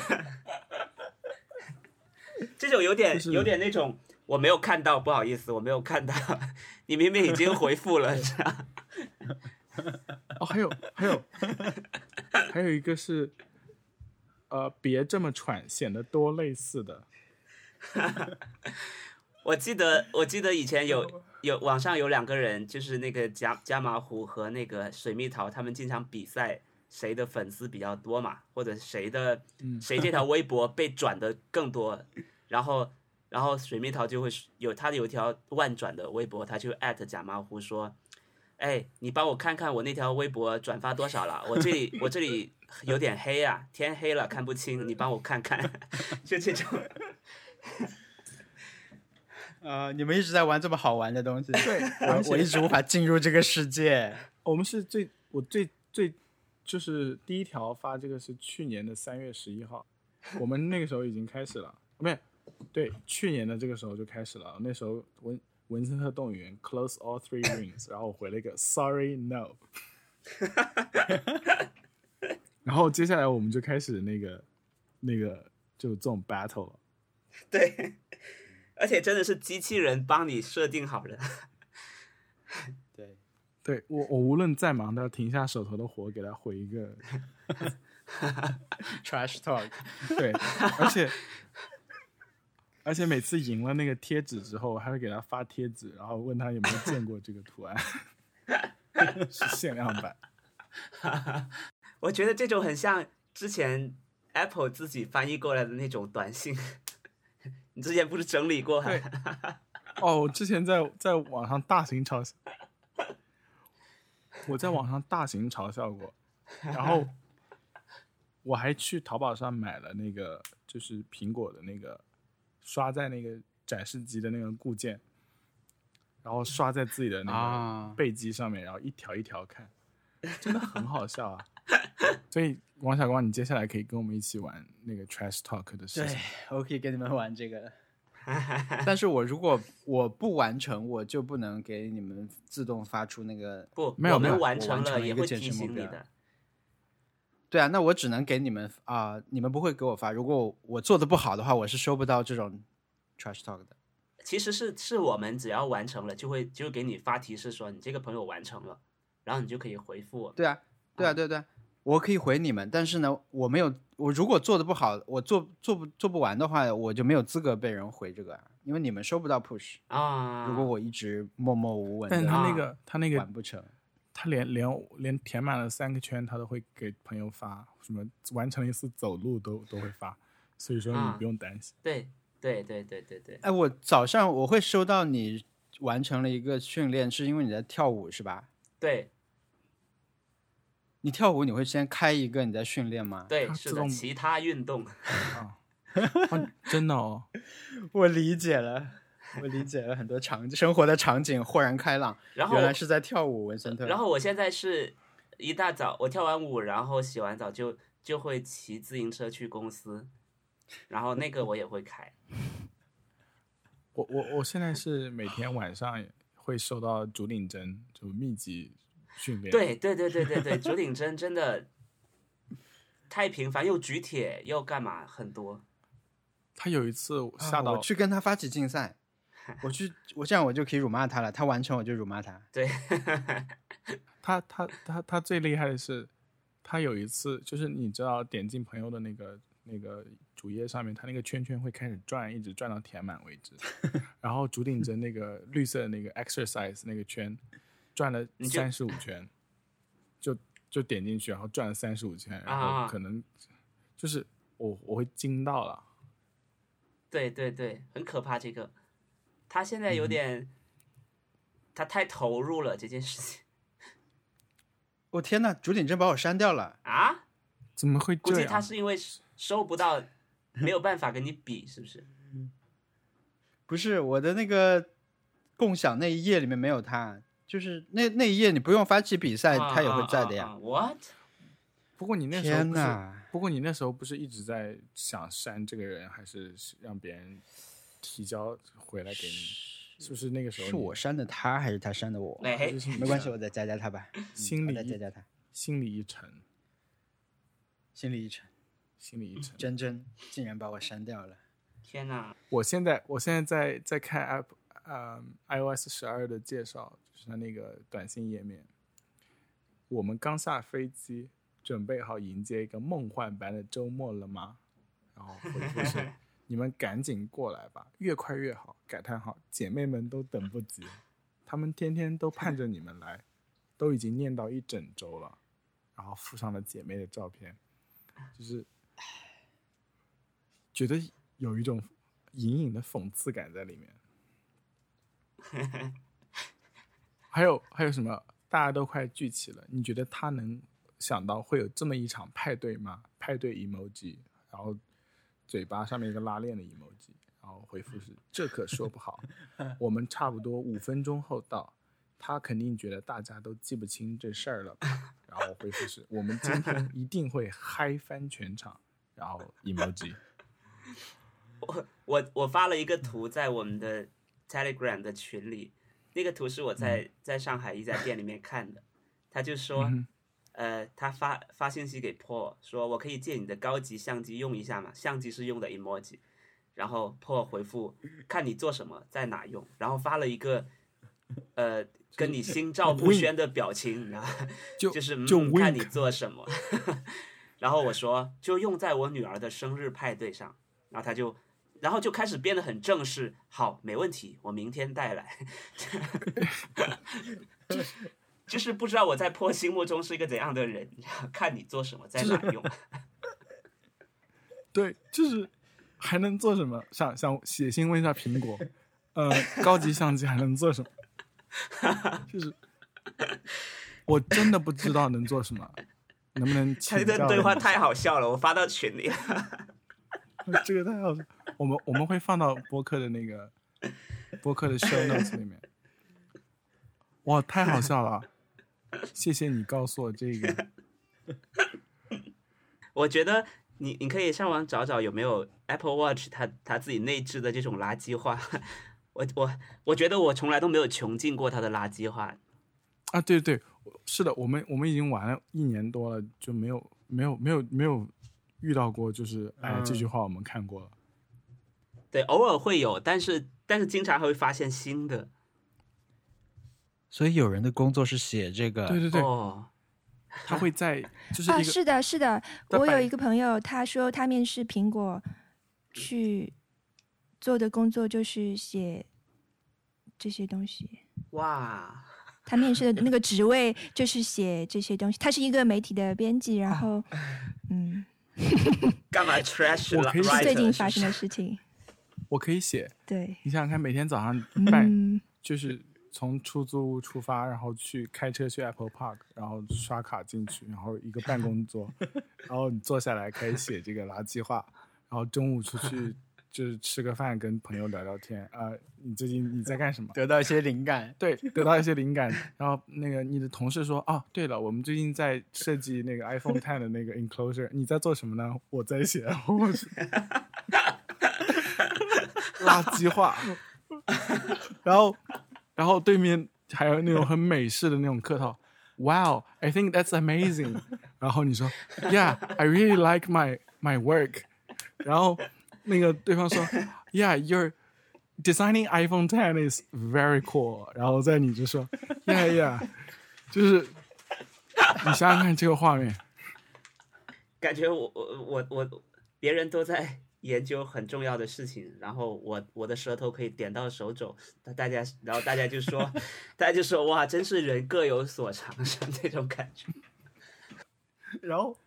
B: 这种有点
A: 就是
B: 有点那种，我没有看到，不好意思，我没有看到，你明明已经回复了，这样
A: 哦，还有还有还有一个是，呃，别这么喘，显得多类似的。
B: 我记得，我记得以前有有网上有两个人，就是那个加加麻虎和那个水蜜桃，他们经常比赛谁的粉丝比较多嘛，或者谁的谁这条微博被转的更多，然后然后水蜜桃就会有他有一条万转的微博，他就艾特假麻虎说。哎，你帮我看看我那条微博转发多少了？我这里我这里有点黑啊，天黑了看不清，你帮我看看，就这种。
E: 呃，你们一直在玩这么好玩的东西，
A: 对，而
E: 我我一
A: 且
E: 直无法进入这个世界。
A: 我们是最我最最就是第一条发这个是去年的三月十一号，我们那个时候已经开始了，没有，对，去年的这个时候就开始了。那时候文文森特动物园 close all three rings，然后我回了一个 sorry no，然后接下来我们就开始那个那个就这种 battle 了。
B: 对，而且真的是机器人帮你设定好了。
E: 对，
A: 对我，我无论再忙都要停下手头的活，给他回一个
E: trash talk，
A: 对，而且而且每次赢了那个贴纸之后，我还会给他发贴纸，然后问他有没有见过这个图案， 是限量版。
B: 我觉得这种很像之前 Apple 自己翻译过来的那种短信。 你之前不是整理过还？
A: 哦，我之前在在网上大型嘲笑，我在网上大型嘲笑过，然后我还去淘宝上买了那个就是苹果的那个刷在那个展示机的那个固件，然后刷在自己的 那个
E: 啊
A: 背机上面，然后一条一条看，真的很好笑啊！ 所以王小光，你接下来可以跟我们一起玩那个 trash talk 的事
E: 对
A: 情。，
E: 我可以跟你们玩这 个。
C: 但是我如果我不完成，我就不能给你们自动发出那个。
B: 不，
A: 没有
B: 我
A: 没
B: 们
A: 有
B: 完
C: 我
B: 成
C: 完成
B: 了
C: 了一
B: 也
C: 个
B: 会
C: 健
B: 提
C: 身目
B: 醒你
C: 标
B: 的。
C: 对啊，那我只能给你们啊、你们不会给我发。如果我做的不好的话，我是收不到这种 trash talk 的。
B: 其实是是我们只要完成了，就会就会给你发提示说你这个朋友完成了，然后你就可以回复我们。
C: 对啊，对
B: 哦
C: 啊，对啊对啊、我可以回你们，但是呢，我没有，我如果做的不好，我做做不做不完的话，我就没有资格被人回这个啊，因为你们收不到 push。
B: 啊，
C: 如果我一直默默无闻
A: 但是
C: 的，
A: 他那
B: 啊
A: 个他那个
C: 完不成，
A: 他连连连填满了三个圈，他都会给朋友发，什么完成一次走路都都会发，所以说
B: 啊
A: 你不用担心。
B: 对对对对对对，
C: 哎，我早上我会收到你完成了一个训练，是因为你在跳舞是吧？
B: 对
C: 你跳舞你会先开一个你在训练吗？
B: 对
A: 它
B: 是
A: 自
B: 的，
A: 动
B: 其他运动
A: 啊哦真的哦，
C: 我理解了，我理解了很多场生活的场景豁然开朗，
B: 然后呃
C: 原来是在跳舞，文森特。
B: 然后我现在是一大早我跳完舞，然后洗完澡就就会骑自行车去公司，然后那个我也会开。
A: 我我我现在是每天晚上会收到竹岭针，就密集训练。
B: 对对对对对对，竹顶针真的太频繁，又举铁又干嘛很多。
A: 他有一次
C: 啊
A: 吓到、
C: 我去跟他发起 竞赛，我去，我这样我就可以辱骂他了。他完成我就辱骂他。
B: 对，
A: 他他他他最厉害的是，他有一次就是你知道点进朋友的那个那个主页上面，他那个圈圈会开始转，一直转到填满为 止。然后竹顶针那个绿色的那个 exercise 那个圈，转了
B: 你就
A: 三十五圈，就就点进去，然后转了三十五圈，然
B: 啊
A: 后可能就是我我会惊到了。
B: 对对对，很可怕。这个，他现在有点，他太投入了这件事情
C: 我、天呐，竹顶真把我删掉了。
B: 啊。
A: 怎么会
B: 估
A: 这
B: 计他
A: 样？
B: 是因为收不到，没有办法跟你比，是不是？
C: 不是我的那个共享那一页里面没有他，就是那那一页你不用发起比赛，他也会在的呀。
B: 啊啊啊啊 What？
A: 不过你那时候
C: 天
A: 不是，
C: 呐，
A: 不过你那时候不是一直在想删这个人，还是让别人提交回来给你？是不是那个时候
C: 是
A: 你
C: 我删的他还是他删的我？
B: 哎
A: 就，是你
C: 没关系，
A: 想
C: 我再加加 他吧。嗯
A: 心
C: 我
A: 里
C: 再加
A: 一
C: 加他，
A: 心里一沉，
C: 心里一沉。
A: 心里一沉。
C: 真真竟然把我删掉了。
B: 天哪！
A: 我现在我现在在在看 App，呃，iOS 十二的介绍，就是它那个短信页面。我们刚下飞机，准备好迎接一个梦幻般的周末了吗？然后回复是：你们赶紧过来吧，越快越好！感叹号，姐妹们都等不及，她们天天都盼着你们来，都已经念叨一整周了。然后附上了姐妹的照片，就是觉得有一种隐隐的讽刺感在里面。还有还有什么？大家都快聚齐了，你觉得他能想到会有这么一场派对吗？派对 emoji，然后嘴巴上面一个拉链的 emoji，然后回复是这可说不好，我们差不多五分钟后到。他肯定觉得大家都记不清这事儿了吧，然后回复是我们今天一定会嗨翻全场，然后 emoji。
B: 我我发了一个图在我们的 Telegram 的群里，那个图是我在在上海一家店里面看的，他就说，呃，他发发信息给 Paul 说，我可以借你的高级相机用一下嘛，相机是用的 emoji，然后 Paul 回复，看你做什么，在哪用，然后发了一个，呃，跟你心照不宣的表情，然后
A: 就
B: 就是嗯
A: 就
B: 看你
A: wink
B: 做什么。 然后我说就用在我女儿的生日派对上，然后他就，然后就开始变得很正式。好，没问题，我明天带来。 就是不知道我在破心目中是一个怎样的人，看你做什么，在哪用。
A: 对，就是还能做什么？想想写信问一下苹 果，呃，高级相机还能做什么？就是我真的不知道能做什么，能不能
B: 他
A: 请
B: 这
A: 教
B: 段对话
A: 你
B: 太好笑了，我发到群里了。
A: 这个太好笑。我们我们会放到播客的那个播客的 show notes 里面。啊哇，太好笑了！谢谢你告诉我这个。
B: 我觉得你你可以上网找找有没有 Apple Watch 它它自己内置的这种垃圾话。我我我觉得我从来都没有穷尽过它的垃圾话。
A: 啊，对对，是的，我们我们已经玩了一年多了，就没有没有没有没有遇到过，就是哎这句话我们看过了，
B: 对，偶尔会有，但是但是经常还会发现新的。
C: 所以有人的工作是写这个，
A: 对对对，
B: 哦，
A: 他会在就是
D: 啊，
A: 一个
D: 是的，是的，
A: 在
D: 我有
A: 百
D: 一个朋友，他说他面试苹果去做的工作就是写这些东西。
B: 哇，
D: 他面试的那个职位就是写这些东西，他是一个媒体的编辑，
B: 啊
D: 然 后，嗯，
B: 干
D: 哎
B: 嘛 trash
A: 我
B: 了？
A: 可以
B: writer
D: 是最近
B: 是不
D: 发生的
B: 是
D: 事情，
A: 我可以写，
D: 对，
A: 你想想看，每天早上拜、
D: 嗯，
A: 就是从出租屋出发，然后去开车去 Apple Park，然后刷卡进去，然后一个办公桌，然后你坐下来开始写这个垃圾话，然后中午出 去就是吃个饭，跟朋友聊聊天啊、你最近你在干什么？
E: 得到一些灵感。
A: 对，得到一些灵感。然后那个你的同事说，哦，对了，我们最近在设计那个 iPhone Ten 的那个 enclosure，你在做什么呢？我在写，我去垃圾话。 然后，然后对面还有那种很美式的那种客套。Wow, I think that's amazing. 然后你说，Yeah, I really like my my work. 然后那个对方说，Yeah, you're designing iPhone 10 is very cool。然后在你就说，Yeah, yeah，就是 你想想看这个画面，
B: 感觉我我我我别人都在研究很重要的事情，然后我我的舌头可以点到手肘，大大家然后大家就说， 大家就说哇，真是人各有所长， 是这种感觉。
A: 然后，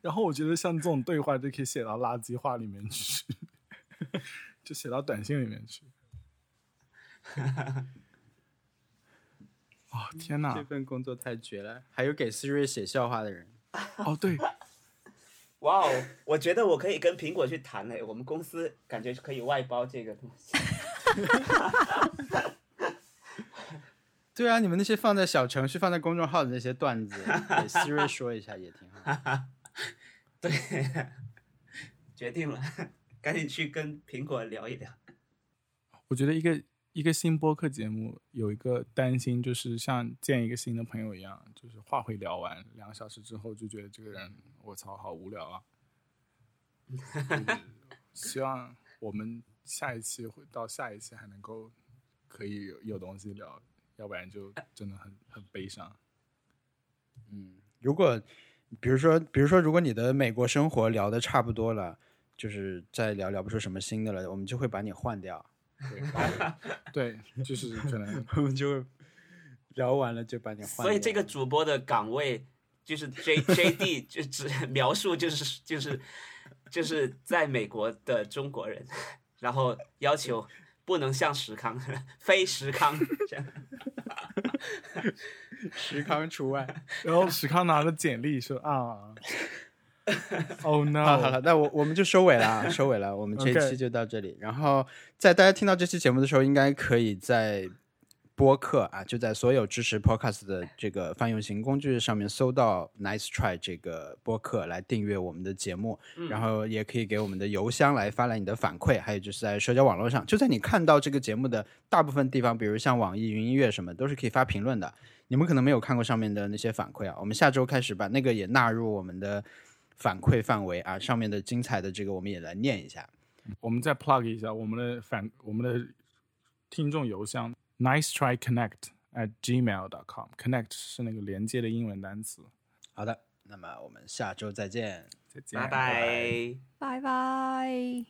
A: 然后我觉得像这种对话就可以写到垃圾话里面去， 就写到短信里面 去。哦天
C: 啊
A: 哪！
E: 这份工作太绝了，还有给 Siri 写笑话的人。
A: 哦对，
B: 哇哦， 我觉得我可以跟苹果去谈嘞，我们公司感觉可以外包这个东西。
E: 对啊，你们那些放在小程序、放在公众号的那些段子，给 Siri 说一下也挺好。
B: 对， 决定了， 赶紧去跟苹果聊一聊。
A: 我觉得一个一个新播客节目有一个担心，就是像见一个新的朋友一样，就是话会聊完两个小时之后，就觉得这个人我操好无聊 啊。就是希望我们下一期会到下一期还能够可以有有东西聊，要不然就真的很很悲伤。
C: 如果比如说，比如说，如果你的美国生活聊的差不多了，就是再聊聊不出什么新的了，我们就会把你换掉，
A: 对，就是可能
C: 我们就会聊完了就把你换掉。
B: 所以这个主播的岗位就是 J J D 就只描述就是就是就是在美国的中国人， 然后要求不能像石康， 非石康这样。
E: 石康除外。
A: 然后史康拿着简历说啊，Oh
C: 好
A: no！
C: 好了，那我我们就收尾啦，收尾了，我们这一
A: OK
C: 期就到这里。然后在大家听到这期节目的时候，应该可以在播客啊，就在所有支持 Podcast 的这个泛用型工具上面搜到 Nice Try 这个播客来订阅我们的节目，然后也可以给我们的邮箱来发来你的反馈，还有就是在社交网络上，就在你看到这个节目的大部分地方，比如像网易云音乐什么，都是可以发评论的。你们可能没有看过上面的那些反馈啊，我们下周开始把那个也纳入我们的反馈范围啊，上面的精彩的这个我们也来念一下。
A: 我们再 plug 一下我们的反我们的听众邮箱 nice try connect at gmail dot com connect 是那个连接的英文单词。
C: 好的，那么我们下周再见。
A: 再见，
B: 拜拜。
D: 拜拜。